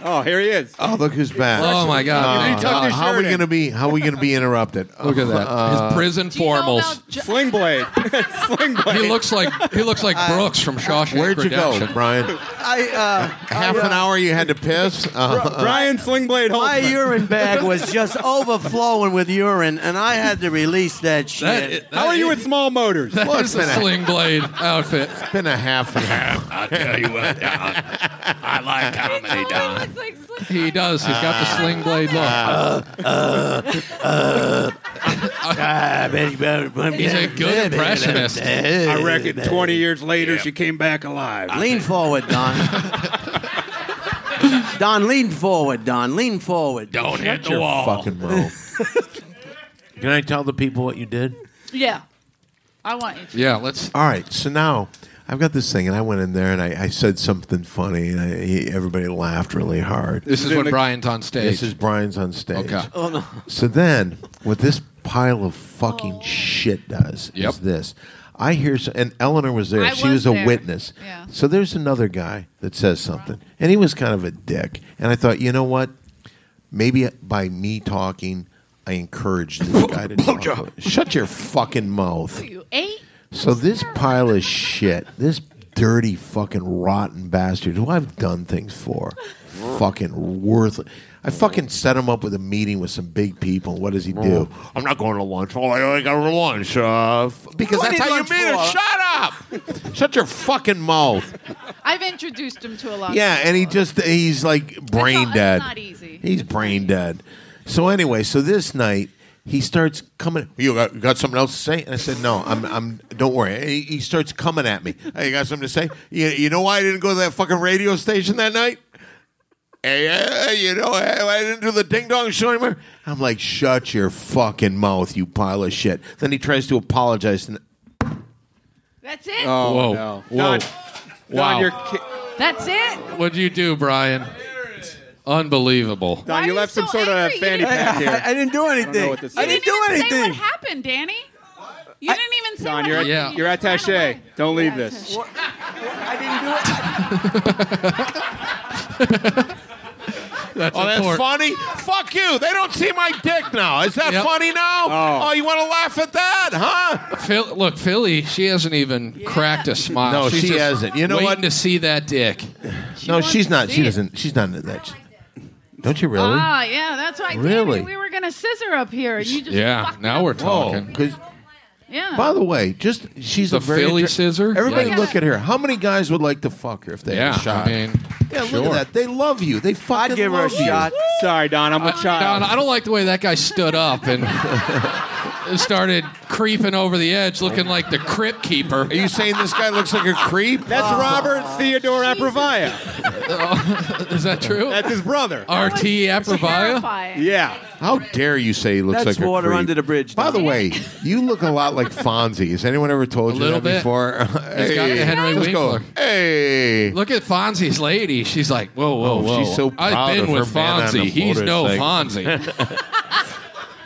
Speaker 6: Oh, here he is.
Speaker 1: Oh, look who's back!
Speaker 4: Oh, my God.
Speaker 1: Uh,
Speaker 4: He tucked his
Speaker 1: how are we
Speaker 6: shirt in.
Speaker 1: gonna be? How are we gonna be interrupted?
Speaker 4: Look at that. His prison
Speaker 5: Do you know
Speaker 4: formals.
Speaker 5: [laughs] about Jo-
Speaker 6: Sling blade. [laughs] Sling blade.
Speaker 4: he looks like he looks like Brooks from
Speaker 1: [laughs]
Speaker 4: Shawshank
Speaker 1: Where'd you
Speaker 4: Redemption.
Speaker 1: go, Brian?
Speaker 2: I, uh,
Speaker 1: Half an hour you had to piss. Uh,
Speaker 6: Brian Slingblade
Speaker 2: my
Speaker 6: Holtzman.
Speaker 2: urine bag was just overflowing with urine, and I had to release that shit.
Speaker 4: That i-
Speaker 6: How
Speaker 4: that
Speaker 6: are you
Speaker 4: i-
Speaker 6: with small
Speaker 4: [laughs]
Speaker 6: motors?
Speaker 4: That
Speaker 1: Well,
Speaker 4: is
Speaker 1: it's
Speaker 4: a
Speaker 1: been a-
Speaker 4: sling blade outfit.
Speaker 1: it's been a half an hour.
Speaker 5: He totally looks like Slim-
Speaker 4: He does. He's got the sling blade look. He's a good impressionist.
Speaker 6: I reckon 20 years later, she came back alive.
Speaker 2: Lean forward, Don. Don, lean forward, Don. Lean forward.
Speaker 1: Don't hit the wall. Fucking mouth. Can I tell the people what you did?
Speaker 5: Yeah. I want you to.
Speaker 4: Yeah, let's.
Speaker 1: All right, so now I've got this thing, and I went in there and I, I said something funny, and I, he, everybody laughed really hard.
Speaker 4: This is when Brian's on stage.
Speaker 1: This is Brian's on stage.
Speaker 4: Okay.
Speaker 2: Oh, no.
Speaker 1: So then, what this pile of fucking
Speaker 5: Oh.
Speaker 1: shit does
Speaker 4: Yep.
Speaker 1: is this. I hear, so, and Eleanor was there.
Speaker 5: I
Speaker 1: she
Speaker 5: was
Speaker 1: was, a
Speaker 5: there.
Speaker 1: witness.
Speaker 5: Yeah.
Speaker 1: So there's another guy that says something, and he was kind of a dick. And I thought, you know what? Maybe by me talking, I encouraged
Speaker 4: [laughs]
Speaker 1: this guy to talk. Shut your fucking mouth.
Speaker 5: You ate?
Speaker 1: So this pile of shit, this dirty fucking rotten bastard who I've done things for, fucking worthless. I fucking set him up with a meeting with some big people. What does he do? Mm. I'm not going to lunch. Oh, I ain't going to lunch. Uh, f- because
Speaker 2: What
Speaker 1: that's
Speaker 2: did
Speaker 1: how you
Speaker 2: lunch
Speaker 1: mean it. Shut [laughs] up. Shut your fucking mouth.
Speaker 5: I've introduced him to a lot. of
Speaker 1: Yeah, and he
Speaker 5: people.
Speaker 1: just he's like brain
Speaker 5: not- it's
Speaker 1: dead.
Speaker 5: not easy.
Speaker 1: He's brain dead. So anyway, so this night he starts coming. You got, you got something else to say? And I said, No, I'm. I'm. Don't worry. And He, he starts coming at me. Hey, you got something to say? You, you know why I didn't go to that fucking radio station that night? Hey, uh, you know, I I didn't do the ding dong show anymore. I'm like, shut your fucking mouth, you pile of shit. Then he tries to apologize. And,
Speaker 5: That's it.
Speaker 6: Oh,
Speaker 4: Whoa.
Speaker 6: no.
Speaker 4: Whoa.
Speaker 6: Don,
Speaker 4: Wow.
Speaker 6: Don, you're ki-
Speaker 5: That's it.
Speaker 4: What'd you do, Brian? Unbelievable.
Speaker 6: Don
Speaker 5: Why
Speaker 6: you
Speaker 5: are
Speaker 6: left
Speaker 5: you
Speaker 6: some
Speaker 5: so
Speaker 6: sort of
Speaker 5: angry?
Speaker 6: fanny
Speaker 5: You didn't-
Speaker 6: pack here.
Speaker 2: I, I didn't do anything.
Speaker 6: know what this
Speaker 2: I
Speaker 6: is.
Speaker 2: didn't do
Speaker 5: even say what
Speaker 2: anything.
Speaker 5: happened, Danny. You didn't even say
Speaker 6: Don,
Speaker 5: what
Speaker 6: you're,
Speaker 5: happened.
Speaker 4: Yeah.
Speaker 6: you're
Speaker 5: You just ran
Speaker 6: attache.
Speaker 5: away.
Speaker 6: Don't leave
Speaker 5: Yeah,
Speaker 6: this.
Speaker 5: attaché.
Speaker 2: I didn't do it.
Speaker 4: That's
Speaker 1: oh, that's
Speaker 4: important.
Speaker 1: funny. Fuck you. They don't see my dick now. Is that
Speaker 4: Yep.
Speaker 1: funny now?
Speaker 6: Oh.
Speaker 1: oh you want to laugh at that, huh?
Speaker 4: Phil, look, Philly, she hasn't even cracked a smile.
Speaker 1: No,
Speaker 4: Uh, She's
Speaker 1: she
Speaker 4: just
Speaker 1: hasn't. You know
Speaker 4: waiting
Speaker 1: what?
Speaker 4: to see that dick.
Speaker 1: No,
Speaker 5: wants
Speaker 1: she's
Speaker 5: to
Speaker 1: not.
Speaker 5: see
Speaker 1: She
Speaker 5: it.
Speaker 1: doesn't. She's not into that. She- Don't you really?
Speaker 5: Ah, yeah, that's right. Danny,
Speaker 1: Really?
Speaker 5: we were gonna scissor up here. You just
Speaker 4: Yeah,
Speaker 5: fucked
Speaker 4: now
Speaker 5: up.
Speaker 4: we're
Speaker 1: Oh,
Speaker 4: talking.
Speaker 1: 'cause-
Speaker 5: yeah.
Speaker 1: by the way, just she's
Speaker 4: The
Speaker 1: a very
Speaker 4: Philly
Speaker 1: attra-
Speaker 4: scissor?
Speaker 1: Everybody,
Speaker 4: Yeah.
Speaker 1: look at her. How many guys would like to fuck her if they
Speaker 4: Yeah,
Speaker 1: had a shot?
Speaker 4: I mean,
Speaker 1: yeah, look
Speaker 4: sure.
Speaker 1: at that. They love you. They fucking
Speaker 2: I'd give her a
Speaker 1: love you.
Speaker 2: shot.
Speaker 6: Sorry, Don. I'm a
Speaker 4: Don,
Speaker 6: child.
Speaker 4: I don't like the way that guy stood up and
Speaker 1: [laughs]
Speaker 4: started creeping over the edge, looking like the crypt keeper.
Speaker 1: [laughs] Are you saying this guy looks like a creep?
Speaker 6: That's Robert Theodore Apravaya.
Speaker 4: Is that true?
Speaker 6: That's his brother.
Speaker 5: That was
Speaker 4: RT Aprovia.
Speaker 5: terrifying.
Speaker 6: Yeah.
Speaker 1: How dare you say he looks
Speaker 2: That's
Speaker 1: like a
Speaker 2: water
Speaker 1: creep?
Speaker 2: under the bridge.
Speaker 1: By the
Speaker 2: Don.
Speaker 1: way, you look a lot like Fonzie. Has anyone ever told
Speaker 4: A
Speaker 1: you
Speaker 4: little
Speaker 1: that
Speaker 4: bit.
Speaker 1: before? [laughs]
Speaker 4: He's got the Henry
Speaker 1: just go,
Speaker 4: Winkler.
Speaker 1: hey.
Speaker 4: Look at Fonzie's lady. She's like, whoa, whoa,
Speaker 1: Oh,
Speaker 4: whoa.
Speaker 1: she's so proud
Speaker 4: I've been
Speaker 1: of
Speaker 4: with
Speaker 1: her man on
Speaker 4: Fonzie.
Speaker 1: the
Speaker 4: He's
Speaker 1: [laughs]
Speaker 4: no Fonzie.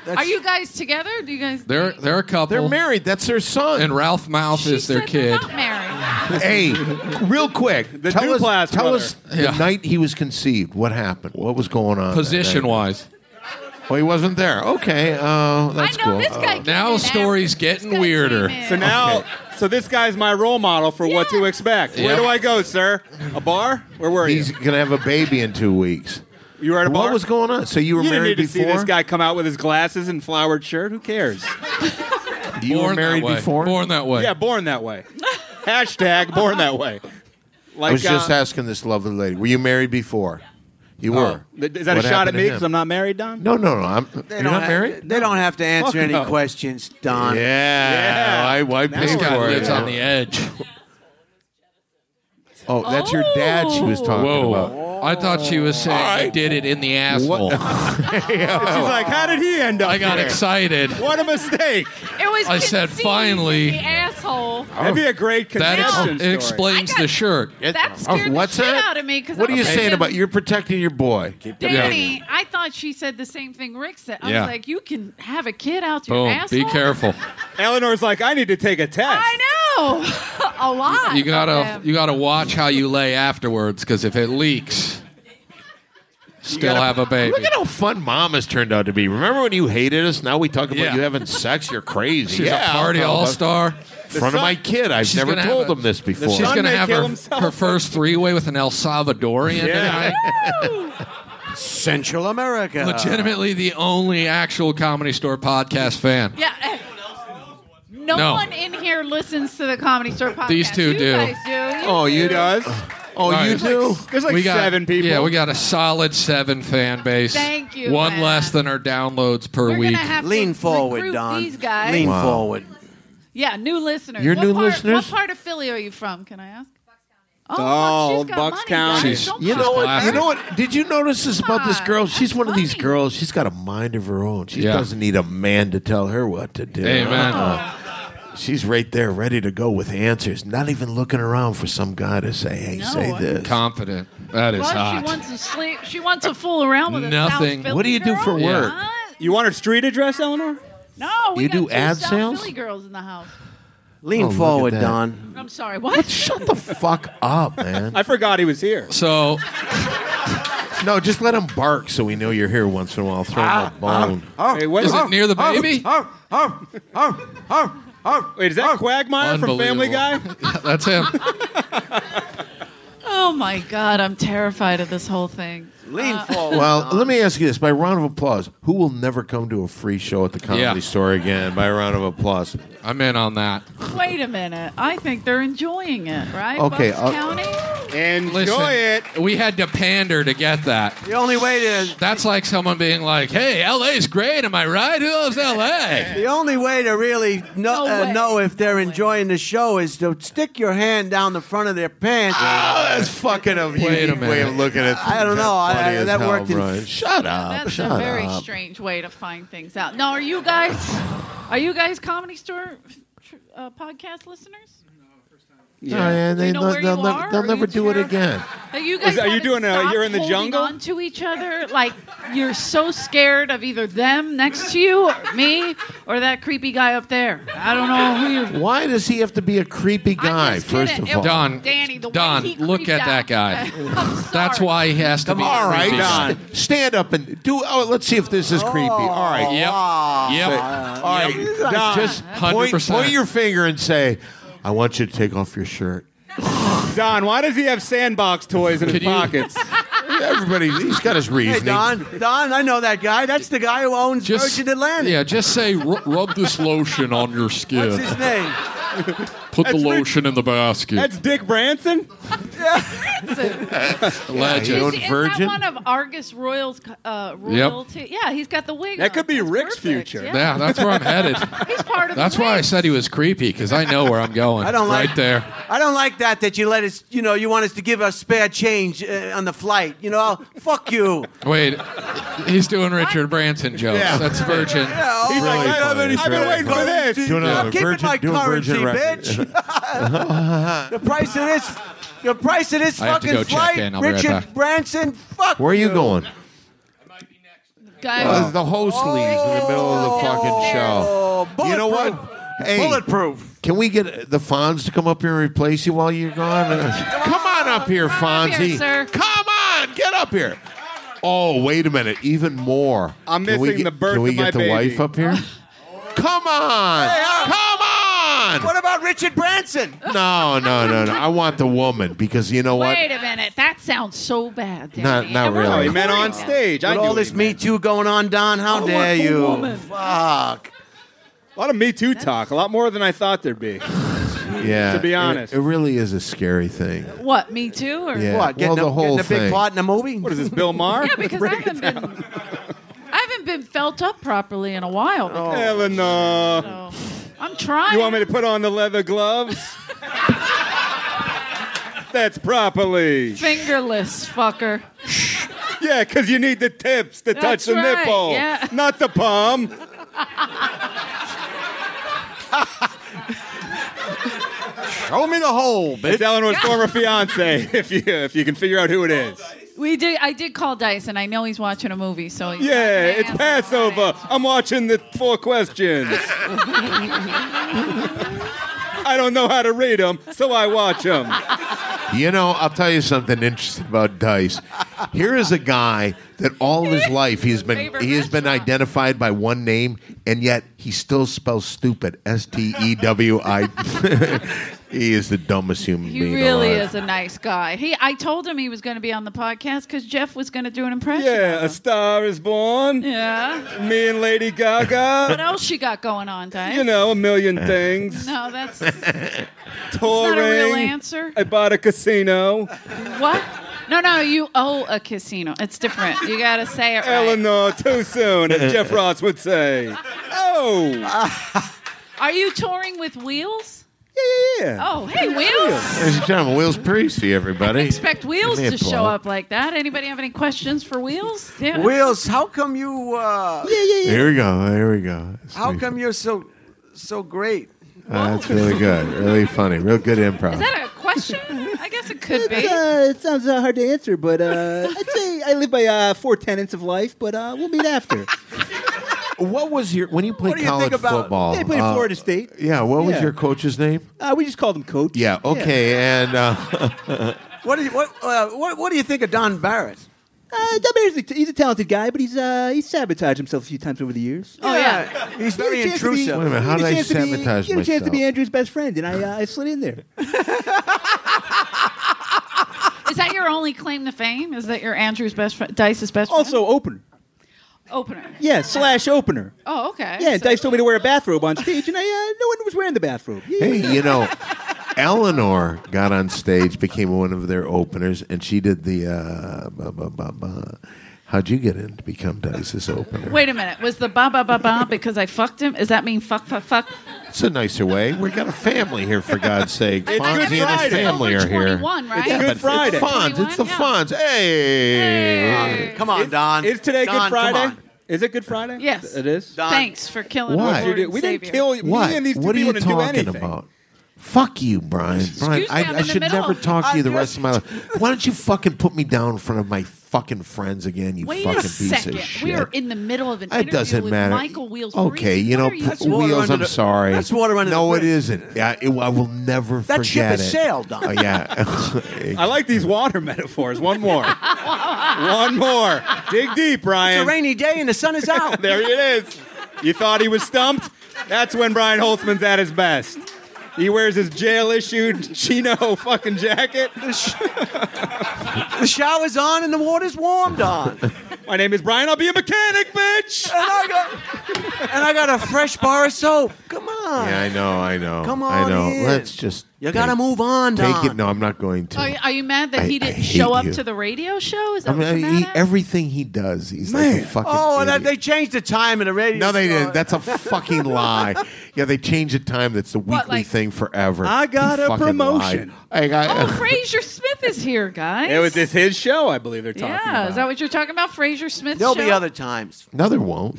Speaker 5: Are you guys together? Do you guys?
Speaker 4: They're they're a couple.
Speaker 1: They're married. That's their son.
Speaker 4: And Ralph Mouth
Speaker 5: She
Speaker 4: is their
Speaker 5: said
Speaker 4: kid.
Speaker 5: they're Not
Speaker 4: [laughs]
Speaker 5: married.
Speaker 1: hey, real quick,
Speaker 6: The
Speaker 1: tell us,
Speaker 6: Duplass
Speaker 1: tell
Speaker 6: brother.
Speaker 1: us the
Speaker 4: Yeah.
Speaker 1: night he was conceived. What happened? What was going on? that
Speaker 4: Position
Speaker 1: night?
Speaker 4: wise.
Speaker 1: Oh, he wasn't there. Okay, uh, that's
Speaker 5: I know
Speaker 1: cool.
Speaker 5: this guy. came
Speaker 4: Now
Speaker 5: in
Speaker 4: story's
Speaker 5: after.
Speaker 4: getting
Speaker 5: This guy
Speaker 4: weirder.
Speaker 5: came in.
Speaker 6: So now, so this guy's my role model for what
Speaker 5: Yeah.
Speaker 6: to expect. Where
Speaker 4: Yep.
Speaker 6: do I go, sir? A bar? Where were
Speaker 1: He's
Speaker 6: you?
Speaker 1: gonna have a baby in two weeks.
Speaker 6: You were at a bar.
Speaker 1: What was going on? So you were
Speaker 6: you didn't need
Speaker 1: married
Speaker 6: to
Speaker 1: before?
Speaker 6: see this guy come out with his glasses and flowered shirt. Who cares?
Speaker 1: You were
Speaker 4: Born
Speaker 1: married
Speaker 4: that way.
Speaker 1: before?
Speaker 4: Born that way.
Speaker 6: Yeah, born that way. Hashtag born that way. Like,
Speaker 1: I was just
Speaker 6: uh,
Speaker 1: asking this lovely lady. Were you married before? You were.
Speaker 6: oh, th- is that
Speaker 1: What
Speaker 6: a shot at
Speaker 1: happened
Speaker 6: me
Speaker 1: to
Speaker 6: because
Speaker 1: him?
Speaker 6: I'm not married, Don?
Speaker 1: No, no, no. I'm, you're
Speaker 2: don't
Speaker 1: not
Speaker 2: have-
Speaker 1: married.
Speaker 2: They don't have to answer any
Speaker 6: no.
Speaker 2: questions, Don.
Speaker 1: Yeah,
Speaker 6: Yeah.
Speaker 1: I why, why
Speaker 6: Now
Speaker 1: pay
Speaker 4: This guy
Speaker 1: for
Speaker 4: lives
Speaker 1: it?
Speaker 4: on the edge.
Speaker 1: oh, that's your dad. She
Speaker 5: Oh.
Speaker 1: was talking about.
Speaker 4: Whoa. I thought she was saying I did it in the asshole.
Speaker 1: Oh.
Speaker 6: She's like, how did he end up?
Speaker 4: I got
Speaker 6: here?
Speaker 4: excited.
Speaker 6: What a mistake!
Speaker 5: It was.
Speaker 4: I said,
Speaker 5: conceived,
Speaker 4: finally.
Speaker 5: The asshole.
Speaker 1: Oh.
Speaker 6: That'd be a great
Speaker 4: That ex-
Speaker 6: conception
Speaker 4: it
Speaker 6: story.
Speaker 4: explains
Speaker 5: I got-
Speaker 4: the shirt.
Speaker 5: That scared the
Speaker 1: Oh, what's
Speaker 5: shit
Speaker 1: that?
Speaker 5: out of me 'cause
Speaker 1: What are
Speaker 5: I'm
Speaker 1: you
Speaker 5: thinking-
Speaker 1: saying about? You're protecting your boy.
Speaker 5: Danny, I thought she said the same thing Rick said. I
Speaker 4: Yeah.
Speaker 5: was like, you can have a kid out
Speaker 4: Boom.
Speaker 5: your asshole.
Speaker 4: Be careful.
Speaker 6: Eleanor's like, I need to take a test.
Speaker 5: I know [laughs] a lot. [laughs]
Speaker 4: You
Speaker 5: of
Speaker 4: gotta
Speaker 5: them.
Speaker 4: you gotta watch how you lay afterwards because if it leaks, still have a baby.
Speaker 1: Look at how fun mom has turned out to be. Remember when you hated us? Now we talk about
Speaker 4: Yeah.
Speaker 1: you having sex. You're crazy.
Speaker 4: She's
Speaker 1: yeah,
Speaker 4: a party
Speaker 1: I'll-
Speaker 4: all star.
Speaker 1: In front of my kid. I've
Speaker 4: She's
Speaker 1: never
Speaker 4: gonna
Speaker 1: told
Speaker 4: have a-
Speaker 1: him this before.
Speaker 4: She's
Speaker 6: son
Speaker 4: going to
Speaker 6: may
Speaker 4: have
Speaker 6: kill
Speaker 4: her,
Speaker 6: himself.
Speaker 4: her first three way with an El Salvadorian.
Speaker 6: Yeah.
Speaker 2: Central America.
Speaker 4: Legitimately the only actual comedy store podcast fan.
Speaker 5: Yeah. eh, No,
Speaker 4: No.
Speaker 5: one in here listens to the comedy store podcast.
Speaker 4: These two
Speaker 5: you
Speaker 4: do.
Speaker 5: Guys do. You
Speaker 1: Oh, you
Speaker 6: He
Speaker 1: do?
Speaker 6: does.
Speaker 1: Oh,
Speaker 4: All
Speaker 1: you
Speaker 4: right.
Speaker 1: do?
Speaker 6: There's like
Speaker 4: we got,
Speaker 6: seven people.
Speaker 4: Yeah, we got a solid seven fan base.
Speaker 5: Thank you,
Speaker 4: One
Speaker 5: man.
Speaker 4: less than our downloads per
Speaker 5: We're
Speaker 4: week.
Speaker 5: gonna have
Speaker 2: Lean
Speaker 5: to
Speaker 2: forward,
Speaker 5: recruit
Speaker 2: Don.
Speaker 5: These guys.
Speaker 2: Lean forward.
Speaker 5: Yeah, new listeners.
Speaker 1: You're
Speaker 5: what
Speaker 1: new
Speaker 5: part,
Speaker 1: listeners?
Speaker 5: What part of Philly are you from? Can I ask? Oh,
Speaker 6: Oh,
Speaker 5: look, she's got
Speaker 6: Bucks
Speaker 5: money,
Speaker 6: County.
Speaker 5: guys.
Speaker 4: She's-
Speaker 5: Don't
Speaker 1: You know
Speaker 5: mind
Speaker 1: what?
Speaker 5: her.
Speaker 1: You know what? Did you notice this about this
Speaker 5: Ah,
Speaker 1: girl? She's
Speaker 5: that's
Speaker 1: one of these
Speaker 5: funny.
Speaker 1: girls. She's got a mind of her own. She
Speaker 4: Yeah.
Speaker 1: doesn't need a man to tell her what to do.
Speaker 4: Amen.
Speaker 5: Oh.
Speaker 1: Uh, she's right there, ready to go with answers. Not even looking around for some guy to say, "Hey,
Speaker 5: No,
Speaker 1: say
Speaker 5: I-
Speaker 1: this."
Speaker 4: Confident. That is
Speaker 5: Well,
Speaker 4: hot.
Speaker 5: she wants to sleep. She wants to fool around with a South
Speaker 4: Nothing.
Speaker 5: Philly
Speaker 1: What do you do
Speaker 5: girl?
Speaker 1: for work?
Speaker 5: Huh?
Speaker 6: You want her street address, Eleanor?
Speaker 5: No, we
Speaker 1: You
Speaker 5: got
Speaker 1: do
Speaker 5: two
Speaker 1: ad
Speaker 5: South
Speaker 1: sales?
Speaker 5: Philly girls in the house.
Speaker 1: Oh,
Speaker 2: Lean
Speaker 1: look at
Speaker 2: forward,
Speaker 1: that.
Speaker 2: Don.
Speaker 5: I'm sorry. What?
Speaker 1: Shut the fuck up,
Speaker 2: [laughs]
Speaker 1: man.
Speaker 6: I forgot he was here.
Speaker 4: so
Speaker 1: no, just let him bark so we know you're here once in a while. Throw
Speaker 2: Ah,
Speaker 1: him a bone.
Speaker 2: Oh.
Speaker 6: Hey, what-
Speaker 4: is it near the
Speaker 6: oh,
Speaker 4: baby?
Speaker 6: Wait, is that Quagmire from Family Guy?
Speaker 4: Unbelievable. [laughs] That's him.
Speaker 5: Oh my God! I'm terrified of this whole thing.
Speaker 2: Lean forward.
Speaker 1: Well, let me ask you this: by round of applause, who will never come to a free show at the comedy
Speaker 4: Yeah.
Speaker 1: store again? By round of applause.
Speaker 4: I'm in on that.
Speaker 5: Wait a minute. I think they're enjoying it, right?
Speaker 1: Okay, uh,
Speaker 5: Bucks
Speaker 1: I'll-
Speaker 5: County.
Speaker 6: Enjoy
Speaker 4: Listen,
Speaker 6: it.
Speaker 4: we had to pander to get that.
Speaker 2: the only way to
Speaker 4: That's like someone being like, "Hey, LA's great. Am I right? Who loves LA?"
Speaker 2: the only way to really know,
Speaker 5: No
Speaker 2: uh,
Speaker 5: way.
Speaker 2: know if they're enjoying the show is to stick your hand down the front of their pants.
Speaker 1: Oh, that's fucking a
Speaker 4: Wait a
Speaker 1: unique way of
Speaker 4: minute.
Speaker 1: looking at.
Speaker 2: I don't
Speaker 1: things.
Speaker 2: know.
Speaker 1: That's
Speaker 2: I-
Speaker 1: funny
Speaker 2: I-
Speaker 1: as
Speaker 2: that
Speaker 1: hell,
Speaker 2: worked in-
Speaker 1: Brian. Shut up.
Speaker 5: That's
Speaker 1: uh, shut
Speaker 5: a very
Speaker 1: up.
Speaker 5: strange way to find things out. Now, are you guys? Are you guys comedy store tr- uh, podcast listeners?
Speaker 1: No, yeah,
Speaker 5: you
Speaker 1: they,
Speaker 5: know
Speaker 1: will
Speaker 5: where you
Speaker 1: they'll,
Speaker 5: are?
Speaker 1: they'll
Speaker 5: Are
Speaker 1: never
Speaker 5: you
Speaker 1: do it
Speaker 5: terrified?
Speaker 1: again.
Speaker 5: Like, you guys
Speaker 6: Is- are you
Speaker 5: haven't
Speaker 6: doing a
Speaker 5: stopped
Speaker 6: You're in the
Speaker 5: holding
Speaker 6: Jungle?
Speaker 5: on to each other like you're so scared of either them next to you or me or that creepy guy up there i don't know who you
Speaker 1: Why does he have to be a creepy guy?
Speaker 5: I'm just
Speaker 1: First
Speaker 5: kidding.
Speaker 1: of
Speaker 5: It
Speaker 1: all,
Speaker 5: was
Speaker 4: Don,
Speaker 5: Danny, the way
Speaker 4: Don,
Speaker 5: he
Speaker 4: look
Speaker 5: creeped
Speaker 4: at that
Speaker 5: out.
Speaker 4: guy.
Speaker 5: [laughs] I'm
Speaker 4: That's
Speaker 5: sorry.
Speaker 4: why he has to be.
Speaker 1: all right,
Speaker 4: creepy.
Speaker 1: Don, stand up and do. Oh, let's see if this is creepy. All right,
Speaker 4: Yep. Yep.
Speaker 1: all right, Don, just point,
Speaker 4: 100%.
Speaker 1: point your finger and say, "I want you to take off your shirt."
Speaker 6: Don, why does he have sandbox toys in his
Speaker 4: Could you-
Speaker 6: pockets?
Speaker 1: Everybody, he's got his
Speaker 2: Hey,
Speaker 1: reasoning.
Speaker 2: Don, [laughs] Don, I know that guy. That's the guy who owns
Speaker 4: Just
Speaker 2: Virgin Atlantic.
Speaker 4: yeah, just say "Ru- rub this lotion on your
Speaker 2: What's
Speaker 4: skin.
Speaker 2: his name?
Speaker 4: Put the
Speaker 6: That's Rick-
Speaker 4: lotion in the basket.
Speaker 6: That's Dick Branson?
Speaker 2: Oh,
Speaker 1: you
Speaker 4: Legend.
Speaker 1: know-
Speaker 5: Is, is
Speaker 1: virgin?
Speaker 5: that one of Argus Royals uh, royalty? Yeah, he's got the wig.
Speaker 6: That
Speaker 5: on.
Speaker 6: could be
Speaker 5: That's
Speaker 6: Rick's
Speaker 5: perfect.
Speaker 6: future.
Speaker 5: Yeah.
Speaker 4: Yeah, that's where I'm headed.
Speaker 5: he's part of.
Speaker 4: That's
Speaker 5: the
Speaker 4: why I
Speaker 5: Ricks.
Speaker 4: said he was creepy because I know where I'm going.
Speaker 2: I don't like
Speaker 4: right there.
Speaker 2: I don't like that that you let us. You know, you want us to give us spare change uh, on the flight. You know, fuck you.
Speaker 4: Wait, he's doing Richard Branson jokes.
Speaker 1: Yeah.
Speaker 4: That's Virgin.
Speaker 2: Oh,
Speaker 1: He's like,
Speaker 2: my
Speaker 1: I
Speaker 2: God.
Speaker 1: haven't
Speaker 2: I've been
Speaker 1: really
Speaker 2: waiting for
Speaker 1: funny.
Speaker 2: this.
Speaker 1: Do another
Speaker 2: I'm keeping
Speaker 1: virgin-
Speaker 2: my
Speaker 1: do a
Speaker 2: currency,
Speaker 1: virgin record.
Speaker 2: bitch. the price of this, the price of this
Speaker 4: I have to
Speaker 2: fucking
Speaker 4: go check
Speaker 2: flight,
Speaker 4: in. I'll be right
Speaker 2: Richard
Speaker 4: back.
Speaker 2: Branson.
Speaker 1: [laughs]
Speaker 2: Fuck.
Speaker 1: Where are you going?
Speaker 5: Guys,
Speaker 1: Uh, the host leaves in the middle of the fucking show.
Speaker 2: Oh, bulletproof.
Speaker 1: You know what? Hey,
Speaker 2: Bulletproof.
Speaker 1: Can we get the Fonz to come up here and replace you while you're gone? Uh, Come on up here,
Speaker 5: Come on up
Speaker 1: Fonzie.
Speaker 5: here, sir.
Speaker 1: Come on, get up here. Oh, wait a minute, even more.
Speaker 6: I'm
Speaker 1: Can we get-
Speaker 6: missing the birth
Speaker 1: Can we
Speaker 6: of
Speaker 1: get
Speaker 6: my
Speaker 1: the
Speaker 6: baby.
Speaker 1: wife up
Speaker 6: [laughs]
Speaker 1: here? Come on,
Speaker 2: Hey, uh,
Speaker 1: come on.
Speaker 2: What about Richard Branson?
Speaker 1: No, no, no, no. I want the woman because you know what?
Speaker 5: wait a minute. That sounds so bad. Danny.
Speaker 1: Not- not
Speaker 5: And we're
Speaker 1: really.
Speaker 6: Oh, he
Speaker 5: recording
Speaker 6: meant on
Speaker 5: this.
Speaker 6: stage. I
Speaker 2: With
Speaker 6: knew
Speaker 2: all
Speaker 6: what he
Speaker 2: this Me
Speaker 6: meant.
Speaker 2: Too going on, Don, how dare
Speaker 5: the
Speaker 2: you?
Speaker 5: woman.
Speaker 2: Fuck.
Speaker 6: A lot of Me Too talk. A lot more than I thought there'd be.
Speaker 1: yeah,
Speaker 6: to be
Speaker 1: it-
Speaker 6: honest.
Speaker 1: it, really is a scary thing.
Speaker 5: What? Me too? Or
Speaker 1: Yeah.
Speaker 2: What? Getting,
Speaker 1: well,
Speaker 2: a,
Speaker 1: the whole
Speaker 2: getting a big
Speaker 1: thing.
Speaker 2: part in a movie?
Speaker 6: What is this, Bill Maher? [laughs]
Speaker 5: Yeah, because I haven't been. I haven't been felt up properly in a while. because-
Speaker 6: Oh. Eleanor.
Speaker 5: so, I'm trying.
Speaker 6: Oh. You want me to put on the leather gloves? That's properly.
Speaker 5: fingerless fucker?
Speaker 6: Yeah, because you need the tips to touch
Speaker 5: That's
Speaker 6: the
Speaker 5: right,
Speaker 6: nipple,
Speaker 5: yeah.
Speaker 6: not the palm.
Speaker 2: Show me the hole,
Speaker 5: [laughs]
Speaker 6: It's Eleanor's former fiance, if you if you can figure out who it is.
Speaker 5: We did. I did call Dyson. I know he's watching a movie, so he's not
Speaker 6: Yeah,
Speaker 5: gonna
Speaker 6: it's
Speaker 5: answer.
Speaker 6: Passover. I'm watching the
Speaker 5: [laughs]
Speaker 6: four questions. I don't know how to read them, so I watch them.
Speaker 1: You know, I'll tell you something interesting about Dice. Here is a guy that all of his life he's been
Speaker 5: Favorite
Speaker 1: he has been
Speaker 5: restaurant.
Speaker 1: identified by one name, and yet he still spells stupid S T E W I. [laughs] He is the dumbest human
Speaker 5: He
Speaker 1: being.
Speaker 5: really
Speaker 1: alive.
Speaker 5: is a nice guy. He, I told him he was going to be on the podcast because Jeff was going to do an impression.
Speaker 6: Yeah, a star is born.
Speaker 5: Yeah.
Speaker 6: Me and Lady
Speaker 5: What
Speaker 6: Gaga.
Speaker 5: else she got going on, Diane?
Speaker 6: you know, a million things.
Speaker 5: No,
Speaker 6: [laughs]
Speaker 5: that's, that's not
Speaker 6: Touring.
Speaker 5: a real answer.
Speaker 6: I bought a casino.
Speaker 5: What? No, no, you owe a casino. It's different. You got to say it right.
Speaker 6: Eleanor, too soon, as
Speaker 5: [laughs]
Speaker 6: Jeff Ross would say. Oh,
Speaker 5: Are you touring with Wheels?
Speaker 6: yeah.
Speaker 5: Oh, hey, Wheels.
Speaker 1: Ladies and gentlemen, Will's Priesty, everybody.
Speaker 5: Expect Wheels
Speaker 1: Give me
Speaker 5: to
Speaker 1: a
Speaker 5: show
Speaker 1: ball.
Speaker 5: up like that. Anybody have any questions for Wheels? Yeah.
Speaker 2: Wheels, how come you? Uh,
Speaker 1: Here we go. Here we go.
Speaker 2: How come you're so so great?
Speaker 1: Uh, that's really good. Really funny. Real good improv.
Speaker 5: Is that a question? I guess it could be.
Speaker 10: Uh, it sounds uh, hard to answer, but uh, I'd say I live by uh, four tenets of life, but uh, we'll meet
Speaker 1: [laughs]
Speaker 10: after.
Speaker 1: what was your when you played
Speaker 2: What do you
Speaker 1: college
Speaker 2: think about-
Speaker 1: football?
Speaker 10: They played at
Speaker 1: uh,
Speaker 10: Florida State.
Speaker 1: Yeah. What was
Speaker 10: Yeah.
Speaker 1: your coach's name?
Speaker 10: Uh, we just called him Coach.
Speaker 1: Yeah. Okay. And uh,
Speaker 2: What do you, what, uh, what what do you think of Don Barrett?
Speaker 10: Uh, Dub Ayers, he's a- he's a talented guy, but he's uh, he's sabotaged himself a few times over the years.
Speaker 5: Oh, yeah.
Speaker 2: he's
Speaker 10: He had a
Speaker 2: very
Speaker 10: chance to be-
Speaker 2: intrusive.
Speaker 1: Wait a minute, how
Speaker 10: he had
Speaker 1: did I
Speaker 10: chance to be-
Speaker 1: sabotage
Speaker 10: He had a chance to be
Speaker 1: myself?
Speaker 10: Andrew's best friend, and I uh, I slid in
Speaker 1: [laughs]
Speaker 10: there.
Speaker 5: Is that your only claim to fame? Is that your Andrew's best friend, Dice's best friend?
Speaker 10: Also opener.
Speaker 5: opener.
Speaker 10: Yeah, slash opener.
Speaker 5: Oh, okay.
Speaker 10: Yeah,
Speaker 5: So-
Speaker 10: Dice told me to wear a bathrobe on stage, and I uh, no one was wearing the bathrobe. Yeah.
Speaker 1: hey, you know, Eleanor got on stage, became one of their openers, and she did the. Uh, ba, ba, ba, ba. How'd you get in to become Dice's opener?
Speaker 5: Wait a minute. Was the ba ba ba ba because I fucked him? Is that mean fuck fuck fuck?
Speaker 1: It's a nicer way. We got a family here, for God's sake.
Speaker 6: It's
Speaker 1: Fonzie
Speaker 6: Good
Speaker 1: and his
Speaker 6: Friday.
Speaker 1: family
Speaker 5: Over
Speaker 1: are here.
Speaker 5: 21, right?
Speaker 6: Good
Speaker 1: but
Speaker 6: Friday.
Speaker 1: It's Fonz. It's the
Speaker 5: 21, yeah.
Speaker 1: Fonz. Hey.
Speaker 5: Hey.
Speaker 2: Come on, Don.
Speaker 6: Is today
Speaker 2: Don,
Speaker 6: Good Friday?
Speaker 2: Come on.
Speaker 6: Is it Good Friday?
Speaker 5: Yes.
Speaker 6: It is.
Speaker 2: Don.
Speaker 5: Thanks for killing
Speaker 1: Why?
Speaker 5: our Lord
Speaker 6: Dude,
Speaker 5: and
Speaker 6: we didn't
Speaker 5: Savior.
Speaker 6: kill you.
Speaker 1: What?
Speaker 6: Me and these two
Speaker 1: what are you
Speaker 6: people didn't do
Speaker 1: talking
Speaker 6: anything.
Speaker 1: about? Fuck you, Brian. Brian,
Speaker 5: me,
Speaker 1: I,
Speaker 5: I'm
Speaker 1: I
Speaker 5: in the
Speaker 1: should
Speaker 5: middle.
Speaker 1: never talk to you the
Speaker 2: I'm
Speaker 1: rest of my life. Why don't you fucking put me down in front of my fucking friends again, you
Speaker 5: Wait
Speaker 1: fucking
Speaker 5: a
Speaker 1: piece
Speaker 5: second.
Speaker 1: of shit?
Speaker 5: We are in the middle of an
Speaker 1: It
Speaker 5: interview
Speaker 1: doesn't
Speaker 5: with
Speaker 1: matter.
Speaker 5: Michael Wheels.
Speaker 1: Okay,
Speaker 5: Reese.
Speaker 1: you know,
Speaker 5: What are you-
Speaker 1: P-
Speaker 2: water
Speaker 1: Wheels.
Speaker 2: under
Speaker 1: I'm
Speaker 2: the-
Speaker 1: sorry.
Speaker 2: that's water under the
Speaker 1: No, it
Speaker 2: bridge.
Speaker 1: isn't. Yeah, it, I will never
Speaker 2: That ship
Speaker 1: forget
Speaker 2: has
Speaker 1: it. [laughs]
Speaker 2: sailed, Don.
Speaker 1: Oh
Speaker 2: [laughs]
Speaker 1: yeah.
Speaker 6: I like these water [laughs] metaphors. One more. One more. Dig deep,
Speaker 2: It's a
Speaker 6: Brian.
Speaker 2: rainy day and the sun is out.
Speaker 6: There it is. You thought he was stumped? That's when Brian Holtzman's at his best. He wears his jail issued chino fucking jacket.
Speaker 2: the shower's on and the water's warm, Don. and,
Speaker 6: My name is Brian. I'll be a mechanic, bitch.
Speaker 2: I got, and I got a fresh bar of soap. Come on.
Speaker 1: yeah, I know. I know.
Speaker 2: Come
Speaker 1: I
Speaker 2: on
Speaker 1: know.
Speaker 2: in.
Speaker 1: Let's just.
Speaker 2: You got to
Speaker 1: take-
Speaker 2: move on, Don.
Speaker 1: Take it. No, I'm not going to.
Speaker 5: Are you, Oh, are you mad that
Speaker 1: I-
Speaker 5: he
Speaker 1: I
Speaker 5: didn't
Speaker 1: hate
Speaker 5: show up
Speaker 1: you.
Speaker 5: to the radio show? Is that
Speaker 1: I mean,
Speaker 5: what you're
Speaker 1: I- he,
Speaker 5: mad at?
Speaker 1: everything he does, he's like a fucking.
Speaker 2: Oh, and that,
Speaker 1: idiot.
Speaker 2: they changed the time in the radio.
Speaker 1: No, they
Speaker 2: show.
Speaker 1: didn't. That's a
Speaker 2: [laughs]
Speaker 1: fucking lie. Yeah, they changed the time. That's the weekly
Speaker 5: What, like-
Speaker 1: thing forever.
Speaker 6: I got
Speaker 1: You
Speaker 6: a
Speaker 1: fucking
Speaker 6: promotion.
Speaker 1: lied. I got. [laughs]
Speaker 5: Oh, Fraser Smith is here, guys.
Speaker 6: It was it's his show, I believe they're talking
Speaker 5: Yeah,
Speaker 6: about.
Speaker 5: is that what you're talking about? Fraser Smith's
Speaker 2: There'll
Speaker 5: show?
Speaker 2: be other times.
Speaker 1: no, there
Speaker 5: [laughs]
Speaker 1: won't.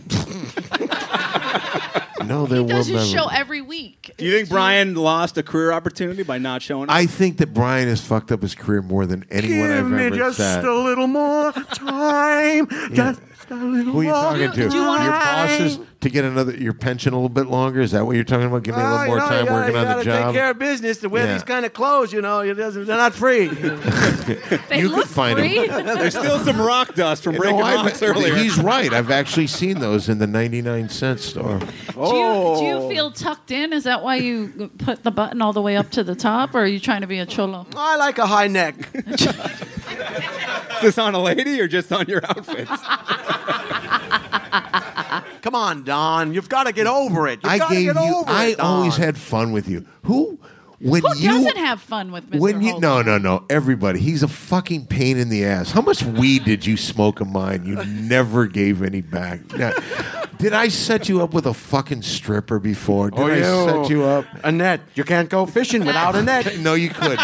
Speaker 1: no, there
Speaker 5: He
Speaker 1: will
Speaker 5: does
Speaker 1: never.
Speaker 5: his show every week.
Speaker 6: Do you think Brian lost a career opportunity by not showing up?
Speaker 1: I think that Brian has fucked up his career more than anyone I've ever said.
Speaker 2: little more time. Just a little
Speaker 1: Who are you talking to?
Speaker 5: do you wanna-
Speaker 1: your bosses to get another your pension a little bit longer? Is that what you're talking about? Give me a little
Speaker 2: Oh,
Speaker 1: more
Speaker 2: you know,
Speaker 1: time
Speaker 2: you gotta-
Speaker 1: working
Speaker 2: you
Speaker 1: on the
Speaker 2: gotta
Speaker 1: job.
Speaker 2: Take care of business to wear
Speaker 1: Yeah.
Speaker 2: these kind of clothes. You know, it doesn't, they're not free.
Speaker 5: They
Speaker 1: you could
Speaker 5: look
Speaker 1: find him.
Speaker 5: free.
Speaker 6: There's still some rock dust from
Speaker 1: No,
Speaker 6: breaking
Speaker 1: I've-
Speaker 6: rocks earlier.
Speaker 1: He's right. I've actually seen those in the 99 cent store.
Speaker 5: Do you, do
Speaker 6: Oh.
Speaker 5: you feel tucked in? Is that why you put the button all the way up to the top, or are you trying to be a cholo?
Speaker 2: I like a high neck.
Speaker 6: Is this on a lady or just on your outfits?
Speaker 2: Come on, Don. You've got to get over it. You've
Speaker 1: I
Speaker 2: gotta
Speaker 1: gave you.
Speaker 2: get over
Speaker 1: I
Speaker 2: it, Don.
Speaker 1: always had fun with you. Who? When
Speaker 5: Who
Speaker 1: you
Speaker 5: doesn't have fun with Mr.
Speaker 1: when you
Speaker 5: Holden?
Speaker 1: no no no everybody he's a fucking pain in the ass. How much weed did you smoke of mine? You never gave any back. Now, did I set you up with a fucking stripper before?
Speaker 6: Oh,
Speaker 1: Did I set Oh, you up?
Speaker 2: A net. You can't go fishing
Speaker 6: [laughs]
Speaker 2: without a net.
Speaker 1: No, you couldn't.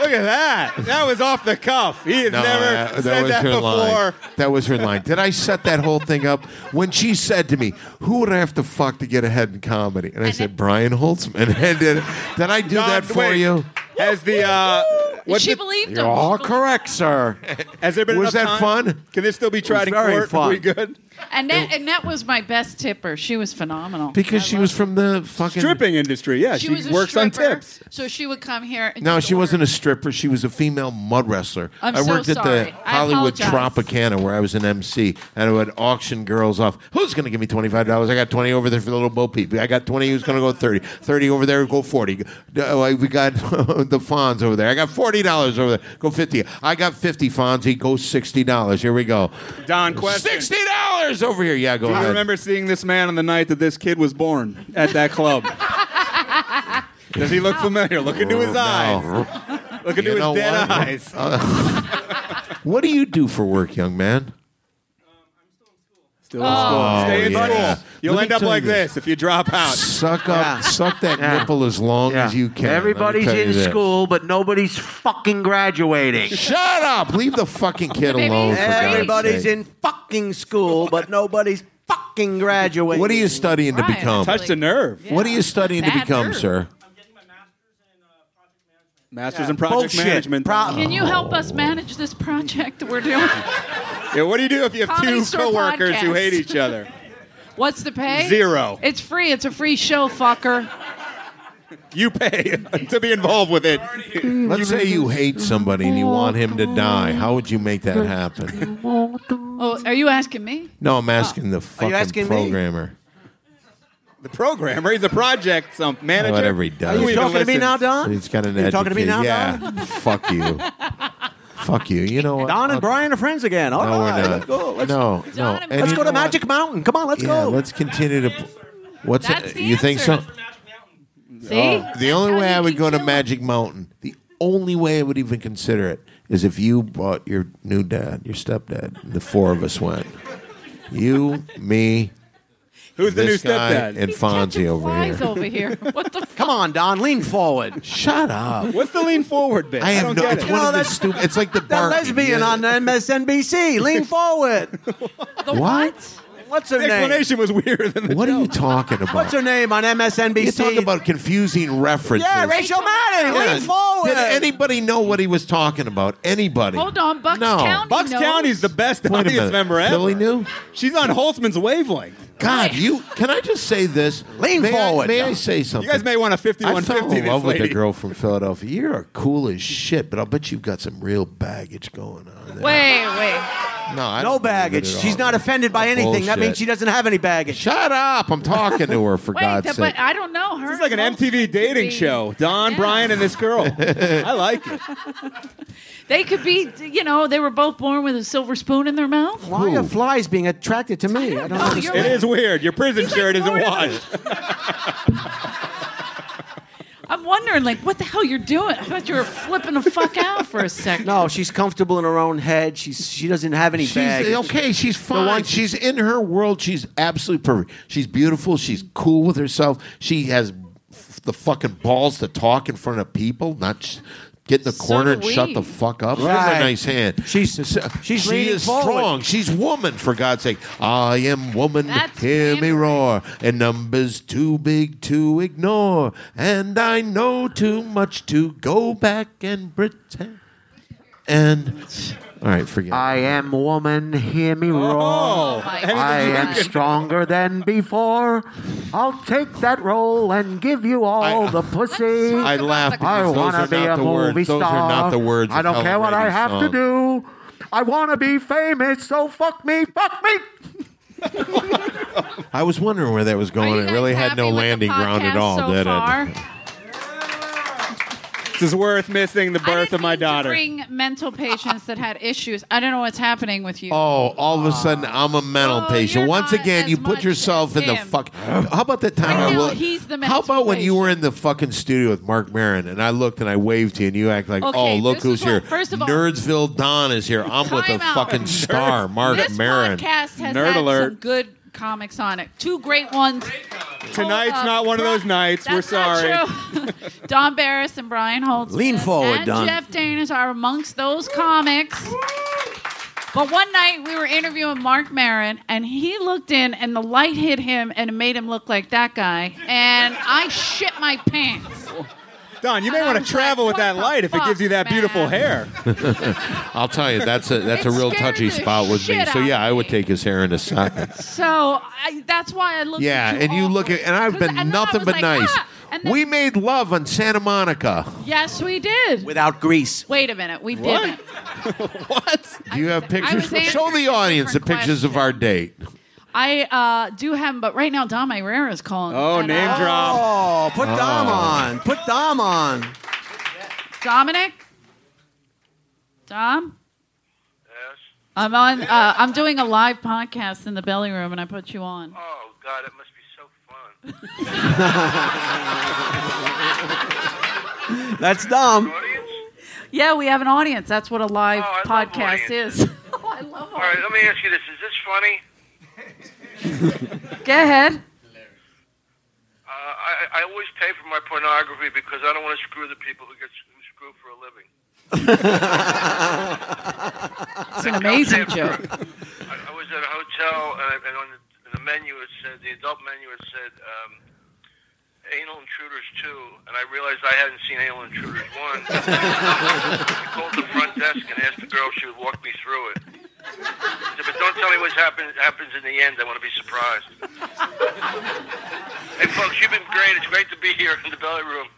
Speaker 6: Look at that. That was off the cuff. He has
Speaker 1: No,
Speaker 6: never
Speaker 1: uh, that
Speaker 6: said
Speaker 1: was
Speaker 6: that
Speaker 1: her
Speaker 6: before.
Speaker 1: line. That was her line. Did I set that whole thing up when she said to me, "Who would I have to fuck to get ahead in comedy?" [laughs] And I said, "Brian Holtzman." And did, did I do
Speaker 6: Don,
Speaker 1: that for
Speaker 6: wait.
Speaker 1: you?
Speaker 6: Has the uh, What's
Speaker 5: she
Speaker 6: the-
Speaker 5: believed
Speaker 1: You're
Speaker 5: him. She
Speaker 1: all
Speaker 5: believed-
Speaker 1: correct, sir.
Speaker 6: Has there been
Speaker 1: Was that
Speaker 6: enough time?
Speaker 1: fun?
Speaker 6: Can this still be
Speaker 1: It
Speaker 6: tried in
Speaker 1: was very
Speaker 6: court? Are we
Speaker 1: fun.
Speaker 6: good?
Speaker 5: Annette, Annette was my best tipper. She was phenomenal.
Speaker 1: Because
Speaker 5: I
Speaker 1: she
Speaker 5: loved
Speaker 1: was from the fucking
Speaker 6: Stripping industry, yeah.
Speaker 5: her.
Speaker 6: She,
Speaker 5: was a
Speaker 6: works on
Speaker 5: stripper,
Speaker 6: tips.
Speaker 5: So she would come here. And
Speaker 1: No,
Speaker 5: just
Speaker 1: she wasn't a
Speaker 5: order.
Speaker 1: stripper. She was a female mud wrestler.
Speaker 5: I'm
Speaker 1: I
Speaker 5: so
Speaker 1: worked at
Speaker 5: sorry.
Speaker 1: the
Speaker 5: I
Speaker 1: Hollywood
Speaker 5: apologize.
Speaker 1: Tropicana where I was an MC, and I would auction girls off. Who's going to give me twenty five dollars? I got twenty over there for the little Bo Peep. I got twenty. Who's going to go thirty? Thirty over there. Go forty. Uh, like, We got [laughs] the Fonz over there. I got forty dollars over there. Go fifty. I got fifty Fonzie. Go sixty dollars. Here we go.
Speaker 6: Don question.
Speaker 1: Sixty dollars over here. Yeah, go
Speaker 6: Do you
Speaker 1: ahead.
Speaker 6: remember seeing this man on the night that this kid was born at that club? Does he look familiar? Look into his
Speaker 1: No.
Speaker 6: eyes. Look
Speaker 1: You
Speaker 6: into his
Speaker 1: know
Speaker 6: dead
Speaker 1: what?
Speaker 6: eyes.
Speaker 1: What do you do for work, young man?
Speaker 6: Still in school. Stay in
Speaker 1: yeah.
Speaker 6: school. You'll
Speaker 1: Let me
Speaker 6: end up
Speaker 1: tell you
Speaker 6: like
Speaker 1: this.
Speaker 6: this if you drop out.
Speaker 1: Suck up, suck that
Speaker 2: Yeah.
Speaker 1: nipple as long
Speaker 2: Yeah.
Speaker 1: as you can. Let me
Speaker 2: Everybody's
Speaker 1: tell you
Speaker 2: in
Speaker 1: this.
Speaker 2: school, but nobody's fucking graduating.
Speaker 1: Shut up! Leave the fucking kid
Speaker 5: Maybe
Speaker 1: alone. For God's
Speaker 2: Everybody's
Speaker 1: sake.
Speaker 2: in fucking school, but nobody's fucking graduating.
Speaker 1: What are you studying to
Speaker 5: Right.
Speaker 1: become?
Speaker 5: Touch-
Speaker 6: Touched a nerve.
Speaker 5: Yeah.
Speaker 1: What are you studying to
Speaker 5: Bad
Speaker 1: become,
Speaker 5: nerve.
Speaker 1: sir?
Speaker 6: Masters in project
Speaker 2: Bullshit.
Speaker 6: management.
Speaker 2: Pro-
Speaker 5: Can you help
Speaker 1: Oh.
Speaker 5: us manage this project that
Speaker 1: [laughs]
Speaker 5: we're doing?
Speaker 6: yeah, what do you do if you have
Speaker 5: Comedy
Speaker 6: two
Speaker 5: Store
Speaker 6: coworkers who
Speaker 5: podcast.
Speaker 6: hate each other?
Speaker 5: What's the pay?
Speaker 6: Zero.
Speaker 5: It's free. It's a free show, fucker.
Speaker 6: You pay [laughs] to be involved with it.
Speaker 1: Let's say you hate somebody and you want him to die. How would you make that happen?
Speaker 5: Oh, are you asking me?
Speaker 1: No, I'm asking the fucking
Speaker 2: asking me?
Speaker 1: programmer.
Speaker 6: The programmer, he's a project some manager.
Speaker 1: Whatever he does. Are
Speaker 6: Who
Speaker 1: you
Speaker 6: even
Speaker 2: talking to me
Speaker 6: listens?
Speaker 2: now, Don?
Speaker 1: He's got an
Speaker 2: You talking to me now,
Speaker 1: education. Yeah. Fuck you. Fuck you. You know what?
Speaker 2: Don
Speaker 1: I'll-
Speaker 2: and Brian are friends again. All
Speaker 1: No, we're
Speaker 2: right,
Speaker 1: not.
Speaker 2: let's go. Let's,
Speaker 1: no, no.
Speaker 5: Don
Speaker 1: And
Speaker 5: and Brian.
Speaker 2: let's
Speaker 1: you
Speaker 2: go
Speaker 1: know
Speaker 2: to
Speaker 1: what?
Speaker 2: Magic Mountain. Come on, let's
Speaker 1: Yeah,
Speaker 2: go.
Speaker 1: let's continue to. What's
Speaker 5: That's
Speaker 1: it?
Speaker 5: the
Speaker 1: You think so?
Speaker 5: answer. See?
Speaker 1: Oh, The only
Speaker 5: How
Speaker 1: way
Speaker 5: you
Speaker 1: I would
Speaker 5: can
Speaker 1: go to
Speaker 5: kill it.
Speaker 1: Magic Mountain, the only way I would even consider it is if you brought your new dad, your stepdad. and The four of us went. You, me,
Speaker 6: Who's the new
Speaker 1: this guy,
Speaker 6: stepdad?
Speaker 1: and
Speaker 5: He's catching
Speaker 1: Fonzie over
Speaker 5: flies
Speaker 1: here.
Speaker 5: over here.
Speaker 1: [laughs]
Speaker 5: What the fuck?
Speaker 2: Come on, Don, lean forward.
Speaker 1: Shut up.
Speaker 6: What's the lean forward bit?
Speaker 1: I
Speaker 6: I,
Speaker 1: have
Speaker 6: don't
Speaker 1: no.
Speaker 6: get
Speaker 1: It's
Speaker 6: it.
Speaker 1: one
Speaker 2: No,
Speaker 1: of the
Speaker 2: that's-
Speaker 1: stupid. It's like the
Speaker 2: That
Speaker 1: bar
Speaker 2: lesbian on MSNBC, lean forward.
Speaker 5: The
Speaker 1: What?
Speaker 2: What's her
Speaker 6: The
Speaker 2: name?
Speaker 6: explanation was weirder than the
Speaker 1: What are you
Speaker 6: joke.
Speaker 1: talking
Speaker 2: What's
Speaker 1: about?
Speaker 2: her name on MSNBC?
Speaker 1: You talk about confusing references.
Speaker 2: yeah, Rachel Maddow,
Speaker 1: Yeah.
Speaker 2: lean forward.
Speaker 1: Did anybody know what he was talking about? Anybody?
Speaker 5: Hold on, Bucks
Speaker 1: no.
Speaker 5: County.
Speaker 6: Bucks
Speaker 5: knows.
Speaker 6: County's the best
Speaker 1: Wait a
Speaker 6: audience
Speaker 1: minute.
Speaker 6: member ever.
Speaker 1: Philly knew.
Speaker 6: She's on Holtzman's wavelength.
Speaker 1: God, you can I just say this?
Speaker 2: Lean
Speaker 1: may I,
Speaker 2: forward,
Speaker 1: may
Speaker 2: John.
Speaker 1: I say something?
Speaker 6: You guys may want a
Speaker 1: I
Speaker 6: 5150.
Speaker 1: fell in
Speaker 6: this
Speaker 1: love with a
Speaker 6: lady.
Speaker 1: girl from Philadelphia. You are cool as shit, but I'll bet you've got some real baggage going on. There.
Speaker 5: Wait, wait.
Speaker 1: no, I don't
Speaker 2: No
Speaker 1: believe
Speaker 2: baggage.
Speaker 1: it at
Speaker 2: She's
Speaker 1: all. Oh,
Speaker 2: not offended by anything. That means she
Speaker 1: Bullshit.
Speaker 2: doesn't have any baggage.
Speaker 1: Shut up! I'm talking to her for
Speaker 5: Wait,
Speaker 1: God's
Speaker 5: th-
Speaker 1: sake.
Speaker 5: but I don't know her.
Speaker 6: It's like an MTV dating show. Don,
Speaker 5: Yeah.
Speaker 6: Brian, and this
Speaker 1: [laughs]
Speaker 6: girl. I like it.
Speaker 5: They could be, you know, they were both born with a silver spoon in their mouth.
Speaker 2: Why are flies being attracted to me? I don't understand.
Speaker 5: You're
Speaker 6: It
Speaker 5: right.
Speaker 6: is weird. Your prison
Speaker 5: He's like
Speaker 6: shirt isn't
Speaker 5: Lord of the-
Speaker 6: washed.
Speaker 5: I'm wondering, like, what the hell you're doing? I thought you were flipping the fuck out for a second.
Speaker 2: No, she's comfortable in her own head. She's she doesn't have any
Speaker 1: She's
Speaker 2: baggage.
Speaker 1: okay. She's fine.
Speaker 2: one-
Speaker 1: she's in her world. She's absolutely perfect. She's beautiful. She's cool with herself. She has f- the fucking balls to talk in front of people, not sh- get in the
Speaker 5: So
Speaker 1: corner
Speaker 5: do
Speaker 1: and shut
Speaker 5: we.
Speaker 1: the fuck up. She has
Speaker 2: Right.
Speaker 1: a nice hand.
Speaker 2: She's-
Speaker 1: So-
Speaker 2: she's
Speaker 1: she
Speaker 2: leaning
Speaker 1: is
Speaker 2: forward.
Speaker 1: strong. She's woman for God's sake. I am woman.
Speaker 5: That's
Speaker 1: Hear me
Speaker 5: family.
Speaker 1: roar. And numbers too big to ignore. And I know too much to go back and pretend. And all right, forget. it.
Speaker 2: I am woman. Hear me roar.
Speaker 6: Oh,
Speaker 5: my
Speaker 6: anything
Speaker 2: I
Speaker 6: you
Speaker 1: [laughs]
Speaker 2: am
Speaker 6: can-
Speaker 2: stronger than before. I'll take that role and give you all
Speaker 1: I-
Speaker 2: the pussy.
Speaker 5: Let's
Speaker 1: I laugh
Speaker 5: I
Speaker 1: because those
Speaker 2: wanna
Speaker 1: are not the words. Those are not the words.
Speaker 2: I
Speaker 1: of
Speaker 2: don't care
Speaker 1: Helen
Speaker 2: what I
Speaker 1: Reddy's
Speaker 2: have to
Speaker 1: song.
Speaker 2: do. I want to be famous, so fuck me, fuck me.
Speaker 1: I was wondering where that was
Speaker 5: Are you
Speaker 1: going. It
Speaker 5: guys
Speaker 1: really had
Speaker 5: happy
Speaker 1: no
Speaker 5: with the
Speaker 1: landing ground at
Speaker 5: podcast
Speaker 1: all,
Speaker 5: so
Speaker 1: did
Speaker 5: far?
Speaker 1: it?
Speaker 6: This is worth missing the
Speaker 5: I
Speaker 6: birth
Speaker 5: didn't
Speaker 6: of my
Speaker 5: mean to
Speaker 6: daughter.
Speaker 5: bring mental patients that had issues. I don't know what's happening with you.
Speaker 1: Oh, all of a sudden I'm a mental
Speaker 5: Oh,
Speaker 1: patient.
Speaker 5: you're
Speaker 1: Once
Speaker 5: not
Speaker 1: again,
Speaker 5: as
Speaker 1: you put
Speaker 5: much
Speaker 1: yourself
Speaker 5: as
Speaker 1: in the
Speaker 5: him.
Speaker 1: fuck. How about that time?
Speaker 5: I know,
Speaker 1: will-
Speaker 5: he's the
Speaker 1: How
Speaker 5: mental
Speaker 1: about when you
Speaker 5: patient.
Speaker 1: were in the fucking studio with Mark Marin and I looked and I waved to you and you act like,
Speaker 5: Okay,
Speaker 1: oh, look
Speaker 5: this is
Speaker 1: who's
Speaker 5: what-
Speaker 1: here.
Speaker 5: first of all-
Speaker 1: Nerdsville Don is here. I'm with a
Speaker 5: Time out.
Speaker 1: fucking star, Mark
Speaker 5: this
Speaker 1: Marin.
Speaker 5: podcast has
Speaker 6: Nerd
Speaker 5: had
Speaker 6: alert.
Speaker 5: some good comics on it. Two great ones.
Speaker 6: Tonight's
Speaker 5: Oh, uh,
Speaker 6: not one of those
Speaker 5: Bri-
Speaker 6: nights. We're
Speaker 5: That's not
Speaker 6: sorry. [laughs]
Speaker 5: true. Don Barris and Brian Holtz.
Speaker 2: Lean forward,
Speaker 5: and
Speaker 2: Don.
Speaker 5: Jeff Danis are amongst those comics. But one night we were interviewing Mark Marin, and he looked in, and the light hit him, and it made him look like that guy. And I shit my pants.
Speaker 6: Don, you may want to travel with that light if it gives you that beautiful hair.
Speaker 1: I'll tell you, that's a that's
Speaker 5: It
Speaker 1: a real
Speaker 5: scared
Speaker 1: touchy
Speaker 5: the
Speaker 1: spot with me.
Speaker 5: shit
Speaker 1: So
Speaker 5: out
Speaker 1: yeah,
Speaker 5: of
Speaker 1: I would
Speaker 5: me.
Speaker 1: take his hair in a socket.
Speaker 5: So I, that's why I look.
Speaker 1: Yeah, and you look at and I've been nothing but
Speaker 5: "Ah!"
Speaker 1: nice. we made love on Santa Monica.
Speaker 5: yes, we did.
Speaker 2: without grease.
Speaker 5: Wait a minute, we didn't.
Speaker 1: Do you have pictures?
Speaker 5: was answering
Speaker 1: Show the
Speaker 5: a
Speaker 1: audience the
Speaker 5: different
Speaker 1: pictures of
Speaker 5: question.
Speaker 1: our date.
Speaker 5: I uh, do have them, but right now Dom Herrera is calling.
Speaker 6: Oh,
Speaker 5: And,
Speaker 6: name
Speaker 5: uh,
Speaker 6: drop.
Speaker 2: Oh, put Dom on. Put Dom on.
Speaker 5: Dominic. Dom. I'm on. Uh, I'm doing a live podcast in the belly room, and I put you on.
Speaker 7: Oh God, it must be so fun.
Speaker 2: That's Dom.
Speaker 7: Audience.
Speaker 5: Yeah, we have an audience. That's what a live
Speaker 7: Oh, I love
Speaker 5: podcast
Speaker 7: audiences.
Speaker 5: is. [laughs] oh, I love.
Speaker 7: All right, let me ask you this: Is this funny?
Speaker 5: it. Go ahead.
Speaker 7: Uh, I, I always pay for my pornography because I don't want to screw the people who get who screw for a living.
Speaker 5: It's
Speaker 7: [laughs]
Speaker 5: an amazing joke.
Speaker 7: I, I was at a hotel and, I, and on the, the menu it said the adult menu it said um, anal intruders two, and I realized I hadn't seen anal intruders one. I called the front desk and asked the girl if she would walk me through it. I said, but don't tell me what happens happens in the end. I want to be surprised. hey folks, you've been great. It's great to be here in the belly room.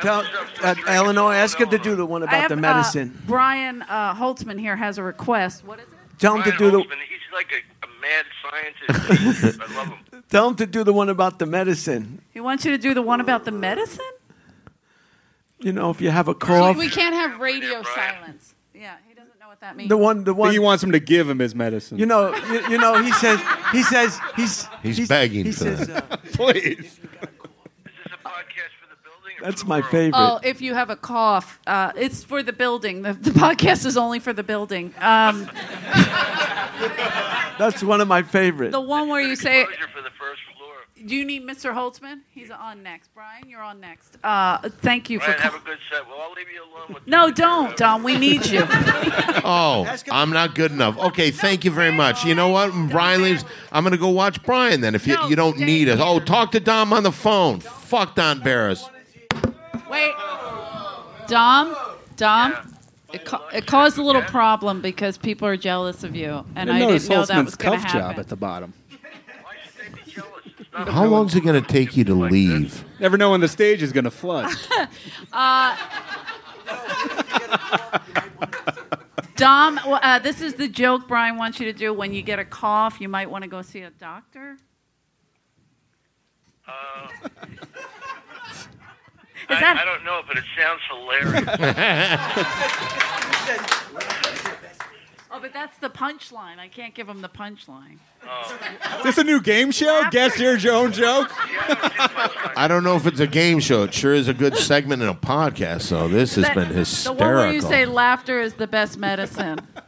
Speaker 2: Tell, uh, Eleanor, ask him to do the one
Speaker 5: I
Speaker 2: about
Speaker 5: have,
Speaker 2: the
Speaker 5: uh,
Speaker 2: medicine.
Speaker 5: Brian uh, Holtzman here has a request. What is it?
Speaker 2: tell him
Speaker 7: Brian
Speaker 2: to do the.
Speaker 7: Holtzman, he's like a, a mad scientist. I love him.
Speaker 2: Tell him to do the one about the medicine.
Speaker 5: He wants you to do the one about the medicine.
Speaker 2: You know, if you have a cough,
Speaker 5: we can't have radio
Speaker 7: Yeah, Brian.
Speaker 5: silence. Yeah, he doesn't know what that means.
Speaker 2: the one, the
Speaker 6: But
Speaker 2: one.
Speaker 6: he wants him to give him his medicine. [laughs]
Speaker 2: You know, you, you know. He says, he says, he's
Speaker 1: He's begging
Speaker 2: He
Speaker 1: for
Speaker 2: says,
Speaker 1: that.
Speaker 2: uh,
Speaker 6: please.
Speaker 7: Is this a podcast for the building? Or
Speaker 2: that's
Speaker 7: for the
Speaker 2: my
Speaker 7: world?
Speaker 2: favorite.
Speaker 5: Oh, if you have a cough, uh, it's for the building. The, [laughs] the podcast is only for the building. Um,
Speaker 2: That's one of my favorites.
Speaker 5: the one where you say,
Speaker 7: Exposure for the first floor.
Speaker 5: "Do you need Mr. Holtzman?" He's on next. Brian, you're on next. Uh, thank you for.
Speaker 7: Brian, have a
Speaker 5: call-
Speaker 7: good set. Well, I'll leave you alone with
Speaker 5: no, don't, Don. We need you.
Speaker 7: [laughs]
Speaker 1: Oh, I'm not good enough. Okay, thank you very much. You know what? When Brian leaves. I'm gonna go watch Brian then. If you,
Speaker 5: No,
Speaker 1: you don't
Speaker 5: stay
Speaker 1: need us. Oh,
Speaker 5: here.
Speaker 1: talk to Dom on the phone. Fuck Don Barris.
Speaker 5: Wait, Dom, Dom. It, ca- it caused a little problem because people are jealous of you, and I didn't know that was going to happen.
Speaker 6: bottom.
Speaker 7: Why should they be jealous? It's not
Speaker 1: How long's it gonna take you to leave?
Speaker 6: Never know when the stage is going
Speaker 5: [laughs]
Speaker 6: to flood.
Speaker 5: Dom, well, uh, this is the joke Brian wants you to do. When you get a cough, you might want to go see a doctor.
Speaker 7: Uh. [laughs] I,
Speaker 5: that-
Speaker 7: I don't know, but it sounds hilarious.
Speaker 5: Oh, but that's the punchline. I can't give him the punchline.
Speaker 6: is this a new game show? Guess your own joke?
Speaker 1: I don't know if it's a game show. It sure is a good segment in a podcast, so this has
Speaker 5: That-
Speaker 1: been
Speaker 5: The
Speaker 1: hysterical.
Speaker 5: one where you say laughter is the best
Speaker 7: [laughs]
Speaker 5: medicine.
Speaker 7: what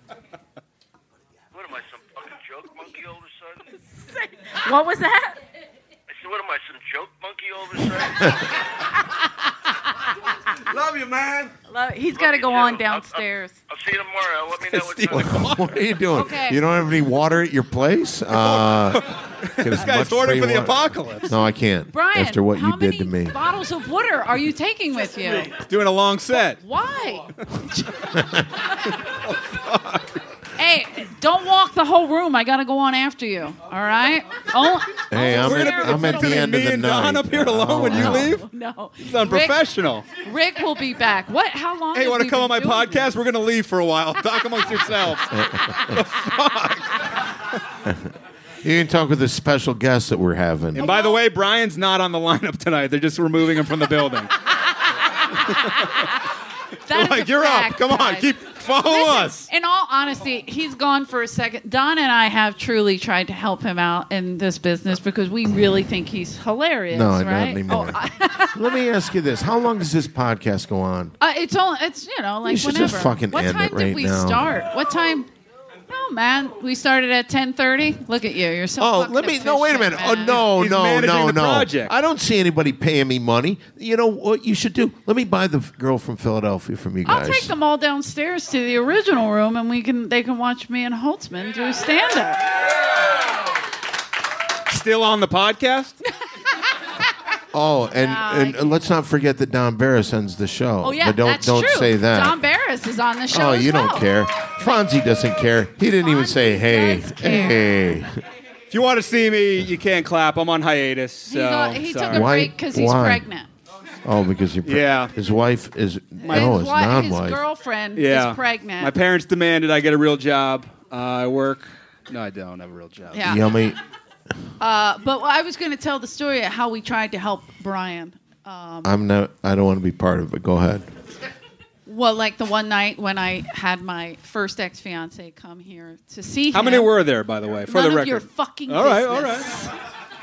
Speaker 7: am I, some fucking joke monkey all of a sudden?
Speaker 5: what was that?
Speaker 7: I said, what am I, some joke monkey all of a
Speaker 5: [laughs]
Speaker 7: sudden?
Speaker 2: Love you, man.
Speaker 5: Lo- He's got to go on downstairs.
Speaker 7: I'll see you tomorrow. Let me know what time. to call.
Speaker 1: [laughs] What are you doing?
Speaker 5: Okay.
Speaker 1: You don't have any water at your place?
Speaker 6: [laughs]
Speaker 1: Uh, this
Speaker 6: Guys, order for the apocalypse.
Speaker 1: No, I can't.
Speaker 5: Brian,
Speaker 1: after what
Speaker 5: how
Speaker 1: you did
Speaker 5: many
Speaker 1: to me.
Speaker 5: bottles of water are you taking with you?
Speaker 6: Doing a long set. [laughs]
Speaker 5: Why?
Speaker 6: Oh,
Speaker 5: hey, don't walk the whole room. I got to go on after you. All right? Oh,
Speaker 1: Hey, I'm
Speaker 5: We're
Speaker 1: at,
Speaker 5: gonna be-
Speaker 1: I'm at
Speaker 5: it's
Speaker 1: the
Speaker 5: gonna
Speaker 1: end
Speaker 6: be
Speaker 1: of
Speaker 6: me
Speaker 1: the
Speaker 6: and
Speaker 1: night.
Speaker 6: Don up here alone when you
Speaker 1: no.
Speaker 5: [laughs]
Speaker 6: leave?
Speaker 5: no.
Speaker 6: It's unprofessional.
Speaker 5: Rick, Rick will be back. What? How long?
Speaker 6: Hey,
Speaker 5: have
Speaker 6: want to
Speaker 5: we
Speaker 6: come on
Speaker 5: been
Speaker 6: my
Speaker 5: doing
Speaker 6: podcast? We're going to leave for a while. Talk
Speaker 5: [laughs]
Speaker 6: amongst yourselves.
Speaker 1: You can talk with the special guest that we're having.
Speaker 6: And by the way, Brian's not on the lineup tonight. They're just removing him from the building.
Speaker 5: this? That is
Speaker 6: like,
Speaker 5: a
Speaker 6: you're
Speaker 5: fact,
Speaker 6: up. Come on.
Speaker 5: guys.
Speaker 6: Keep follow
Speaker 5: Listen,
Speaker 6: us.
Speaker 5: In all honesty, he's gone for a second. Don and I have truly tried to help him out in this business because we really think he's hilarious.
Speaker 1: no,
Speaker 5: right?
Speaker 1: not anymore.
Speaker 5: Oh, I-
Speaker 6: [laughs]
Speaker 1: Let me ask you this: How long does this podcast go on?
Speaker 5: uh, it's all. It's you know like
Speaker 1: We should
Speaker 5: whenever.
Speaker 1: just fucking
Speaker 5: what
Speaker 1: end
Speaker 5: time
Speaker 1: it right
Speaker 5: did we
Speaker 1: now.
Speaker 5: start? What time? No, man. We started at ten thirty. Look at you. You're so.
Speaker 1: Oh,
Speaker 5: fucking
Speaker 1: let me. No, wait a minute.
Speaker 5: efficient,
Speaker 1: Oh, no,
Speaker 5: man.
Speaker 6: He's
Speaker 1: no,
Speaker 6: managing
Speaker 1: no,
Speaker 6: the
Speaker 1: no.
Speaker 6: project.
Speaker 1: I don't see anybody paying me money. You know what you should do? Let me buy the f- girl from Philadelphia from you
Speaker 5: I'll
Speaker 1: guys.
Speaker 5: take them all downstairs to the original room, and we can they can watch me and Holtzman do stand up.
Speaker 6: Still on the podcast?
Speaker 1: Oh, and,
Speaker 5: Yeah,
Speaker 1: and, and let's not forget that Don Barris ends the show.
Speaker 5: Oh yeah,
Speaker 1: but don't
Speaker 5: that's
Speaker 1: don't
Speaker 5: true.
Speaker 1: say that.
Speaker 5: Don Barris is on the show.
Speaker 1: oh,
Speaker 5: as
Speaker 1: you don't
Speaker 5: well.
Speaker 1: care. Fonzie doesn't care. He didn't even say hey.
Speaker 5: does care.
Speaker 1: Hey.
Speaker 6: If you want to see me, you can't clap. I'm on hiatus.
Speaker 5: He,
Speaker 6: So
Speaker 5: got- he took
Speaker 6: sorry.
Speaker 5: a
Speaker 1: Why-
Speaker 5: break because he's
Speaker 1: why?
Speaker 5: pregnant.
Speaker 1: Oh, because you.
Speaker 6: Yeah.
Speaker 1: His wife is.
Speaker 5: his,
Speaker 1: no, his
Speaker 5: wi- his
Speaker 1: non-wife.
Speaker 5: girlfriend
Speaker 6: yeah.
Speaker 5: is pregnant.
Speaker 6: My parents demanded I get a real job. Uh, I work. No, I don't have a real job.
Speaker 5: yeah.
Speaker 1: Yummy.
Speaker 5: Uh, but I was going to tell the story of how we tried to help Brian.
Speaker 1: I'm not. I don't want to be part of it. Go ahead.
Speaker 5: Well, like the one night when I had my first ex fiance come here to see
Speaker 6: How
Speaker 5: him.
Speaker 6: many were there, by the way, for
Speaker 5: None
Speaker 6: the
Speaker 5: of
Speaker 6: record?
Speaker 5: your fucking
Speaker 6: all right, all
Speaker 5: business.
Speaker 6: right.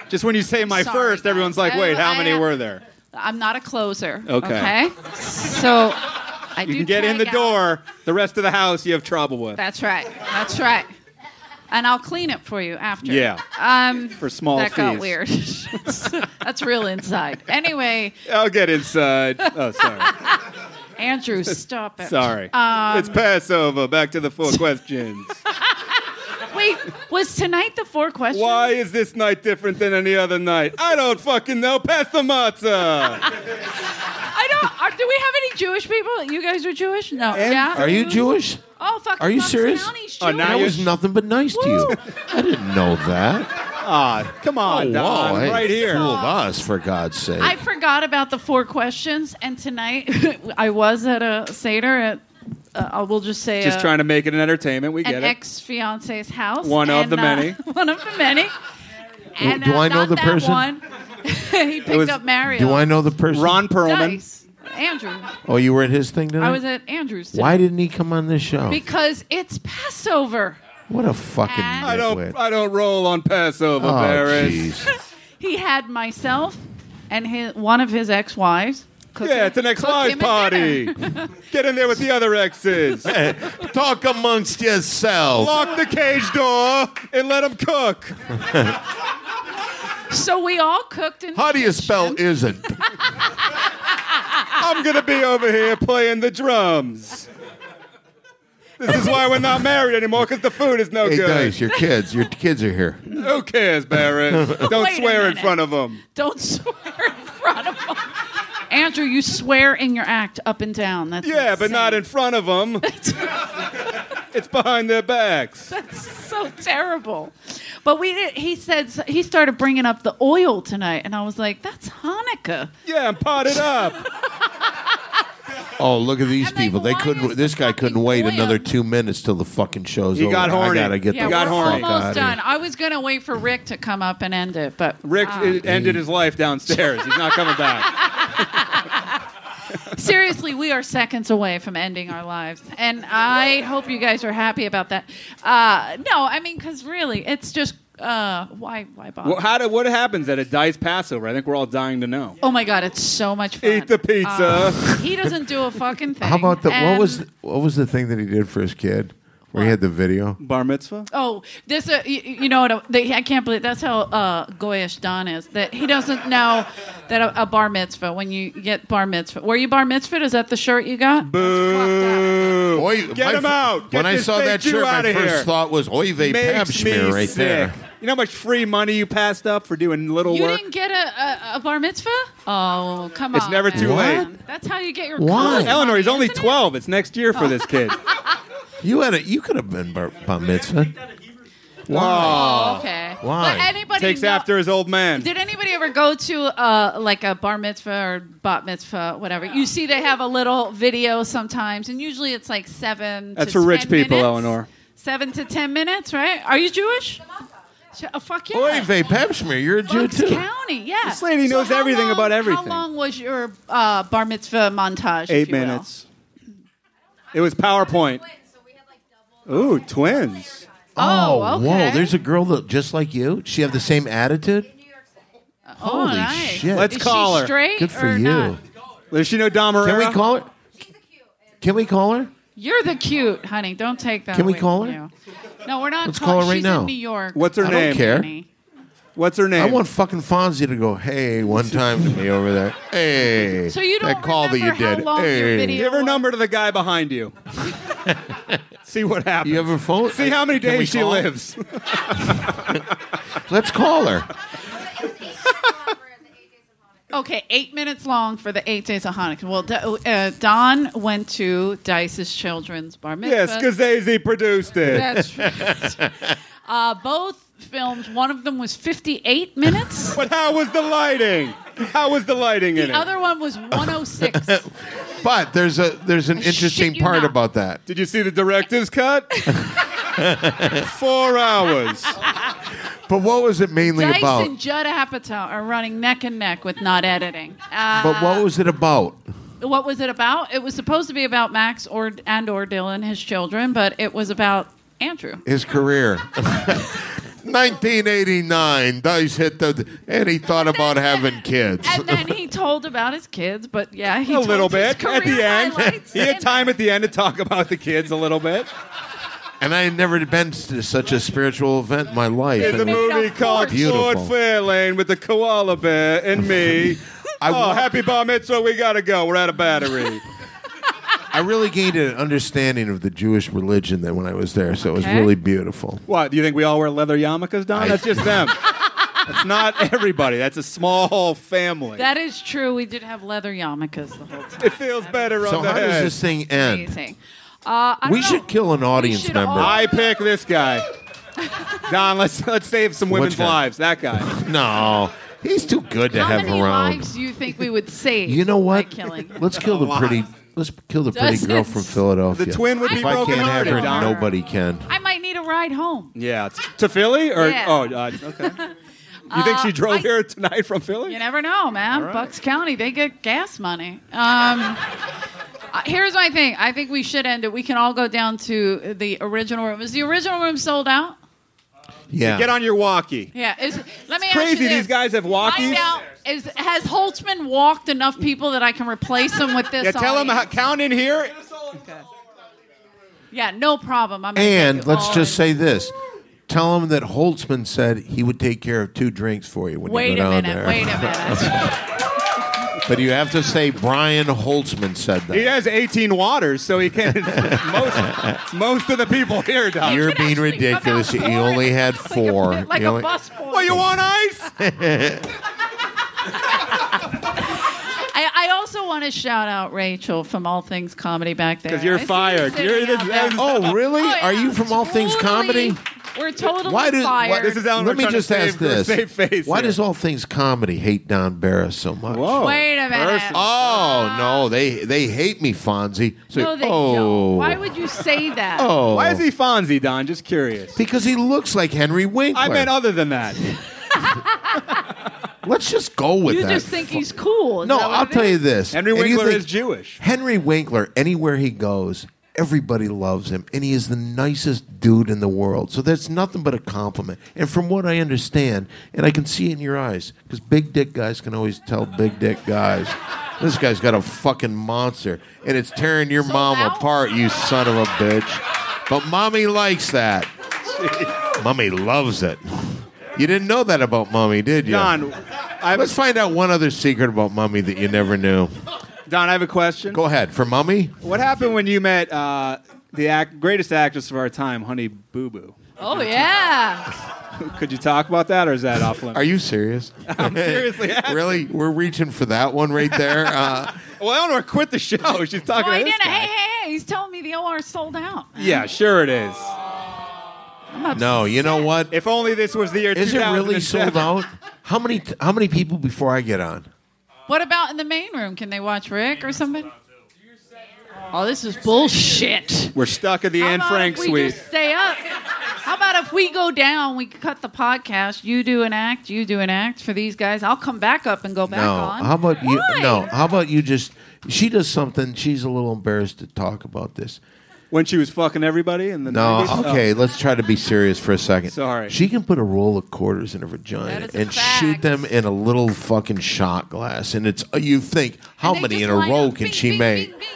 Speaker 6: Just when you say my
Speaker 5: Sorry,
Speaker 6: first,
Speaker 5: guys.
Speaker 6: everyone's like,
Speaker 5: I
Speaker 6: wait,
Speaker 5: don't-
Speaker 6: how
Speaker 5: I
Speaker 6: many
Speaker 5: am-
Speaker 6: were there?
Speaker 5: I'm not a closer.
Speaker 6: Okay.
Speaker 5: Okay. So I
Speaker 6: You
Speaker 5: do
Speaker 6: can get in the
Speaker 5: tag out.
Speaker 6: door. The rest of the house you have trouble with.
Speaker 5: That's right. That's right. And I'll clean it for you after.
Speaker 6: Yeah.
Speaker 5: Um,
Speaker 6: For small
Speaker 5: that got
Speaker 6: fees.
Speaker 5: weird. [laughs] That's real inside. Anyway,
Speaker 6: I'll get inside. Oh, sorry.
Speaker 5: [laughs] Andrew, stop it.
Speaker 6: Sorry.
Speaker 5: Um,
Speaker 6: it's Passover. Back to
Speaker 5: [laughs]
Speaker 6: the four questions.
Speaker 5: Wait, was tonight the four questions?
Speaker 6: Why is this night different than any other night? I don't fucking know. Pass the matzah.
Speaker 5: I don't. Are, do we have any Jewish people? You guys are Jewish? No.
Speaker 6: And-
Speaker 5: yeah.
Speaker 1: Are you Jewish?
Speaker 5: Oh fuck.
Speaker 1: Are you
Speaker 5: Bucks
Speaker 1: serious?
Speaker 5: County's
Speaker 6: Oh,
Speaker 5: Jewish.
Speaker 6: now
Speaker 1: I
Speaker 6: you're-
Speaker 1: was nothing but nice to
Speaker 5: Woo.
Speaker 1: you. I didn't know that.
Speaker 6: [laughs] Ah, come on, Don.
Speaker 1: hey,
Speaker 6: right here.
Speaker 1: Fooled us for God's sake.
Speaker 5: I forgot about the four questions, and tonight [laughs] I was at a seder at. Uh, I will just say
Speaker 6: Just
Speaker 5: a-
Speaker 6: trying to make it an entertainment. We
Speaker 5: an
Speaker 6: get it.
Speaker 5: ex fiance's house.
Speaker 6: One of
Speaker 5: and,
Speaker 6: the
Speaker 5: uh,
Speaker 6: many.
Speaker 5: [laughs] one of the many. And,
Speaker 1: do
Speaker 5: uh,
Speaker 1: I know
Speaker 5: not
Speaker 1: the
Speaker 5: that
Speaker 1: person?
Speaker 5: One. [laughs] he picked
Speaker 6: was-
Speaker 5: up Mario.
Speaker 1: Do I know the person?
Speaker 6: Ron Perlman.
Speaker 5: Dice. Andrew.
Speaker 1: Oh, you were at his thing tonight.
Speaker 5: I was at Andrew's. today.
Speaker 1: Why didn't he come on this show?
Speaker 5: Because it's Passover.
Speaker 1: what a fucking
Speaker 5: And-
Speaker 6: I
Speaker 1: nitwit.
Speaker 6: don't. I don't roll on Passover,
Speaker 1: oh,
Speaker 6: Barris.
Speaker 1: jeez.
Speaker 5: He had myself and his, one of his ex-wives. cook
Speaker 6: Yeah,
Speaker 5: him-
Speaker 6: it's an ex
Speaker 5: cook
Speaker 6: wives
Speaker 5: him a [laughs]
Speaker 6: party.
Speaker 5: dinner.
Speaker 6: Get in there with the other exes.
Speaker 1: [laughs] Talk amongst yourselves.
Speaker 6: Lock the cage door and let them cook.
Speaker 5: So we all cooked in.
Speaker 1: How
Speaker 5: the
Speaker 1: do you
Speaker 5: kitchen.
Speaker 1: spell isn't?
Speaker 6: I'm gonna be over here playing the drums. This is why we're not married anymore, because the food is no
Speaker 1: Hey,
Speaker 6: good.
Speaker 1: Dice, your kids. Your kids are here.
Speaker 6: Who cares, Barrett?
Speaker 1: [laughs]
Speaker 6: Don't
Speaker 5: Wait a
Speaker 6: swear in
Speaker 5: minute.
Speaker 6: front of them.
Speaker 5: Don't [laughs] swear in front of them. Andrew, you swear in your act up and down. That's
Speaker 6: Yeah, but
Speaker 5: insane.
Speaker 6: not in front
Speaker 1: [laughs]
Speaker 6: of them. it's behind their backs.
Speaker 5: [laughs] so terrible. But we did, he said he started bringing up the oil tonight, and I was like, that's Hanukkah.
Speaker 6: Yeah, I'm potted up.
Speaker 1: Oh, look at these
Speaker 5: And, like,
Speaker 1: people. They
Speaker 5: why
Speaker 1: couldn't.
Speaker 5: is
Speaker 1: This
Speaker 5: the
Speaker 1: guy couldn't
Speaker 5: fucking
Speaker 1: wait
Speaker 5: oil-
Speaker 1: another two minutes till the fucking show's
Speaker 6: He
Speaker 1: over.
Speaker 6: got horny.
Speaker 1: I gotta get
Speaker 5: Yeah,
Speaker 1: the
Speaker 5: we're
Speaker 6: got horny.
Speaker 1: fuck out
Speaker 5: almost
Speaker 1: of
Speaker 5: done.
Speaker 1: here.
Speaker 5: I was gonna wait for Rick to come up and end it, but
Speaker 6: Rick
Speaker 1: Ah.
Speaker 6: it ended his life downstairs. He's not coming
Speaker 1: [laughs]
Speaker 6: back.
Speaker 5: seriously, we are seconds away from ending our lives, and I hope you guys are happy about that. Uh, no, I mean, because really, it's just uh, why why bother?
Speaker 6: Well, how do, what happens at a dice Passover? I think we're all dying to know.
Speaker 5: Oh my god, it's so much fun.
Speaker 6: Eat the pizza.
Speaker 5: He doesn't do a fucking
Speaker 1: [laughs]
Speaker 5: thing.
Speaker 1: How about the what was
Speaker 5: and-
Speaker 1: the, what was the thing that he did for his kid? Where he had the video.
Speaker 6: [laughs] Bar mitzvah?
Speaker 5: Oh, this uh, you, you know what? They, I can't believe that's how uh, goyish Don is. That he doesn't know that a, a bar mitzvah when you get bar mitzvah. Were you bar mitzvah? Is that the shirt you got?
Speaker 6: Boo.
Speaker 1: Oy,
Speaker 6: Get him
Speaker 1: fir-
Speaker 6: out. Get
Speaker 1: when I
Speaker 6: this
Speaker 1: saw
Speaker 6: fake
Speaker 1: that
Speaker 6: Jew
Speaker 1: shirt, my
Speaker 6: outta
Speaker 1: first
Speaker 6: here.
Speaker 1: thought was "Oy vey pap
Speaker 6: Makes me
Speaker 1: smear" right
Speaker 6: sick.
Speaker 1: there.
Speaker 6: You know how much free money you passed up for doing little
Speaker 5: You
Speaker 6: work?
Speaker 5: didn't get a, a, a bar mitzvah? Oh, come on!
Speaker 6: It's never too
Speaker 5: man.
Speaker 6: late.
Speaker 5: That's how you get your.
Speaker 1: Why?
Speaker 5: college
Speaker 6: Eleanor, he's
Speaker 5: money,
Speaker 6: only
Speaker 5: isn't it?
Speaker 6: 12. It's next year for
Speaker 1: [laughs]
Speaker 6: this kid.
Speaker 1: You had a, you could have been bar, bar mitzvah.
Speaker 6: Wow.
Speaker 5: Oh, okay.
Speaker 1: Why?
Speaker 5: But anybody
Speaker 6: Takes
Speaker 5: know-
Speaker 6: after his old man.
Speaker 5: Did anybody ever go to uh, like a bar mitzvah or bat mitzvah, whatever? You see, they have a little video sometimes, and usually it's like seven.
Speaker 6: That's
Speaker 5: to
Speaker 6: for rich
Speaker 5: 10
Speaker 6: people,
Speaker 5: minutes.
Speaker 6: Eleanor.
Speaker 5: Seven to ten minutes, right? Are you Jewish? Sh- Oh, fuck yeah.
Speaker 1: Oy vey pap smear. You're a Jew
Speaker 5: Bucks
Speaker 1: too.
Speaker 5: County, yeah.
Speaker 6: This lady knows
Speaker 5: how
Speaker 6: everything
Speaker 5: long-
Speaker 6: about everything.
Speaker 5: How long was your uh, bar mitzvah montage? if
Speaker 6: Eight
Speaker 5: you will?
Speaker 6: minutes. It was PowerPoint. Ooh, twins.
Speaker 5: Oh, okay.
Speaker 1: whoa! There's a girl that just like you. She have the same attitude.
Speaker 5: Oh,
Speaker 1: Holy
Speaker 5: nice.
Speaker 1: shit.
Speaker 6: Let's
Speaker 5: Is
Speaker 6: call
Speaker 5: she
Speaker 6: her.
Speaker 5: straight
Speaker 1: Good for
Speaker 5: or
Speaker 1: you.
Speaker 5: not?
Speaker 6: Does she know Dom
Speaker 1: Can
Speaker 6: Herrera?
Speaker 1: we call her? Can we call her?
Speaker 5: You're the cute, honey. Don't take that.
Speaker 1: Can we
Speaker 5: away
Speaker 1: call
Speaker 5: from
Speaker 1: her?
Speaker 5: you. No, we're not.
Speaker 1: Let's
Speaker 5: calling.
Speaker 1: call her right
Speaker 5: She's
Speaker 1: now.
Speaker 5: in New York.
Speaker 6: What's her
Speaker 1: I
Speaker 6: name?
Speaker 1: don't care.
Speaker 5: Honey.
Speaker 6: What's her name?
Speaker 1: I want fucking Fonzie to go, hey, one time to me over
Speaker 5: [laughs]
Speaker 1: there. Hey.
Speaker 5: So you don't
Speaker 1: that call that you
Speaker 5: remember how
Speaker 1: did.
Speaker 5: long your
Speaker 1: hey.
Speaker 5: video-
Speaker 6: Give her number to the guy
Speaker 1: [laughs]
Speaker 6: behind you. See what happens.
Speaker 1: You have her phone?
Speaker 6: See how many
Speaker 1: Can we
Speaker 6: days she
Speaker 1: call?
Speaker 5: [laughs]
Speaker 6: lives.
Speaker 1: Let's call her.
Speaker 5: Okay, eight minutes long for the eight days of Hanukkah. Well, Do- uh, Don went to Dice's children's bar mitzvah.
Speaker 6: Yes, because Daisy produced it.
Speaker 5: That's right. uh, both films, one of them was 58
Speaker 6: [laughs]
Speaker 5: minutes,
Speaker 6: But how was the lighting? How was the lighting in
Speaker 5: the
Speaker 6: it?
Speaker 5: other one oh
Speaker 1: [laughs]
Speaker 5: was 106.
Speaker 1: But there's a there's an
Speaker 5: I
Speaker 1: interesting
Speaker 5: shit you
Speaker 1: part
Speaker 5: not.
Speaker 1: about that.
Speaker 6: Did you see the
Speaker 5: [laughs]
Speaker 6: director's cut? Four hours.
Speaker 1: But what was it mainly
Speaker 5: Dice
Speaker 1: about?
Speaker 5: and Judd Apatow are running neck and neck with not editing. Uh,
Speaker 1: But what was it about?
Speaker 5: what was it about? It was supposed to be about Max or and or Dylan, his children, but it was about Andrew.
Speaker 1: His
Speaker 6: [laughs]
Speaker 1: career. 1989, Dice hit the, and he thought about having kids.
Speaker 5: And then he told about his kids, but yeah, he
Speaker 6: a
Speaker 5: told
Speaker 6: little
Speaker 5: his
Speaker 6: bit at
Speaker 5: career
Speaker 6: the end.
Speaker 5: highlights
Speaker 6: [laughs] He had
Speaker 5: and-
Speaker 6: time at the end to talk about the kids a
Speaker 5: [laughs]
Speaker 6: little bit.
Speaker 1: And I had never been to such a spiritual event in my life.
Speaker 6: There's a
Speaker 1: And
Speaker 6: movie called
Speaker 1: Beautiful.
Speaker 6: Ford Fairlane with the koala bear and me.
Speaker 1: I
Speaker 6: oh,
Speaker 1: wa-
Speaker 6: happy bar mitzvah! We gotta go. We're out of battery.
Speaker 1: I really gained an understanding of the Jewish religion then when I was there, so it was
Speaker 5: Okay.
Speaker 1: really beautiful.
Speaker 6: [laughs] what? Do you think we all wear leather yarmulkes, Don?
Speaker 1: I-
Speaker 6: That's just them. That's not everybody. That's a small family.
Speaker 5: That is true. We did have leather yarmulkes the whole time.
Speaker 6: it feels better
Speaker 1: So
Speaker 6: on the
Speaker 1: how does
Speaker 6: head.
Speaker 1: this thing end?
Speaker 5: Amazing. Uh, I
Speaker 1: We
Speaker 5: don't know.
Speaker 1: should kill an audience
Speaker 5: should
Speaker 1: member.
Speaker 5: all-
Speaker 6: I pick this
Speaker 5: [laughs]
Speaker 6: guy. Don, let's let's save some
Speaker 1: Which
Speaker 6: women's
Speaker 1: guy?
Speaker 6: lives. That guy.
Speaker 1: No, he's too good to
Speaker 5: How
Speaker 1: have
Speaker 5: many
Speaker 1: around.
Speaker 5: lives do you think we would save?
Speaker 1: You know what?
Speaker 5: By killing.
Speaker 1: Let's kill the pretty. Let's kill the pretty girl
Speaker 5: Dozens.
Speaker 1: from Philadelphia.
Speaker 6: The twin would be
Speaker 1: if I
Speaker 6: broken
Speaker 1: can't have
Speaker 6: hearted,
Speaker 1: her,
Speaker 6: Don.
Speaker 1: nobody can.
Speaker 5: I might need a ride home.
Speaker 6: Yeah, t- to Philly or
Speaker 5: Yeah. Uh,
Speaker 6: oh, uh, okay. You think she drove
Speaker 5: I-
Speaker 6: here tonight from Philly?
Speaker 5: You never know, man. Bucks County, they get gas money. Um, uh, here's my thing. I think we should end it. We can all go down to the original room. Is the original room sold out?
Speaker 1: Yeah.
Speaker 6: Get on your walkie.
Speaker 5: Yeah. Is, let me ask
Speaker 6: Crazy,
Speaker 5: you this.
Speaker 6: these guys have
Speaker 5: Find
Speaker 6: walkies.
Speaker 5: out, is, has Holtzman walked enough people that I can replace him with this?
Speaker 6: Yeah, tell them how,
Speaker 5: audience?
Speaker 6: count in here.
Speaker 5: Yeah, no problem. I'm gonna
Speaker 1: And
Speaker 5: get you
Speaker 1: let's
Speaker 5: all
Speaker 1: just
Speaker 5: in.
Speaker 1: say this. Tell him that Holtzman said he would take care of two drinks for you when you
Speaker 5: Wait
Speaker 1: go
Speaker 5: a
Speaker 1: down
Speaker 5: minute.
Speaker 1: there.
Speaker 5: Wait a minute.
Speaker 1: But you have to say Brian Holtzman said
Speaker 6: He
Speaker 1: that.
Speaker 6: has 18 waters, so he can [laughs] most most of the people here, Don.
Speaker 1: [laughs] You're
Speaker 5: could actually
Speaker 1: being
Speaker 5: come
Speaker 1: ridiculous.
Speaker 5: out
Speaker 1: You
Speaker 5: pouring
Speaker 1: only had four.
Speaker 5: [laughs] Like a, like
Speaker 1: You
Speaker 5: a
Speaker 1: only-
Speaker 5: bus boy.
Speaker 6: well, you want
Speaker 5: [laughs]
Speaker 6: ice?
Speaker 5: I, I also want to shout out Rachel from All Things Comedy back there.
Speaker 6: 'Cause you're
Speaker 5: I see you
Speaker 6: fired.
Speaker 5: sitting
Speaker 6: You're- this-
Speaker 5: out there.
Speaker 6: this-
Speaker 1: oh, really?
Speaker 5: Oh, yeah.
Speaker 1: Are you from All Things
Speaker 5: Totally.
Speaker 1: Comedy?
Speaker 5: We're totally
Speaker 1: Why do- why-
Speaker 5: fired.
Speaker 1: this
Speaker 6: is Alan, we're
Speaker 1: Let me
Speaker 6: trying to
Speaker 1: just ask
Speaker 6: save- we're
Speaker 1: this.
Speaker 6: save face
Speaker 1: Why
Speaker 6: here.
Speaker 1: does All Things Comedy hate Don Barris so much?
Speaker 5: Wait a minute.
Speaker 6: Person.
Speaker 1: Oh no, they they hate me, Fonzie. So,
Speaker 5: no, they
Speaker 1: oh,
Speaker 5: don't. Why would you say that?
Speaker 1: oh?
Speaker 6: Why is he Fonzie, Don? Just curious.
Speaker 1: Because he looks like Henry Winkler.
Speaker 6: I uh, meant other than that.
Speaker 1: Let's just go with
Speaker 5: you
Speaker 1: that.
Speaker 5: just think he's cool. Is
Speaker 1: no,
Speaker 5: that what
Speaker 1: I'll
Speaker 5: it
Speaker 1: tell
Speaker 5: is?
Speaker 1: you this.
Speaker 6: Henry
Speaker 1: And you
Speaker 6: Winkler
Speaker 1: think-
Speaker 6: is Jewish.
Speaker 1: Henry Winkler, anywhere he goes, everybody loves him, and he is the nicest dude in the world. So that's nothing but a compliment. And from what I understand, and I can see it in your eyes, because big dick guys can always tell big dick guys. This guy's got a fucking monster, and it's tearing your
Speaker 5: So
Speaker 1: mom
Speaker 5: loud.
Speaker 1: apart, you son of a bitch. But mommy likes that.
Speaker 6: [laughs]
Speaker 1: mommy loves it. You didn't know that about mommy, did you?
Speaker 6: Don, I have,
Speaker 1: Let's find out one other secret about mommy that you never knew.
Speaker 6: Don, I have a question.
Speaker 1: Go ahead. For mommy?
Speaker 6: What happened when you met uh, the act- greatest actress of our time, Honey Boo Boo?
Speaker 5: Oh yeah.
Speaker 6: Could you talk about that, or is that off
Speaker 1: Are
Speaker 6: limits?
Speaker 1: you serious?
Speaker 6: [laughs]
Speaker 1: [laughs]
Speaker 6: I'm seriously asking.
Speaker 1: really? We're reaching for that one right there.
Speaker 5: [laughs]
Speaker 1: Uh,
Speaker 6: Well, Eleanor quit the show. She's talking
Speaker 5: Well,
Speaker 6: to
Speaker 5: Oh, he
Speaker 6: this
Speaker 5: didn't.
Speaker 6: guy.
Speaker 5: Hey, hey, hey! He's telling me the OR sold out.
Speaker 6: Yeah, sure it is.
Speaker 5: I'm upset.
Speaker 1: no, you know what?
Speaker 6: If only this was the year
Speaker 1: Is it really
Speaker 6: 2007.
Speaker 1: sold out? How many how many people before I get on?
Speaker 5: What about in the main room? Can they watch Rick or somebody? Oh, this is bullshit.
Speaker 6: We're stuck at the
Speaker 5: How
Speaker 6: Anne
Speaker 5: about
Speaker 6: Frank
Speaker 5: if we
Speaker 6: suite.
Speaker 5: just stay up? How about if we go down, we cut the podcast, you do an act, you do an act for these guys. I'll come back up and go back
Speaker 1: no.
Speaker 5: on.
Speaker 1: How about you
Speaker 5: Why?
Speaker 1: no, how about you just she does something she's a little embarrassed to talk about this.
Speaker 6: When she was fucking everybody and the
Speaker 1: No,
Speaker 6: 90s? Oh.
Speaker 1: okay, let's try to be serious for a second.
Speaker 6: Sorry.
Speaker 1: She can put a roll of quarters in her vagina
Speaker 5: That is a
Speaker 1: and
Speaker 5: fact.
Speaker 1: shoot them in a little fucking shot glass and it's you think how
Speaker 5: And they
Speaker 1: many
Speaker 5: just
Speaker 1: in a
Speaker 5: line
Speaker 1: row
Speaker 5: up.
Speaker 1: can
Speaker 5: Bing,
Speaker 1: she
Speaker 5: bing,
Speaker 1: make?
Speaker 5: bing, bing.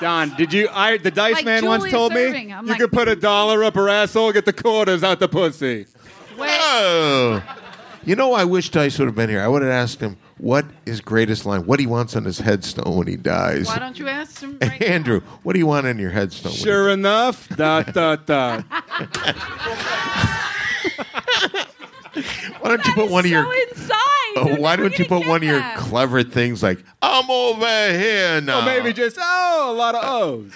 Speaker 6: Don, did you? I the dice
Speaker 5: Like
Speaker 6: man once
Speaker 5: Julia
Speaker 6: told
Speaker 5: Serving.
Speaker 6: me
Speaker 5: I'm
Speaker 6: you
Speaker 5: like-
Speaker 6: could put a dollar up her asshole, get the quarters out the pussy.
Speaker 5: Wait,
Speaker 1: Oh. You know, I wish Dice would have been here. I would have asked him what his greatest line, what he wants on his headstone when he dies.
Speaker 5: why don't you ask him?
Speaker 1: [laughs]
Speaker 5: Right now?
Speaker 1: Andrew, what do you want on your headstone? when you
Speaker 5: [laughs]
Speaker 6: Sure enough, dot dot dot.
Speaker 1: die? Why don't you put one
Speaker 5: so
Speaker 1: of your
Speaker 5: inside.
Speaker 1: Oh, [laughs] why don't you put one of your
Speaker 5: that.
Speaker 1: clever things like "I'm over here now"?
Speaker 6: Or maybe just oh, a lot of O's.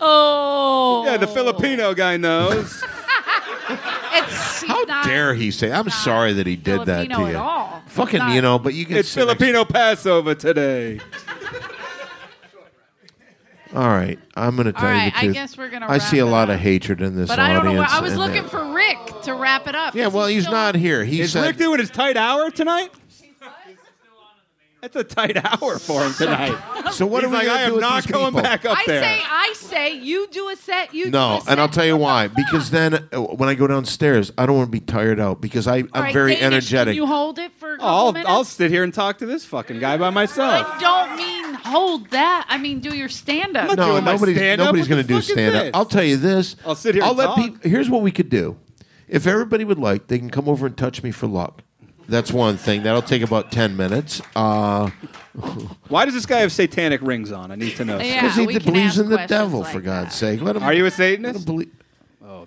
Speaker 5: Oh.
Speaker 6: Yeah, the Filipino
Speaker 5: [laughs]
Speaker 6: guy knows.
Speaker 5: It's
Speaker 1: How
Speaker 5: not
Speaker 1: dare he say? I'm sorry that he did that
Speaker 5: Filipino
Speaker 1: to you.
Speaker 5: at all.
Speaker 1: Fucking,
Speaker 5: Not-
Speaker 1: you know, but you can.
Speaker 6: it's
Speaker 1: sit next-
Speaker 6: Filipino Passover today.
Speaker 1: All right, I'm going to tell you
Speaker 5: right,
Speaker 1: the
Speaker 5: I
Speaker 1: truth.
Speaker 5: guess we're gonna
Speaker 1: I see a
Speaker 5: wrap it
Speaker 1: lot
Speaker 5: up.
Speaker 1: of hatred in this
Speaker 5: But I
Speaker 1: audience.
Speaker 5: don't know where. I was
Speaker 1: and
Speaker 5: looking
Speaker 1: that-
Speaker 5: for Rick to wrap it up.
Speaker 1: Yeah,
Speaker 5: Is
Speaker 1: well,
Speaker 5: he
Speaker 1: he's
Speaker 5: still
Speaker 1: not
Speaker 5: on?
Speaker 1: here. He
Speaker 6: Is
Speaker 1: said,
Speaker 6: Rick doing his tight hour tonight? That's a tight hour for him tonight.
Speaker 1: "So [laughs] what
Speaker 6: He's
Speaker 1: are we
Speaker 6: like,
Speaker 1: gonna
Speaker 6: I
Speaker 1: do
Speaker 6: am
Speaker 1: with
Speaker 6: not
Speaker 1: these
Speaker 6: going
Speaker 1: people?"
Speaker 6: back up
Speaker 5: I
Speaker 6: there.
Speaker 5: say, I say, you do a set. You do a
Speaker 1: No,
Speaker 5: set.
Speaker 1: and I'll tell you
Speaker 5: What the [laughs]
Speaker 1: why.
Speaker 5: fuck?
Speaker 1: Because then, uh, when I go downstairs, I don't want to be tired out because I, I'm
Speaker 5: All right,
Speaker 1: very
Speaker 5: Danish,
Speaker 1: energetic.
Speaker 5: Can you hold it for a couple
Speaker 6: I'll,
Speaker 5: minutes?
Speaker 6: I'll sit here and talk to this fucking guy by myself.
Speaker 5: I don't mean hold that. I mean do your stand up.
Speaker 1: no,
Speaker 6: doing my
Speaker 1: nobody's
Speaker 6: stand-up.
Speaker 1: nobody's
Speaker 6: What
Speaker 1: going
Speaker 6: the
Speaker 1: to do
Speaker 6: fuck is
Speaker 1: stand up.
Speaker 6: this?
Speaker 1: I'll tell you this.
Speaker 6: I'll sit here and
Speaker 1: let
Speaker 6: talk.
Speaker 1: peop- Here's what we could do. If everybody would like, they can come over and touch me for luck. That's one thing. That'll take about ten minutes. Uh,
Speaker 6: Why does this guy have satanic rings on? I need to know.
Speaker 5: Yeah.
Speaker 1: Because he
Speaker 5: we
Speaker 1: d-
Speaker 5: can
Speaker 1: believes
Speaker 5: ask
Speaker 1: in the
Speaker 5: questions
Speaker 1: devil,
Speaker 5: like
Speaker 1: for
Speaker 5: that.
Speaker 1: God's sake. Let him.
Speaker 6: Are you a
Speaker 1: Let him
Speaker 6: Satanist? Oh,
Speaker 1: believe.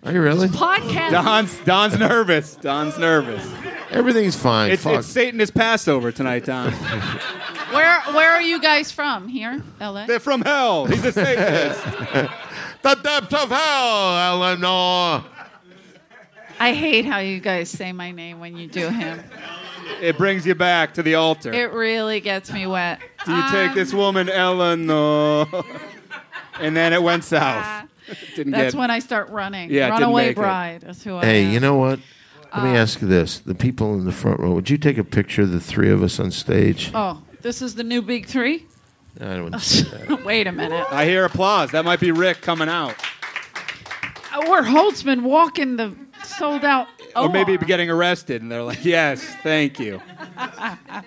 Speaker 1: Are you really?
Speaker 5: Podcast.
Speaker 6: Don's
Speaker 1: [laughs]
Speaker 6: Don's nervous. Don's nervous.
Speaker 1: Everything's fine.
Speaker 6: It's,
Speaker 1: Fuck.
Speaker 6: it's Satanist Passover tonight, Don.
Speaker 5: Where where are you guys from? Here, L.A.
Speaker 6: They're from hell. He's a Satanist.
Speaker 5: [laughs]
Speaker 1: the depths of hell, Eleanor.
Speaker 5: I hate how you guys say my name when you do him.
Speaker 6: it brings you back to the altar.
Speaker 5: It um, really gets me wet.
Speaker 6: Do you take this
Speaker 5: [laughs]
Speaker 6: woman, Eleanor? and then it went south. [laughs] Didn't
Speaker 5: Ah. That's
Speaker 6: get.
Speaker 5: when I start running.
Speaker 6: Yeah, it didn't
Speaker 5: Runaway
Speaker 6: make it.
Speaker 5: Bride. That's who I am.
Speaker 1: Hey, you know what? Let
Speaker 5: Uh,
Speaker 1: me ask you this: the people in the front row, would you take a picture of the three of us on stage?
Speaker 5: Oh, this is the new Big Three? [laughs]
Speaker 1: I wouldn't say that.
Speaker 5: Wait a minute.
Speaker 6: I hear applause. That might be Rick coming out,
Speaker 5: Or Holtzman walking the sold out.
Speaker 6: or maybe getting arrested, and they're like, "Yes, thank you."
Speaker 5: Uh,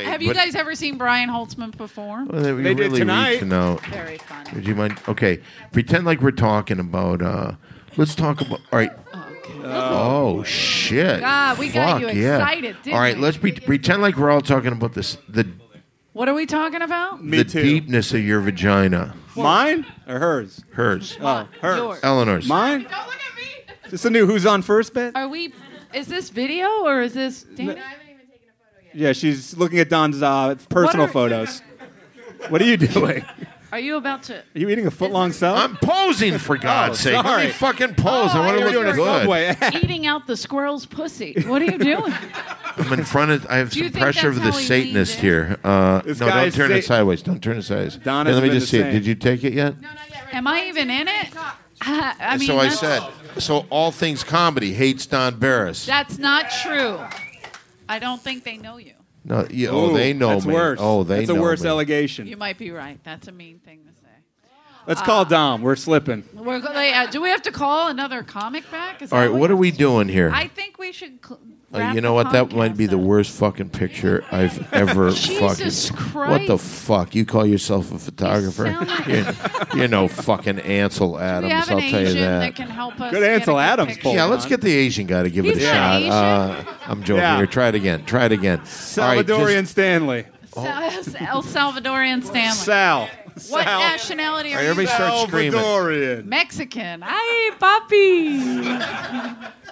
Speaker 1: Okay,
Speaker 5: have you
Speaker 1: but-
Speaker 5: guys ever seen Brian Holtzman perform?
Speaker 1: Well, then we
Speaker 6: They did
Speaker 1: really
Speaker 6: tonight.
Speaker 1: reaching out.
Speaker 5: Very funny.
Speaker 1: Would you mind? Okay, pretend like we're talking about. uh Let's talk about. All right. Oh shit!
Speaker 5: God, we got
Speaker 1: Fuck,
Speaker 5: you
Speaker 1: yeah.
Speaker 5: excited, didn't
Speaker 1: all right,
Speaker 5: we?
Speaker 1: let's pre- pretend like we're all talking about this. The
Speaker 5: What are we talking about?
Speaker 6: Me
Speaker 1: the
Speaker 6: too.
Speaker 1: deepness of your vagina,
Speaker 6: Mine or hers?
Speaker 1: hers,
Speaker 6: Oh, hers.
Speaker 5: Yours.
Speaker 1: Eleanor's.
Speaker 6: Mine?
Speaker 5: Don't look at me.
Speaker 6: Is this a new Who's on First bit?
Speaker 5: Are we? Is this video or is this? Dana?
Speaker 6: Yeah, she's looking at Don's uh, personal
Speaker 5: What are-
Speaker 6: photos. What are you doing? Are
Speaker 5: Are you about to?
Speaker 6: you eating a foot long sub?
Speaker 1: I'm posing for God's sake. Let
Speaker 6: Oh, sorry.
Speaker 1: me fucking pose. I
Speaker 5: Oh,
Speaker 1: want
Speaker 5: I
Speaker 1: to
Speaker 5: thought you were
Speaker 1: look
Speaker 5: doing
Speaker 1: good.
Speaker 6: Subway. [laughs]
Speaker 5: Eating out the squirrel's pussy. What are you doing? [laughs]
Speaker 1: I'm in front of. I have
Speaker 5: Do you
Speaker 1: some
Speaker 5: think
Speaker 1: pressure
Speaker 5: that's
Speaker 1: of the
Speaker 5: how we lead
Speaker 1: Satanist
Speaker 5: it?
Speaker 1: here. Uh, no,
Speaker 6: This
Speaker 1: don't
Speaker 6: guy's
Speaker 1: turn it
Speaker 6: Sa-
Speaker 1: sideways. Don't turn it sideways.
Speaker 6: Don
Speaker 1: Here,
Speaker 6: has
Speaker 1: let me
Speaker 6: been
Speaker 1: just
Speaker 6: the
Speaker 1: see it.
Speaker 6: same.
Speaker 1: Did you take it yet?
Speaker 5: Am I even in it? I, I mean,
Speaker 1: so I
Speaker 5: that's-
Speaker 1: said. So all things comedy hates Don Barris.
Speaker 5: that's not true. I don't think they know you.
Speaker 1: No, you, oh, they know
Speaker 6: that's
Speaker 1: me.
Speaker 6: Worse.
Speaker 1: Oh, they
Speaker 6: that's
Speaker 1: know
Speaker 6: a worse
Speaker 1: me.
Speaker 5: You Ah.
Speaker 6: allegation.
Speaker 5: might be right. That's a mean thing to say.
Speaker 6: Let's call Dom. We're slipping.
Speaker 5: We're, go- yeah, do we have to call another comic back? Is
Speaker 1: All
Speaker 5: that
Speaker 1: right, what are we doing here?
Speaker 5: I think we should. Cl-
Speaker 1: Uh,
Speaker 5: wrap
Speaker 1: you know
Speaker 5: the
Speaker 1: what? That
Speaker 5: podcast
Speaker 1: might be the
Speaker 5: up.
Speaker 1: worst fucking picture I've ever
Speaker 5: [laughs] Jesus
Speaker 1: fucking.
Speaker 5: Christ.
Speaker 1: What the fuck? You call yourself a photographer?
Speaker 5: sound like-
Speaker 1: [laughs] you're, you're no fucking Ansel
Speaker 5: Do
Speaker 1: Adams.
Speaker 5: we have
Speaker 1: I'll
Speaker 5: an
Speaker 1: tell
Speaker 5: Asian
Speaker 1: you
Speaker 5: that.
Speaker 1: that.
Speaker 5: can help us.
Speaker 6: Good
Speaker 5: get a
Speaker 6: Ansel Adams
Speaker 5: picture?
Speaker 6: poll.
Speaker 1: yeah, let's get the Asian guy to give
Speaker 5: He's
Speaker 1: it a
Speaker 5: not
Speaker 1: shot.
Speaker 5: Asian.
Speaker 1: Uh, I'm joking.
Speaker 6: Yeah.
Speaker 1: Here, try it again. Try it again. All right, just-
Speaker 6: Salvadorian Stanley.
Speaker 5: Sa- [laughs] El Salvadorian Stanley.
Speaker 6: Sal.
Speaker 5: what
Speaker 6: Sal.
Speaker 5: nationality are
Speaker 1: All right,
Speaker 5: you?
Speaker 1: everybody start screaming.
Speaker 6: Salvadorian.
Speaker 5: Mexican. Ay, papi.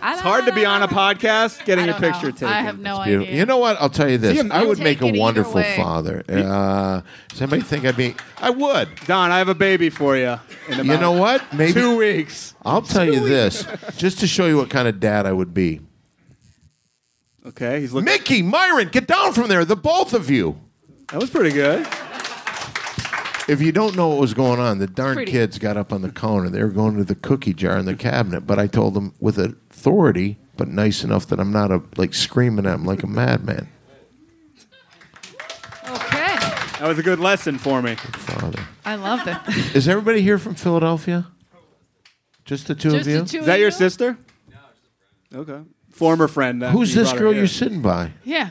Speaker 6: It's hard to be on a podcast getting
Speaker 5: I
Speaker 6: your
Speaker 5: don't
Speaker 6: picture
Speaker 5: know.
Speaker 6: taken.
Speaker 5: I have no
Speaker 1: You,
Speaker 5: idea.
Speaker 1: you know what? I'll tell you this.
Speaker 6: See,
Speaker 1: I would
Speaker 5: I'll
Speaker 1: make
Speaker 5: take
Speaker 1: a
Speaker 5: it either
Speaker 1: wonderful
Speaker 5: way.
Speaker 1: father. Uh, does anybody think I'd be? I would.
Speaker 6: Don, I have a baby for you. In about
Speaker 1: You know what? Maybe
Speaker 6: Two weeks.
Speaker 1: I'll tell you this, just to show you what kind of dad I would be.
Speaker 6: Okay, he's looking.
Speaker 1: Mickey, Myron, get down from there, the both of you.
Speaker 6: That was pretty good.
Speaker 1: If you don't know what was going on, the darn
Speaker 5: Pretty.
Speaker 1: kids got up on the counter. They were going to the cookie jar in the cabinet, but I told them with authority, but nice enough that I'm not a, like screaming at them like a madman.
Speaker 5: okay.
Speaker 6: That was a good lesson for me.
Speaker 1: Father,
Speaker 5: I love it.
Speaker 1: is everybody here from Philadelphia? Just the two
Speaker 5: Just
Speaker 1: of you.
Speaker 5: the two
Speaker 6: Is that
Speaker 5: of
Speaker 6: your
Speaker 5: you?
Speaker 6: sister? Okay. Former friend. uh,
Speaker 1: Who's
Speaker 6: you
Speaker 1: this
Speaker 6: brought her
Speaker 1: girl
Speaker 6: here.
Speaker 1: you're sitting by?
Speaker 5: Yeah.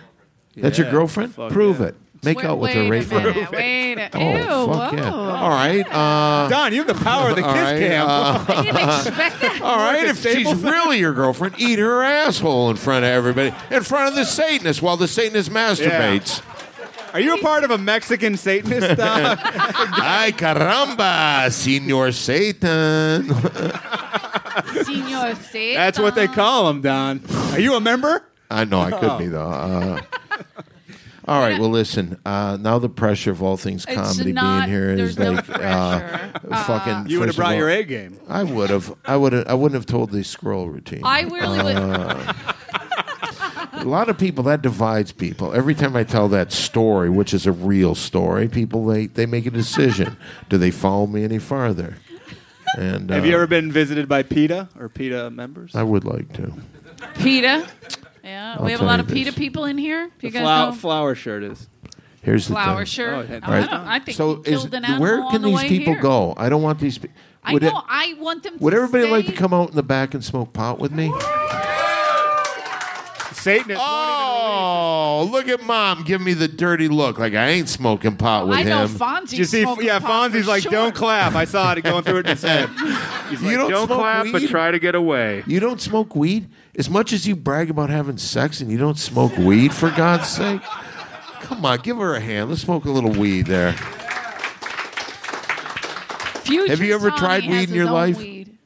Speaker 1: That's your girlfriend.
Speaker 6: Fuck
Speaker 1: Prove
Speaker 6: yeah.
Speaker 1: it. Make
Speaker 5: wait,
Speaker 1: out with
Speaker 5: wait
Speaker 1: her right
Speaker 5: a
Speaker 1: now.
Speaker 5: minute, Wait a
Speaker 1: Oh,
Speaker 5: Ew,
Speaker 1: fuck
Speaker 5: whoa.
Speaker 1: yeah! All right. Uh,
Speaker 6: Don, you have the power of the kiss
Speaker 1: all right,
Speaker 6: cam.
Speaker 1: uh,
Speaker 5: I didn't expect that.
Speaker 1: All right, if she's
Speaker 6: Staples.
Speaker 1: really your girlfriend, eat her asshole in front of everybody, in front of the Satanist while the Satanist masturbates.
Speaker 6: Are you a part of a Mexican Satanist, Don?
Speaker 1: [laughs] Ay, caramba, Senor Satan.
Speaker 5: Senor Satan.
Speaker 6: That's what they call him, Don. Are you a member?
Speaker 1: I know I
Speaker 6: Oh.
Speaker 1: could be though. Uh, all right. Well, listen. Uh, now the pressure of all things
Speaker 5: It's
Speaker 1: comedy
Speaker 5: not-
Speaker 1: being here is
Speaker 5: there's no
Speaker 1: like uh,
Speaker 5: pressure.
Speaker 1: fucking.
Speaker 6: You would
Speaker 1: first
Speaker 6: have
Speaker 1: of
Speaker 6: brought
Speaker 1: all-
Speaker 6: your A game.
Speaker 1: I would have. I would. I wouldn't have told the scroll routine.
Speaker 5: I really would.
Speaker 1: a lot of people that divides people. Every time I tell that story, which is a real story, people they they make a decision. Do they follow me any farther? And
Speaker 6: Have
Speaker 1: uh,
Speaker 6: you ever been visited by PETA or PETA members?
Speaker 1: I would like to.
Speaker 5: PETA. Yeah,
Speaker 1: I'll
Speaker 5: we have a
Speaker 1: tell
Speaker 5: lot
Speaker 1: you
Speaker 5: of PETA
Speaker 1: this.
Speaker 5: people in here. Do you guys
Speaker 6: Flower,
Speaker 5: know?
Speaker 6: flower shirt is.
Speaker 1: Here's the
Speaker 5: flower
Speaker 1: thing.
Speaker 5: shirt.
Speaker 6: Oh, it had-
Speaker 5: I,
Speaker 1: Right.
Speaker 5: don't, I think
Speaker 1: So
Speaker 5: he
Speaker 1: is
Speaker 5: killed an animal
Speaker 1: where
Speaker 5: on
Speaker 1: can
Speaker 5: the
Speaker 1: these
Speaker 5: way
Speaker 1: people
Speaker 5: here.
Speaker 1: go? I don't want these. Pe-
Speaker 5: I
Speaker 1: would
Speaker 5: know.
Speaker 1: it-
Speaker 5: I want them. To
Speaker 1: would everybody like to
Speaker 5: stay-
Speaker 1: come out in the back and smoke pot with me?
Speaker 6: Satan is
Speaker 1: Oh, look at mom giving me the dirty look like I ain't smoking pot with
Speaker 5: I know
Speaker 1: him.
Speaker 5: Fonzie.
Speaker 6: You see,
Speaker 5: smoked
Speaker 6: yeah,
Speaker 5: pot for
Speaker 6: Fonzie's like,
Speaker 5: sure.
Speaker 6: don't clap. I saw it going through it in his head. He's
Speaker 1: You
Speaker 6: like,
Speaker 1: don't smoke
Speaker 6: clap, but
Speaker 1: weed?
Speaker 6: try to get away.
Speaker 1: You don't smoke weed? As much as you brag about having sex and you don't smoke weed, for God's sake. Come on, give her a hand. Let's smoke a little weed there.
Speaker 5: Future
Speaker 1: Have you ever
Speaker 5: Tommy
Speaker 1: tried
Speaker 5: has
Speaker 1: weed in
Speaker 5: his
Speaker 1: your
Speaker 5: own
Speaker 1: life?
Speaker 5: weed.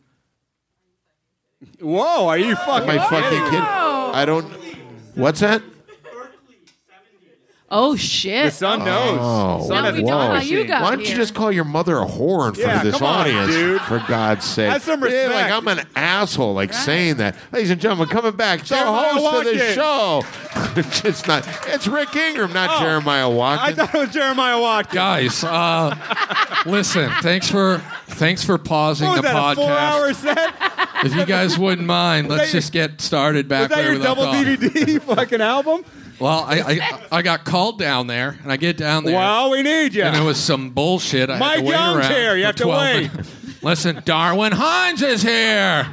Speaker 6: Whoa, are you fucking?
Speaker 1: My fucking kid. I don't. What's that?
Speaker 5: Oh shit!
Speaker 6: The son knows.
Speaker 1: Oh,
Speaker 6: son
Speaker 5: Now
Speaker 6: has
Speaker 5: we
Speaker 6: a
Speaker 5: know
Speaker 6: time
Speaker 5: how
Speaker 1: whoa.
Speaker 5: you
Speaker 6: machine.
Speaker 5: got-
Speaker 1: Why don't you
Speaker 5: here.
Speaker 1: just call your mother a whore in front
Speaker 6: Yeah,
Speaker 1: of this
Speaker 6: come on,
Speaker 1: audience?
Speaker 6: dude.
Speaker 1: For God's sake.
Speaker 6: Have some
Speaker 1: Yeah, like
Speaker 6: respect.
Speaker 1: I'm an asshole, like saying that. Ladies and gentlemen, coming back, the
Speaker 6: Jeremiah
Speaker 1: host of this
Speaker 6: Watkins.
Speaker 1: show. [laughs] it's not. It's Rick Ingram, not
Speaker 6: Oh.
Speaker 1: Jeremiah
Speaker 6: I
Speaker 1: Watkins.
Speaker 6: thought it was Jeremiah Watkins.
Speaker 4: Guys, uh, listen. Thanks for thanks for pausing
Speaker 6: What was
Speaker 4: the
Speaker 6: that, a
Speaker 4: podcast.
Speaker 6: four-hour set?
Speaker 4: If you guys wouldn't mind, let's
Speaker 6: your-
Speaker 4: just get started
Speaker 6: Was
Speaker 4: back
Speaker 6: that
Speaker 4: where
Speaker 6: your
Speaker 4: we left
Speaker 6: double
Speaker 4: off.
Speaker 6: DVD fucking album?
Speaker 4: Well, I, I I got called down there, and I get down there.
Speaker 6: Well, we need you.
Speaker 4: and it was some bullshit. I had
Speaker 6: Mike
Speaker 4: to wait
Speaker 6: Young's
Speaker 4: around
Speaker 6: here. You
Speaker 4: for
Speaker 6: have to
Speaker 4: 12
Speaker 6: wait.
Speaker 4: minutes. Listen, Darwin Hines is here.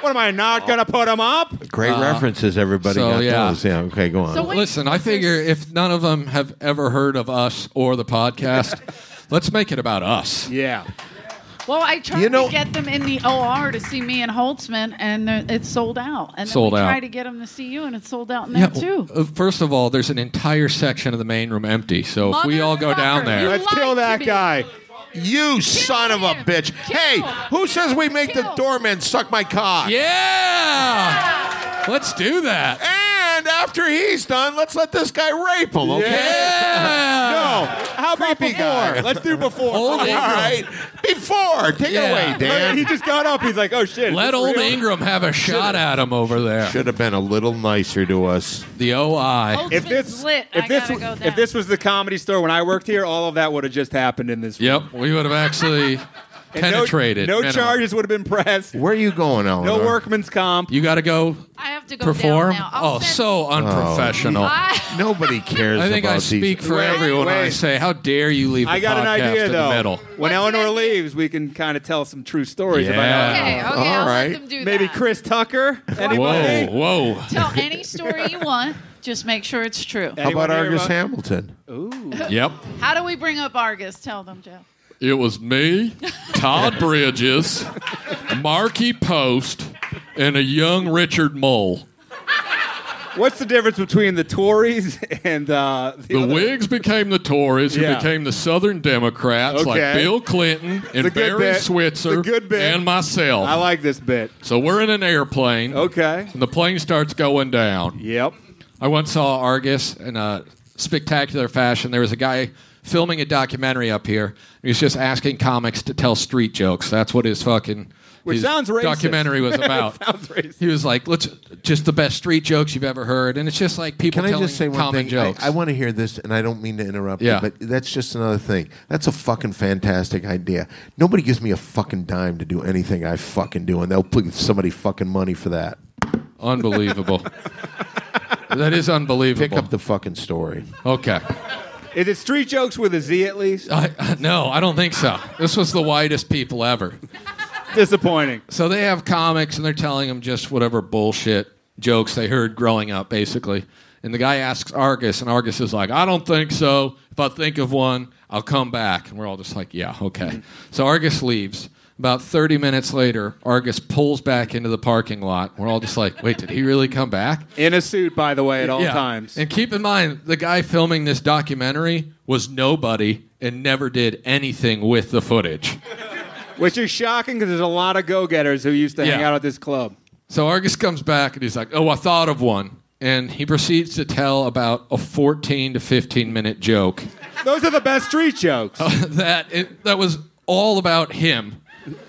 Speaker 6: What am I not gonna put him up?
Speaker 1: Great references, everybody
Speaker 4: so,
Speaker 1: got
Speaker 4: yeah.
Speaker 1: those. Yeah, okay, go on.
Speaker 5: So wait,
Speaker 4: Listen, I figure if none of them have ever heard of us or the
Speaker 5: [laughs]
Speaker 4: podcast, let's make it about us.
Speaker 6: Yeah.
Speaker 5: well, I tried
Speaker 1: You know-
Speaker 5: to get them in the OR to see me and Holtzman, and they're- it's sold out. And
Speaker 4: Sold
Speaker 5: then we
Speaker 4: out.
Speaker 5: Try to get them to see you, and it's sold out in there too.
Speaker 4: uh, First of all, there's an entire section of the main room empty. So if we all go down
Speaker 5: Motherfucker,
Speaker 4: there,
Speaker 5: you-
Speaker 6: Let's
Speaker 5: lied
Speaker 6: kill
Speaker 5: to
Speaker 6: that
Speaker 5: me.
Speaker 6: guy.
Speaker 1: You son of a
Speaker 5: him.
Speaker 1: bitch.
Speaker 5: Kill
Speaker 1: hey,
Speaker 5: him.
Speaker 1: who says we make the
Speaker 5: Kill.
Speaker 1: doorman suck my cock?
Speaker 4: yeah, let's do that.
Speaker 1: And after he's done, let's let this guy rape him, okay? Oh,
Speaker 6: No.
Speaker 4: Yeah.
Speaker 6: How about before?
Speaker 1: guy.
Speaker 6: Let's do before.
Speaker 1: All
Speaker 4: Old Ingram.
Speaker 1: right. Before. Take
Speaker 4: Yeah.
Speaker 1: it away, Dan.
Speaker 6: He just got up. He's like, oh shit. is
Speaker 4: Let
Speaker 6: this
Speaker 4: old
Speaker 6: real?
Speaker 4: Ingram have a shot at him over there.
Speaker 1: Should have been a little nicer to us.
Speaker 4: The OI.
Speaker 5: Holtzman's
Speaker 6: If this,
Speaker 5: lit,
Speaker 6: if
Speaker 5: I
Speaker 6: this,
Speaker 5: gotta go down.
Speaker 6: if this was the comedy store when I worked here, all of that would have just happened in this. room.
Speaker 4: Yep, we would have actually
Speaker 6: And no-
Speaker 4: penetrated.
Speaker 6: No,
Speaker 4: minimum.
Speaker 6: charges would have been pressed.
Speaker 1: Where are you going, Eleanor?
Speaker 6: No workman's comp.
Speaker 4: You got to go
Speaker 5: I have to go
Speaker 4: perform.
Speaker 5: Down now. I'll
Speaker 4: Oh,
Speaker 5: send-
Speaker 4: so unprofessional. I,
Speaker 1: [laughs]
Speaker 5: I, [laughs]
Speaker 1: Nobody cares
Speaker 4: think
Speaker 1: about
Speaker 4: I
Speaker 1: these.
Speaker 4: speak for
Speaker 6: Wait,
Speaker 4: everyone when I
Speaker 6: wait.
Speaker 4: say, "How dare you leave the
Speaker 6: I got an
Speaker 4: podcast
Speaker 6: idea
Speaker 4: in
Speaker 6: though.
Speaker 4: the middle?"
Speaker 6: When
Speaker 5: What's
Speaker 6: Eleanor
Speaker 5: an idea?
Speaker 6: leaves, we can kind of tell some true stories about
Speaker 4: Yeah.
Speaker 6: Eleanor.
Speaker 5: okay, okay, I'll
Speaker 1: right.
Speaker 5: let them do
Speaker 6: Maybe
Speaker 5: that.
Speaker 6: Chris Tucker. Anybody?
Speaker 4: Whoa, whoa,
Speaker 5: Tell any story you want. Just make sure it's true.
Speaker 1: How
Speaker 6: Anyone
Speaker 1: about
Speaker 6: hear
Speaker 1: Argus
Speaker 6: about-
Speaker 1: Hamilton?
Speaker 4: yep.
Speaker 5: How do we bring up Argus? Tell them, Jeff.
Speaker 4: It was me,
Speaker 6: [laughs]
Speaker 4: Todd Bridges, Marky Post, and a young Richard Mole.
Speaker 6: What's the difference between the Tories [laughs] and uh, the,
Speaker 4: The
Speaker 6: other-
Speaker 4: Whigs became the Tories, who
Speaker 6: Yeah.
Speaker 4: became the Southern Democrats, like
Speaker 6: Okay.
Speaker 4: Bill Clinton
Speaker 6: a
Speaker 4: and
Speaker 6: good
Speaker 4: Barry
Speaker 6: bit. It's a
Speaker 4: Switzer
Speaker 6: good bit.
Speaker 4: and myself.
Speaker 6: I like this bit.
Speaker 4: so we're in an airplane.
Speaker 6: Okay.
Speaker 4: And the plane starts going down.
Speaker 6: Yep. [laughs]
Speaker 4: I once saw Argus in a spectacular fashion. There was a guy filming a documentary up here. He was just asking comics to tell street jokes. That's what his fucking
Speaker 6: Which
Speaker 4: his
Speaker 6: sounds racist.
Speaker 4: documentary
Speaker 6: [laughs]
Speaker 4: was about.
Speaker 6: Sounds racist.
Speaker 4: He was like, "Let's just the best street jokes you've ever heard," and it's just like people
Speaker 1: Can I
Speaker 4: telling
Speaker 1: just say one
Speaker 4: common
Speaker 1: thing?
Speaker 4: jokes.
Speaker 1: I, I want to hear this, and I don't mean to interrupt
Speaker 4: Yeah.
Speaker 1: you, but that's just another thing. That's a fucking fantastic idea. Nobody gives me a fucking dime to do anything I fucking do, and they'll put somebody fucking money for that. [laughs]
Speaker 4: unbelievable. that is unbelievable.
Speaker 1: Pick up the fucking story.
Speaker 4: okay.
Speaker 6: Is it street jokes with a Z at least?
Speaker 4: I, no, I don't think so. This was the whitest people ever.
Speaker 6: Disappointing.
Speaker 4: So they have comics and they're telling them just whatever bullshit jokes they heard growing up, basically. And the guy asks Argus, and Argus is like, I don't think so. If I think of one, I'll come back. And we're all just like, yeah,
Speaker 6: Mm-hmm.
Speaker 4: okay. So Argus leaves. About 30 minutes later, Argus pulls back into the parking lot. We're all just like, wait, did he really come back?
Speaker 6: In a suit, by the way, at [laughs] all
Speaker 4: Yeah.
Speaker 6: times.
Speaker 4: And keep in mind, the guy filming this documentary was nobody and never did anything with the footage.
Speaker 6: Which is shocking because there's a lot of go getters who used to hang
Speaker 4: Yeah.
Speaker 6: out at this club.
Speaker 4: So Argus comes back and he's like, "Oh, I thought of one," and he proceeds to tell about a 14 to 15 minute joke [laughs]
Speaker 6: Those are the best street
Speaker 4: Oh.
Speaker 6: jokes.
Speaker 4: that it, that was all about him.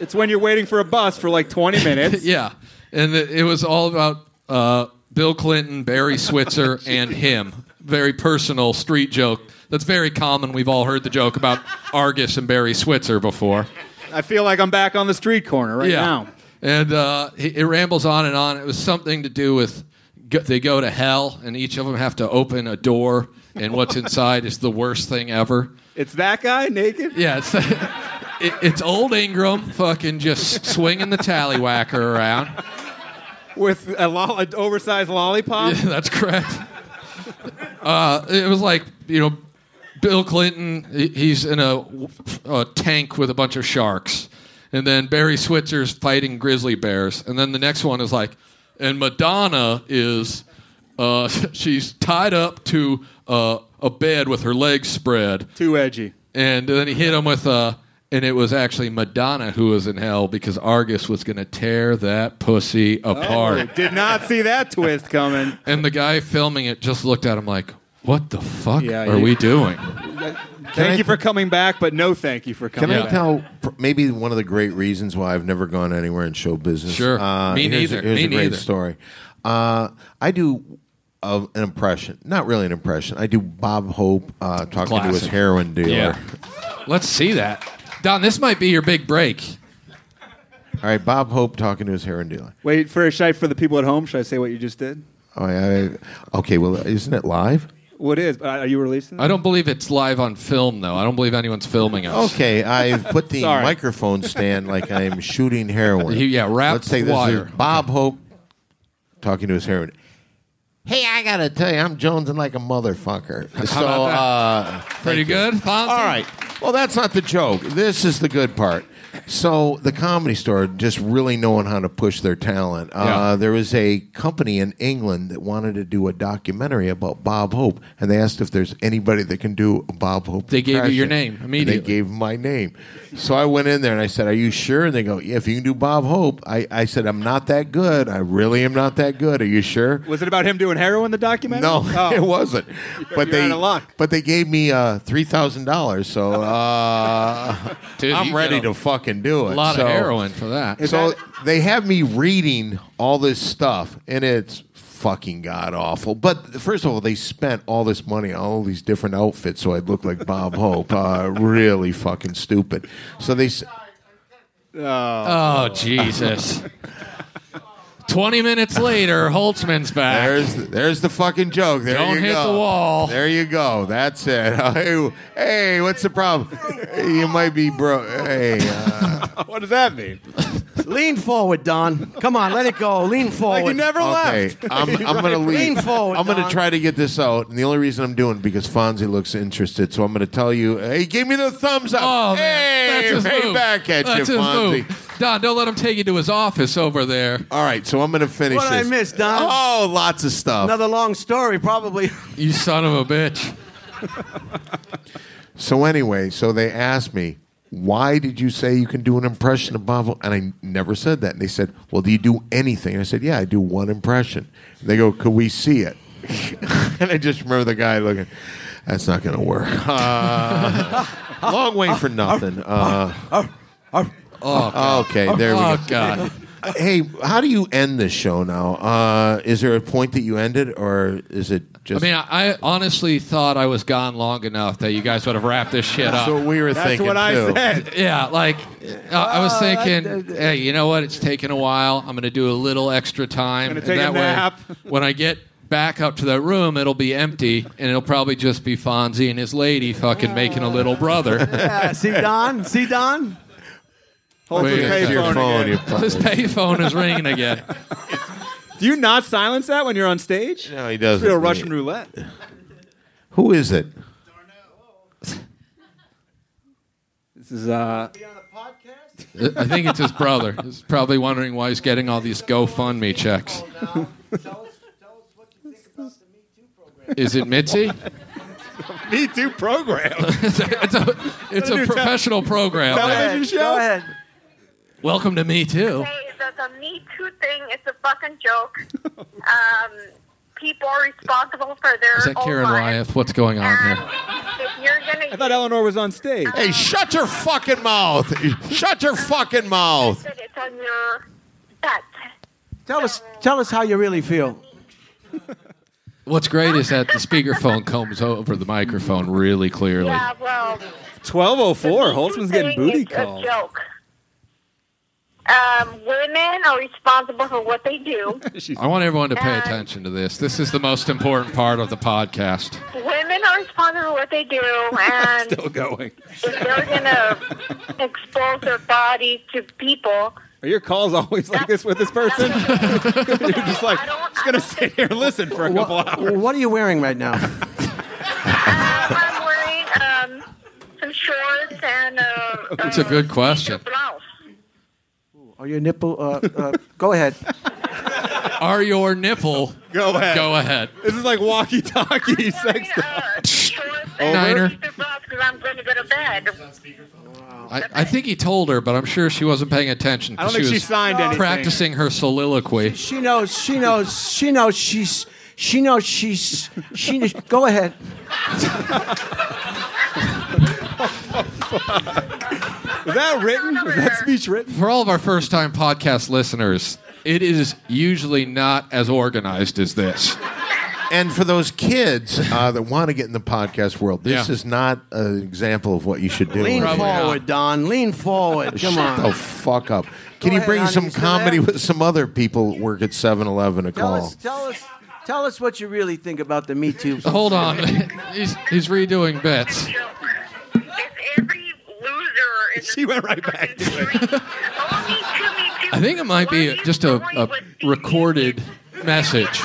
Speaker 6: It's when you're waiting for a bus for
Speaker 1: [laughs]
Speaker 6: like 20 minutes.
Speaker 4: Yeah, and it, it was all about uh, Bill Clinton, Barry Switzer, and him. Very personal street joke. That's very common. We've all heard the joke about Argus and Barry Switzer before.
Speaker 6: I feel like I'm back on the street corner right now.
Speaker 4: And uh, it it rambles on and on. It was something to do with go, they go to hell, and each of them have to open a door, and what's inside is the worst thing ever.
Speaker 6: It's that guy naked?
Speaker 4: Yeah, it's, [laughs] it, it's old Ingram fucking just swinging the tallywhacker around.
Speaker 6: with a lo- an oversized lollipop.
Speaker 4: Yeah, [laughs] that's correct. Uh, it was like you know, Bill Clinton. he- He's in a, a tank with a bunch of sharks, and then Barry Switzer's fighting grizzly bears, and then the next one is like, and Madonna is, uh, [laughs] she's tied up to uh, a bed with her legs spread,
Speaker 6: Too edgy.
Speaker 4: and then he hit him with a. And it was actually Madonna who was in hell because Argus was going to tear that pussy apart.
Speaker 6: Did not see that twist coming.
Speaker 4: And the guy filming it just looked at him like, "What the fuck
Speaker 6: Yeah,
Speaker 4: are
Speaker 6: you-
Speaker 4: we doing?"
Speaker 6: Thank
Speaker 1: I-
Speaker 6: you for coming back, but no thank you for
Speaker 1: Can
Speaker 6: coming
Speaker 1: I
Speaker 6: back.
Speaker 1: tell pr- maybe one of the great reasons why I've never gone anywhere in show business? Uh,
Speaker 4: Sure. Me
Speaker 1: here's
Speaker 4: neither.
Speaker 1: A, here's
Speaker 4: Me
Speaker 1: a great
Speaker 4: neither.
Speaker 1: story. Uh, I do uh, an impression, not really an impression. I do Bob Hope uh, talking to his
Speaker 4: Classic.
Speaker 1: heroin dealer.
Speaker 4: let's see that, Don. This might be your big break.
Speaker 1: All right, Bob Hope talking to his heroin dealer.
Speaker 6: Wait, for should I, for the people at home, should I say what you just did?
Speaker 1: Oh, I, I, okay, well, isn't it live?
Speaker 6: What is? uh, Are you releasing? it?
Speaker 4: I don't believe it's live on film though. I don't believe anyone's filming us.
Speaker 1: Okay, I've put
Speaker 4: [laughs]
Speaker 1: the
Speaker 6: Sorry.
Speaker 1: microphone stand like I'm shooting heroin.
Speaker 4: You- yeah, wrapped
Speaker 1: Let's take this. This is
Speaker 4: wire.
Speaker 1: Bob Hope talking to his heroin. Hey, I gotta tell you, I'm jonesing like a
Speaker 4: [laughs]
Speaker 1: motherfucker. so,
Speaker 4: about that?
Speaker 1: uh,
Speaker 4: pretty good. Fonzie?
Speaker 1: all right. Well, that's not the joke. This is the good part. So, the comedy store just really knowing how to push their talent. Uh,
Speaker 4: Yeah.
Speaker 1: There was a company in England that wanted to do a documentary about Bob Hope, and they asked if there's anybody that can do a Bob Hope.
Speaker 4: They gave you your
Speaker 1: impression.
Speaker 4: name
Speaker 1: And
Speaker 4: immediately.
Speaker 1: They gave my name. So I went in there and I said, Are you sure? And they go, Yeah, if you can do Bob Hope. I, I said, I'm not that good. I really am not that good. Are you sure?
Speaker 6: Was it about him doing heroin? The documentary?
Speaker 1: No, [laughs]
Speaker 6: Oh.
Speaker 1: it wasn't. But
Speaker 6: You're
Speaker 1: they
Speaker 6: out of luck.
Speaker 1: but they gave me uh, three thousand dollars, so uh,
Speaker 4: [laughs] Dude, you
Speaker 1: I'm ready
Speaker 4: get
Speaker 1: to
Speaker 4: a
Speaker 1: fucking do
Speaker 4: A
Speaker 1: it.
Speaker 4: lot
Speaker 1: So-
Speaker 4: of heroin for that.
Speaker 1: So they have me reading all this stuff, and it's fucking god awful. But first of all, they spent all this money on all these different outfits, so I'd look like Bob Hope. Uh, really fucking stupid. So they. s-
Speaker 4: Oh
Speaker 1: [laughs]
Speaker 4: Jesus. Twenty minutes later, Holtzman's back.
Speaker 1: There's the, there's the fucking joke. There
Speaker 4: Don't
Speaker 1: you
Speaker 4: hit
Speaker 1: go.
Speaker 4: the wall.
Speaker 1: There you go. That's it. [laughs] Hey, hey, what's the problem? You might be broke. Hey,
Speaker 4: [laughs]
Speaker 1: uh,
Speaker 6: What does that mean?
Speaker 2: Lean forward, Don. Come on, let it go. Lean forward.
Speaker 6: Like you never
Speaker 1: uh, okay.
Speaker 6: left.
Speaker 4: [laughs]
Speaker 1: I'm, I'm gonna leave.
Speaker 2: Lean forward,
Speaker 1: I'm gonna
Speaker 2: Don.
Speaker 1: try to get this out, and the only reason I'm doing it because Fonzie looks interested. So I'm gonna tell you. Hey, give me the thumbs up.
Speaker 4: Oh man,
Speaker 1: hey,
Speaker 4: that's his
Speaker 1: right
Speaker 4: move.
Speaker 1: back at
Speaker 4: that's
Speaker 1: you,
Speaker 4: his
Speaker 1: Fonzie.
Speaker 4: move. Don, don't let him take you to his office over there.
Speaker 1: All right, so I'm gonna finish
Speaker 2: What did I
Speaker 1: this.
Speaker 2: miss, Don?
Speaker 1: Oh, lots of stuff.
Speaker 2: Another long story, probably.
Speaker 4: You son of a bitch.
Speaker 1: So anyway, so they asked me, why did you say you can do an impression of Bob? Hope?" And I never said that. And they said, well, do you do anything? And I said, yeah, I do one impression. And they go, could we see it? [laughs] and I just remember the guy looking, that's not going to work. [laughs] Uh, long way for nothing. Uh, okay, there we go.
Speaker 4: Oh God.
Speaker 1: Hey, how do you end this show now? Uh, is there a point that you ended, or is it just?
Speaker 4: I mean, I, I honestly thought I was gone long enough that you guys would have wrapped this shit
Speaker 1: that's what
Speaker 4: up.
Speaker 1: we were
Speaker 6: That's
Speaker 1: thinking
Speaker 6: what I
Speaker 1: too.
Speaker 6: said.
Speaker 4: Yeah, like uh, I was
Speaker 6: Oh,
Speaker 4: thinking, hey, you know what? It's taking a while. I'm going to do a little extra time.
Speaker 6: Gonna
Speaker 4: and
Speaker 6: take a
Speaker 4: that way,
Speaker 6: nap.
Speaker 4: [laughs] when I get back up to that room, it'll be empty, and it'll probably just be Fonzie and his lady fucking making a little brother. [laughs]
Speaker 2: Yeah, see, Don? See, Don?
Speaker 6: Hold
Speaker 4: Wait,
Speaker 6: the
Speaker 1: It's your
Speaker 6: payphone
Speaker 1: phone,
Speaker 6: again.
Speaker 1: you
Speaker 4: His payphone is ringing again.
Speaker 6: Do you not silence that when you're on stage?
Speaker 1: No, he
Speaker 6: It's
Speaker 1: doesn't.
Speaker 6: real Russian roulette.
Speaker 1: Who is it?
Speaker 6: This is uh,
Speaker 4: I think it's his brother. He's probably wondering why he's getting all these GoFundMe checks. Is it Mitzi?
Speaker 6: Me Too program.
Speaker 4: [laughs] it's a, it's a professional program.
Speaker 6: Television
Speaker 2: Go
Speaker 6: show.
Speaker 2: ahead.
Speaker 4: Welcome to me too.
Speaker 9: Okay, the, the Me Too thing is a fucking joke. Um, people are responsible for their
Speaker 4: Is that
Speaker 9: own
Speaker 4: Karen
Speaker 9: lives.
Speaker 4: Wyeth? What's going on here?
Speaker 9: If you're gonna
Speaker 6: I thought Eleanor was on stage.
Speaker 1: Hey, shut your fucking mouth. Shut your fucking mouth.
Speaker 9: that it's on your butt.
Speaker 2: Tell us, tell us how you really feel.
Speaker 4: What's great is that the speakerphone comes over the microphone really clearly.
Speaker 9: Yeah, well, the
Speaker 6: 1204.
Speaker 9: Me Too
Speaker 6: Holtzman's getting
Speaker 9: thing
Speaker 6: booty
Speaker 9: is
Speaker 6: called.
Speaker 9: A joke. Um, women are responsible for what they do.
Speaker 4: [laughs] I want everyone to pay attention to this. This is the most important part of the podcast.
Speaker 9: women are responsible for what they do,
Speaker 4: [laughs]
Speaker 9: and
Speaker 6: Still going.
Speaker 9: if they're gonna expose their bodies to people,
Speaker 6: Are your calls always like this with this
Speaker 9: [laughs]
Speaker 6: person? [laughs] You're just like,
Speaker 9: I don't-
Speaker 6: just gonna sit here and listen for a couple
Speaker 2: What,
Speaker 6: hours.
Speaker 2: what are you wearing right now?
Speaker 9: um, I'm wearing um, some shorts and a,
Speaker 4: [laughs] That's a good question.
Speaker 9: blouse.
Speaker 2: [laughs] Are your nipple? Uh, uh, go ahead.
Speaker 4: Are your nipple?
Speaker 6: Go ahead.
Speaker 4: Go ahead.
Speaker 6: This is like [laughs]
Speaker 9: [laughs]
Speaker 6: walkie-talkie sex.
Speaker 9: Wearing, uh, shorts and
Speaker 4: Niner.
Speaker 9: a blouse because I'm going to go to bed.
Speaker 4: I, I think he told her, but I'm sure she wasn't paying attention.
Speaker 6: I don't think she
Speaker 4: was
Speaker 6: signed anything.
Speaker 4: practicing her soliloquy.
Speaker 2: She knows. She knows. She knows. She's. She knows. She's. She. Knows, go ahead.
Speaker 6: Is that written? Is that speech written?
Speaker 4: For all of our first-time podcast listeners, it is usually not as organized as this.
Speaker 1: And for those kids uh, that want to get in the podcast world, this
Speaker 4: Yeah.
Speaker 1: is not an example of what you should do.
Speaker 2: Lean
Speaker 4: Probably
Speaker 2: forward,
Speaker 4: not.
Speaker 2: Don. Lean forward. Come
Speaker 1: Shut
Speaker 2: on.
Speaker 1: the fuck up. Can you
Speaker 2: ahead,
Speaker 1: bring
Speaker 2: honey,
Speaker 1: some
Speaker 2: you still
Speaker 1: comedy
Speaker 2: there?
Speaker 1: with some other people that work at 7 Eleven a
Speaker 2: Tell
Speaker 1: call?
Speaker 2: us. Tell us. Tell us what you really think about the Me Too. [laughs]
Speaker 4: Hold on, he's, he's redoing
Speaker 6: [laughs]
Speaker 4: bits.
Speaker 9: joke. If every loser in
Speaker 6: She went right back to it.
Speaker 4: I think it might be just a, a recorded message.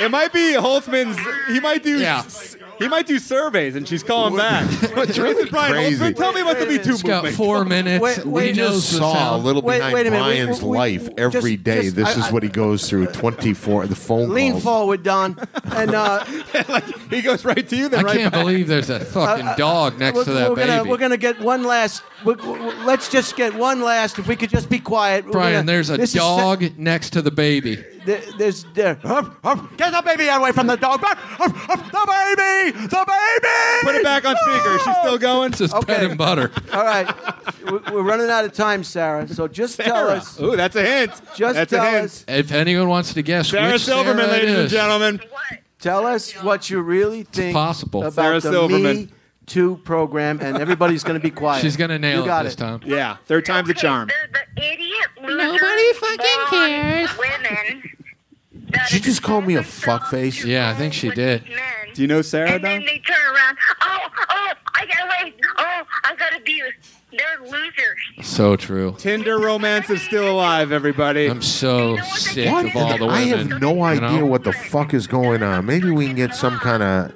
Speaker 6: It might be Holtzman's. He might do.
Speaker 4: Yeah.
Speaker 6: s- He might do surveys, and she's calling back. What's
Speaker 1: really
Speaker 6: Brian
Speaker 1: crazy.
Speaker 6: Holtzman, tell me about the Me Too
Speaker 4: It's got
Speaker 6: movement.
Speaker 4: four minutes.
Speaker 2: Wait, wait,
Speaker 4: he
Speaker 1: I
Speaker 4: knows
Speaker 1: just
Speaker 4: the
Speaker 1: saw a
Speaker 4: sound.
Speaker 1: little
Speaker 2: Wait-
Speaker 1: behind
Speaker 2: wait a minute, we-
Speaker 1: Brian's
Speaker 2: we- we-
Speaker 1: life every
Speaker 2: just-
Speaker 1: day.
Speaker 2: just-
Speaker 1: this
Speaker 2: I-
Speaker 1: is
Speaker 2: I-
Speaker 1: what he goes through 24 the phone
Speaker 2: Lean
Speaker 1: calls.
Speaker 2: forward, Don. And
Speaker 4: [laughs]
Speaker 2: uh,
Speaker 6: He goes right to you, then
Speaker 4: I
Speaker 6: right
Speaker 4: can't
Speaker 6: back.
Speaker 4: believe there's a fucking dog next
Speaker 2: uh, we're,
Speaker 4: to that
Speaker 2: we're
Speaker 4: baby.
Speaker 2: gonna we're gonna get one last. we we- let's just get one last. If we could just be quiet, We're
Speaker 4: Brian,
Speaker 2: gonna-
Speaker 4: there's a
Speaker 2: this is-
Speaker 4: dog next to the baby.
Speaker 2: There, there's there. Huff, huff. Get the baby away from the dog. Huff, huff, huff. The baby, the baby.
Speaker 6: Put it back on speaker. She's still going.
Speaker 4: It's his bread
Speaker 2: Okay.
Speaker 4: and butter.
Speaker 2: All right, We- we're running out of time, Sarah. So just tell
Speaker 6: Sarah.
Speaker 2: us.
Speaker 6: Ooh, that's a hint.
Speaker 2: Just
Speaker 6: that's
Speaker 2: tell
Speaker 6: a hint.
Speaker 2: us.
Speaker 4: If anyone wants to guess,
Speaker 6: Sarah
Speaker 4: which
Speaker 6: Silverman,
Speaker 4: Sarah it
Speaker 6: ladies and
Speaker 4: is,
Speaker 6: gentlemen.
Speaker 9: What?
Speaker 2: Tell us what you really think
Speaker 4: possible.
Speaker 2: about
Speaker 6: Sarah
Speaker 2: the
Speaker 6: Silverman.
Speaker 2: Me Too program, and everybody's going to be
Speaker 6: [laughs]
Speaker 2: quiet.
Speaker 4: she's gonna nail
Speaker 2: you got
Speaker 4: it this time.
Speaker 6: Yeah, third time's a charm.
Speaker 9: They're the idiot losers,
Speaker 5: Nobody fucking cares.
Speaker 9: morons, Women. that
Speaker 1: She just called me a
Speaker 9: expose
Speaker 1: fuckface?
Speaker 9: themselves
Speaker 4: Yeah, I think she
Speaker 9: with
Speaker 4: did.
Speaker 9: men.
Speaker 6: Do you know Sarah?
Speaker 9: and
Speaker 6: Don?
Speaker 9: then they turn around. Oh, oh, I got away. Oh, I got abused. They're losers.
Speaker 4: So true.
Speaker 6: Tinder romance is still alive, everybody.
Speaker 4: I'm so sick
Speaker 1: What?
Speaker 4: of all the women.
Speaker 1: I have no idea
Speaker 4: you know?
Speaker 1: what the fuck is going on. Maybe we can get some kind of.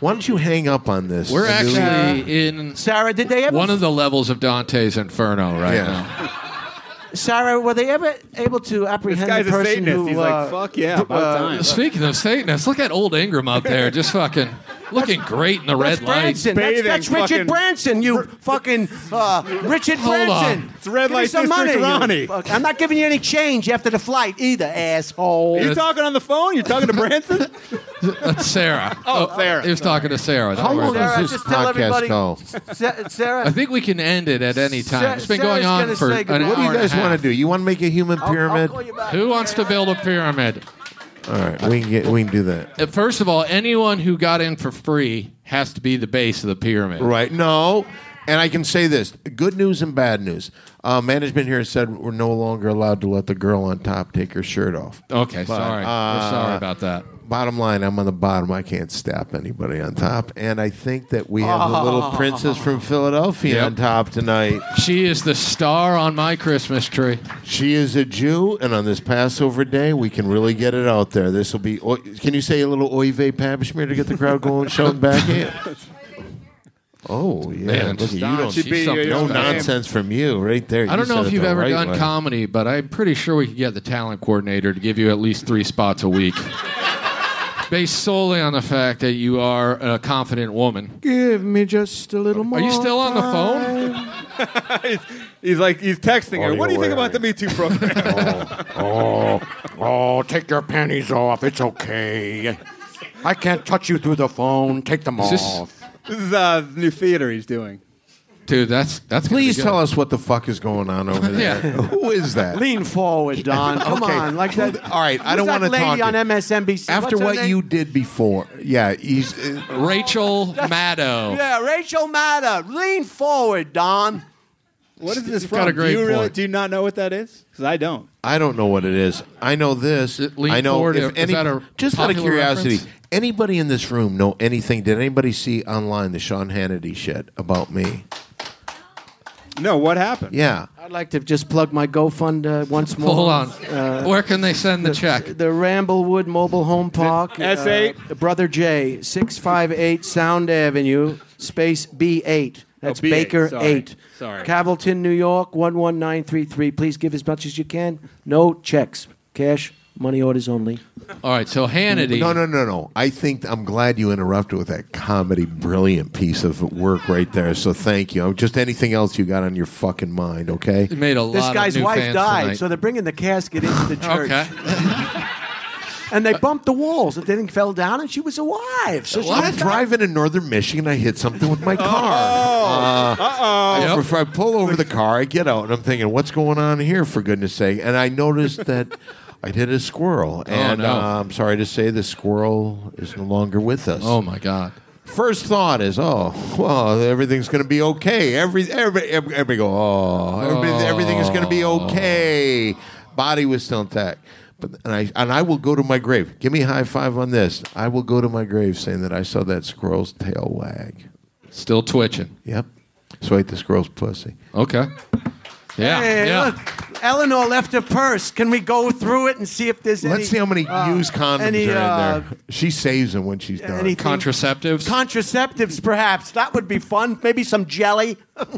Speaker 1: Why don't you hang up on this?
Speaker 4: We're
Speaker 1: and do-
Speaker 4: actually in
Speaker 2: Sarah, did they ever?
Speaker 4: one of the levels of Dante's Inferno right
Speaker 1: Yeah.
Speaker 4: now.
Speaker 2: Sarah, were they ever able to
Speaker 6: This
Speaker 2: apprehend
Speaker 6: guy's
Speaker 2: the
Speaker 6: a
Speaker 2: person
Speaker 6: Satanist.
Speaker 2: who?
Speaker 6: He's
Speaker 2: uh,
Speaker 6: like, fuck yeah, about
Speaker 2: uh,
Speaker 6: time.
Speaker 4: Speaking of Satanists, look at old Ingram up there, just fucking looking great in the
Speaker 2: that's
Speaker 4: red light.
Speaker 2: Branson. That's,
Speaker 6: Bathing
Speaker 2: that's Richard
Speaker 6: fucking-
Speaker 2: Branson. You fucking uh, Richard
Speaker 4: Hold
Speaker 2: Branson.
Speaker 4: on.
Speaker 6: It's red
Speaker 2: Give me
Speaker 6: light
Speaker 2: some money,
Speaker 6: district,
Speaker 2: you
Speaker 6: Ronnie.
Speaker 2: fuck- I'm not giving you any change after the flight either, asshole.
Speaker 6: Are you talking on the phone? You're talking to Branson?
Speaker 4: That's
Speaker 1: [laughs]
Speaker 4: Uh, Sarah.
Speaker 6: Oh, Sarah.
Speaker 4: He was talking to Sarah. Don't
Speaker 1: How
Speaker 4: worry
Speaker 1: long
Speaker 4: about
Speaker 1: does
Speaker 4: it.
Speaker 2: Sarah,
Speaker 1: this
Speaker 2: just tell
Speaker 1: podcast
Speaker 2: everybody-
Speaker 1: go?
Speaker 2: Sa- Sarah,
Speaker 4: Uh, I think we can end it at any time.
Speaker 2: Sa-
Speaker 4: it's been
Speaker 2: Sarah's
Speaker 4: going on
Speaker 2: gonna
Speaker 4: for
Speaker 2: say
Speaker 4: an
Speaker 2: goodbye.
Speaker 1: What do you
Speaker 4: hour and a
Speaker 1: guys want
Speaker 4: half.
Speaker 1: to do? You want to make a human
Speaker 2: I'll- I'll
Speaker 1: pyramid?
Speaker 2: call you back.
Speaker 4: Who wants to build a pyramid?
Speaker 1: All right, we can get we can do that.
Speaker 4: Uh, First of all, anyone who got in for free has to be the base of the pyramid.
Speaker 1: Right? No, and I can say this: good news and bad news. Uh, management here said we're no longer allowed to let the girl on top take her shirt off.
Speaker 4: Okay, sorry. We're
Speaker 1: uh,
Speaker 4: sorry about that.
Speaker 1: Bottom line, I'm on the bottom. I can't stop anybody on top, and I think that we have the [laughs] little princess from Philadelphia
Speaker 4: Yep.
Speaker 1: on top tonight.
Speaker 4: She is the star on my Christmas tree.
Speaker 1: She is a Jew, and on this Passover day, we can really get it out there. This will be. oi- Can you say a little Oive Papishmere to get the crowd going, showing back in? Oh yeah,
Speaker 4: Man,
Speaker 1: Look, you
Speaker 4: Don,
Speaker 1: don't
Speaker 4: she's
Speaker 6: She'd be-
Speaker 4: something
Speaker 6: no
Speaker 1: no
Speaker 4: special.
Speaker 1: nonsense from you, right there.
Speaker 4: I don't know
Speaker 1: said
Speaker 4: if
Speaker 1: it
Speaker 4: you've
Speaker 1: the
Speaker 4: ever
Speaker 1: right
Speaker 4: done
Speaker 1: way. [laughs]
Speaker 4: comedy, but I'm pretty sure we could get the talent coordinator to give you at least three spots a week. based solely on the fact that you are a confident woman.
Speaker 2: Give me just a little more.
Speaker 4: Are you still on the
Speaker 2: time.
Speaker 4: phone?
Speaker 6: he's, he's like he's texting her.
Speaker 1: Audio
Speaker 6: What do you think about the Me Too program?
Speaker 1: Oh, oh, take your panties off. It's okay. I can't touch you through the phone. Take them
Speaker 4: Is this-
Speaker 1: off.
Speaker 6: this is uh, the new theater he's doing.
Speaker 4: Dude, that's that's gonna be
Speaker 1: Please
Speaker 4: good.
Speaker 1: tell us what the fuck is going on over there.
Speaker 4: [laughs] Yeah.
Speaker 1: Who is that?
Speaker 2: Lean forward,
Speaker 4: [laughs]
Speaker 2: Don. Come
Speaker 1: Okay.
Speaker 2: on, like that.
Speaker 1: All right, I
Speaker 2: Who's
Speaker 1: don't
Speaker 2: that
Speaker 1: wanna
Speaker 2: lady
Speaker 1: talk
Speaker 2: on
Speaker 1: it.
Speaker 2: MSNBC.
Speaker 1: After
Speaker 2: What's her
Speaker 1: what
Speaker 2: name?
Speaker 1: you did before, yeah, he's uh, [laughs]
Speaker 4: Rachel Maddow.
Speaker 2: Yeah, Rachel Maddow. Lean forward, Don.
Speaker 6: What is this
Speaker 4: You've
Speaker 6: from?
Speaker 4: got a great
Speaker 6: do you really
Speaker 4: point.
Speaker 6: do you not know what that is? Because I don't.
Speaker 1: I don't know what it is. I know this.
Speaker 4: It leaned
Speaker 1: I know
Speaker 4: forward.
Speaker 1: if
Speaker 4: Is
Speaker 1: any,
Speaker 4: that a
Speaker 1: just out of
Speaker 4: popular
Speaker 1: curiosity,
Speaker 4: reference?
Speaker 1: anybody in this room know anything? Did anybody see online the Sean Hannity shit about me?
Speaker 6: No, what happened?
Speaker 1: Yeah,
Speaker 2: I'd like to just plug my GoFund uh, once more. Uh,
Speaker 4: Hold on.
Speaker 1: Uh,
Speaker 4: Where can they send
Speaker 1: [laughs]
Speaker 4: the check?
Speaker 2: The Ramblewood Mobile Home Park.
Speaker 6: S8?
Speaker 2: uh, Brother J, 658 Sound Avenue, space B8. That's
Speaker 6: Oh, B8,
Speaker 2: Baker
Speaker 6: sorry.
Speaker 2: 8.
Speaker 6: Sorry.
Speaker 2: Cavilton, New York, 11933. Please give as much as you can. No checks. Cash, money orders only.
Speaker 4: All right, so Hannity.
Speaker 1: No, no, no, no. I think I'm glad you interrupted with that comedy brilliant piece of work right there. So thank you. Oh, Just anything else you got on your fucking mind, okay?
Speaker 4: He made a lot
Speaker 2: This
Speaker 4: of
Speaker 2: guy's
Speaker 4: new
Speaker 2: wife
Speaker 4: fans
Speaker 2: died,
Speaker 4: tonight.
Speaker 2: so they're bringing the casket into the
Speaker 4: [laughs]
Speaker 2: church.
Speaker 4: Okay.
Speaker 2: And they bumped the walls. The thing fell down, and she was alive. So she
Speaker 1: I'm driving in northern Michigan. I hit something
Speaker 4: Oh.
Speaker 1: with my car. Uh oh.
Speaker 4: Yep.
Speaker 1: If I pull over the car, I get out and I'm thinking, what's going on here, for goodness sake? And I noticed
Speaker 4: [laughs]
Speaker 1: that I did a squirrel. And
Speaker 4: Oh, no.
Speaker 1: uh, I'm sorry to say the squirrel is no longer with us.
Speaker 4: Oh my God.
Speaker 1: first thought is, oh, well, everything's going to be okay. Every, every, every, every go, oh, everybody- everything is going to be
Speaker 4: Oh."
Speaker 1: okay. Body was still intact. But, and, I, and I will go to my grave. Give me a high five on this. I will go to my grave saying that I saw that squirrel's tail wag.
Speaker 4: Still twitching.
Speaker 1: Yep. So I ate the squirrel's pussy.
Speaker 4: Okay. Yeah.
Speaker 2: Hey,
Speaker 4: yeah.
Speaker 2: look, Eleanor left her purse. Can we go through it and see if there's any?
Speaker 1: Let's see how many
Speaker 2: uh,
Speaker 1: used condoms
Speaker 2: any,
Speaker 1: are
Speaker 2: uh,
Speaker 1: in there. She saves them when she's done.
Speaker 2: any-
Speaker 4: Contraceptives.
Speaker 2: Contraceptives, perhaps. That would be fun. Maybe some jelly.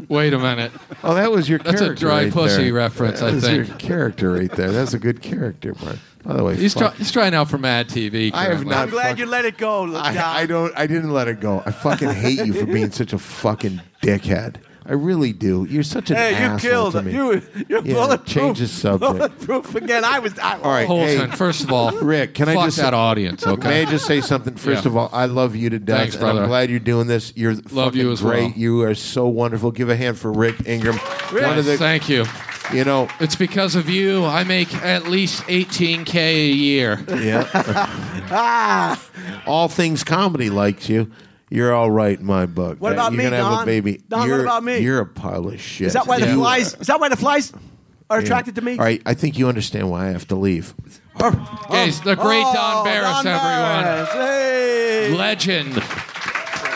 Speaker 4: Wait a minute.
Speaker 1: oh, that was your
Speaker 4: That's a
Speaker 1: character.
Speaker 4: dry
Speaker 1: right
Speaker 4: pussy
Speaker 1: there.
Speaker 4: reference, I
Speaker 1: That was
Speaker 4: think.
Speaker 1: your character right there. That's a good character, Mark. By the way,
Speaker 4: He's,
Speaker 1: fuck
Speaker 4: try- he's trying out for Mad TV.
Speaker 1: I have
Speaker 4: currently.
Speaker 1: not-
Speaker 2: I'm glad you let it go. Don.
Speaker 1: I, I don't. I didn't let it go. I fucking hate you for [laughs] being such a fucking dickhead. I really do. You're such an
Speaker 2: Hey, you
Speaker 1: asshole
Speaker 2: killed
Speaker 1: to me.
Speaker 2: you. You're
Speaker 1: Yeah,
Speaker 2: bulletproof.
Speaker 1: change the subject. [laughs]
Speaker 2: Bulletproof again. I was. I,
Speaker 1: All right, hey,
Speaker 4: Holton, first of all,
Speaker 1: Rick, can I
Speaker 4: fuck
Speaker 1: just-
Speaker 4: that audience? Okay.
Speaker 1: May I just say something? First
Speaker 4: Yeah.
Speaker 1: of all, I love you to death.
Speaker 4: Thanks,
Speaker 1: and I'm
Speaker 4: brother.
Speaker 1: glad you're doing this. You're
Speaker 4: Love you
Speaker 1: fucking
Speaker 4: as
Speaker 1: great.
Speaker 4: well.
Speaker 1: You are so wonderful. Give a hand for Rick Ingram. One of the,
Speaker 4: Thank you.
Speaker 1: you know,
Speaker 4: It's because of you I make at least 18k a year. [laughs]
Speaker 1: yeah. all things comedy likes you. You're all right in my book.
Speaker 2: What about
Speaker 1: you're
Speaker 2: me,
Speaker 1: gonna have
Speaker 2: Don?
Speaker 1: a baby.
Speaker 2: Don, what
Speaker 1: you're,
Speaker 2: about me?
Speaker 1: You're a pile of shit.
Speaker 2: Is that why the
Speaker 4: Yeah.
Speaker 2: flies? Is that why the flies are attracted to me?
Speaker 1: All right, I think you understand why I have to leave.
Speaker 4: Okay, it's the great
Speaker 2: Oh,
Speaker 1: Oh,
Speaker 4: Don Barris, everyone.
Speaker 2: everyone.
Speaker 4: Legend.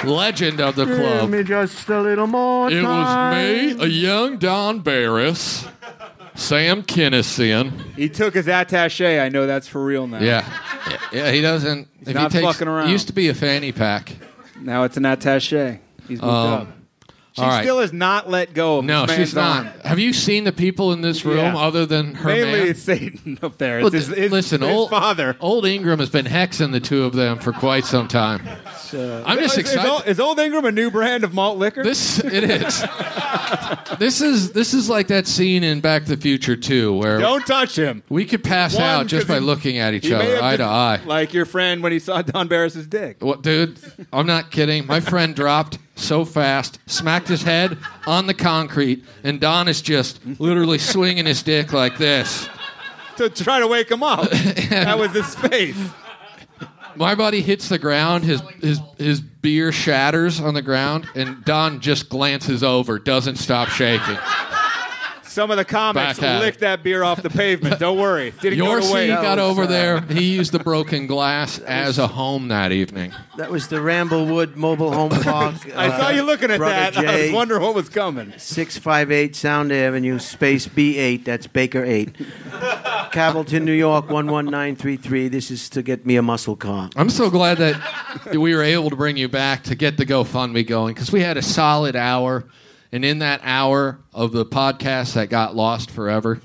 Speaker 4: Legend of the club.
Speaker 2: just a little more
Speaker 4: It was me, a young Don Barris, Sam Kinnison.
Speaker 6: He took his attaché. I know that's for real now.
Speaker 4: oh. Yeah, yeah. He doesn't. if he
Speaker 6: not
Speaker 4: takes-
Speaker 6: fucking around.
Speaker 4: It used to be a fanny pack.
Speaker 6: Now it's an attaché. He's moved up. She
Speaker 4: Um, all right.
Speaker 6: still has not let go of
Speaker 4: No,
Speaker 6: this man's
Speaker 4: she's not.
Speaker 6: arm.
Speaker 4: Have you seen the people in this room
Speaker 6: Yeah.
Speaker 4: other than her
Speaker 6: Mainly
Speaker 4: man?
Speaker 6: it's Satan [laughs] up there.
Speaker 4: Well,
Speaker 6: It's his, his,
Speaker 4: listen,
Speaker 6: his
Speaker 4: old
Speaker 6: father.
Speaker 4: old Ingram has been hexing the two of them for quite some time. I'm just
Speaker 6: Is, is
Speaker 4: excited.
Speaker 6: old, is Old Ingram a new brand of malt liquor?
Speaker 4: This it is. this is this is like that scene in Back to the Future 2 where
Speaker 6: Don't touch him.
Speaker 4: we could pass
Speaker 6: One,
Speaker 4: out just
Speaker 6: 'cause
Speaker 4: by
Speaker 6: he-
Speaker 4: looking at each
Speaker 6: He may
Speaker 4: other
Speaker 6: have
Speaker 4: eye
Speaker 6: just-
Speaker 4: to eye.
Speaker 6: Like your friend when he saw Don Barris's dick.
Speaker 4: What, dude? I'm not kidding. My friend dropped so fast, smacked his head on the concrete, and Don is just literally swinging his dick like this.
Speaker 6: To try to wake
Speaker 4: [laughs]
Speaker 6: him up. that was his face.
Speaker 4: My body hits the ground. His his his beer shatters on the ground, and Don just glances over, doesn't stop shaking.
Speaker 6: Some of the comics
Speaker 4: Back at
Speaker 6: licked
Speaker 4: it.
Speaker 6: that beer off the pavement. Don't worry. Didn't go to
Speaker 4: Yorsi
Speaker 6: waste.
Speaker 4: got over there. He used the broken glass as a home that evening.
Speaker 2: That was the Ramblewood Mobile [laughs] Home Park. uh,
Speaker 6: I saw you looking at
Speaker 2: Brother
Speaker 6: that. and I was
Speaker 2: Jay.
Speaker 6: wondering what was coming.
Speaker 2: 658 Sound Avenue, space B8, that's Baker 8. [laughs] Cavilton, New York, 11933. This is to get me a muscle car.
Speaker 4: I'm so glad that we were able to bring you back to get the GoFundMe going because we had a solid hour. And in that hour of the podcast that got lost forever,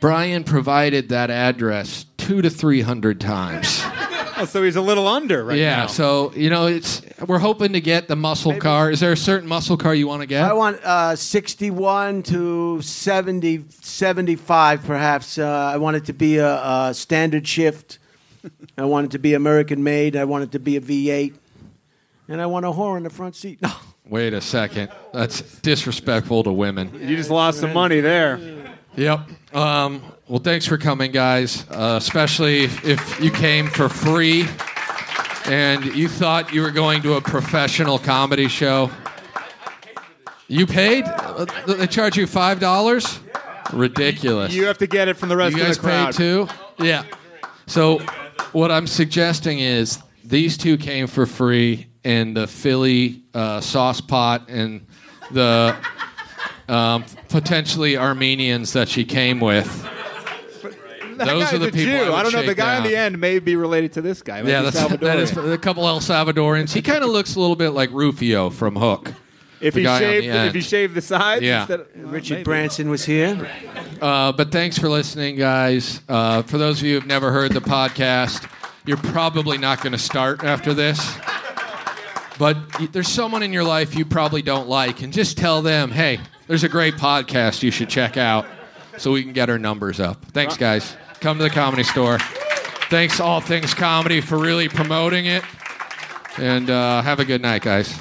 Speaker 4: Brian provided that address two to three hundred times.
Speaker 6: Oh, so he's a little under right
Speaker 4: yeah,
Speaker 6: now.
Speaker 4: so you know, it's we're hoping to get the muscle car. Is there a certain muscle car you want to get?
Speaker 2: I want uh, 61 to 70, 75 perhaps. Uh, I want it to be a, a standard shift. I want it to be American made. I want it to be a V8. And I want a whore in the front seat. No.
Speaker 4: Wait a second, that's disrespectful to women.
Speaker 6: You just lost some money there.
Speaker 4: Yep. Um, well, thanks for coming, guys. Uh, especially if you came for free and you thought you were going to a professional comedy show. You paid? Uh, They charge you five dollars? Ridiculous.
Speaker 6: You have to get it from the rest
Speaker 4: you
Speaker 6: of
Speaker 4: guys
Speaker 6: the crowd.
Speaker 4: paid too? Yeah. So what I'm suggesting is these two came for free, and the Philly uh, sauce pot and the um, potentially Armenians that she came with.
Speaker 6: That
Speaker 4: Those
Speaker 6: guy's
Speaker 4: are the
Speaker 6: a
Speaker 4: people I
Speaker 6: Jew.
Speaker 4: would
Speaker 6: I, don't know. The
Speaker 4: shake
Speaker 6: guy on the
Speaker 4: down.
Speaker 6: end may be related to this guy. Might
Speaker 4: Yeah,
Speaker 6: be
Speaker 4: that's, that is
Speaker 6: Salvadorian.
Speaker 4: a couple El Salvadorans. He kind of looks a little bit like Rufio from Hook.
Speaker 6: if
Speaker 4: the
Speaker 6: he
Speaker 4: guy on
Speaker 6: shaved,
Speaker 4: the end.
Speaker 6: if he shaved the sides,
Speaker 4: Yeah.
Speaker 6: instead of- well,
Speaker 2: Richard
Speaker 6: maybe.
Speaker 2: Branson was here.
Speaker 4: Uh, but thanks for listening, guys. Uh, for those of you who've never heard the podcast, you're probably not going to start after this. But y- there's someone in your life you probably don't like, and just tell them, hey, there's a great podcast you should check out so we can get our numbers up. Thanks, guys. Come to the comedy store. Thanks, All Things Comedy, for really promoting it. And uh, have a good night, guys.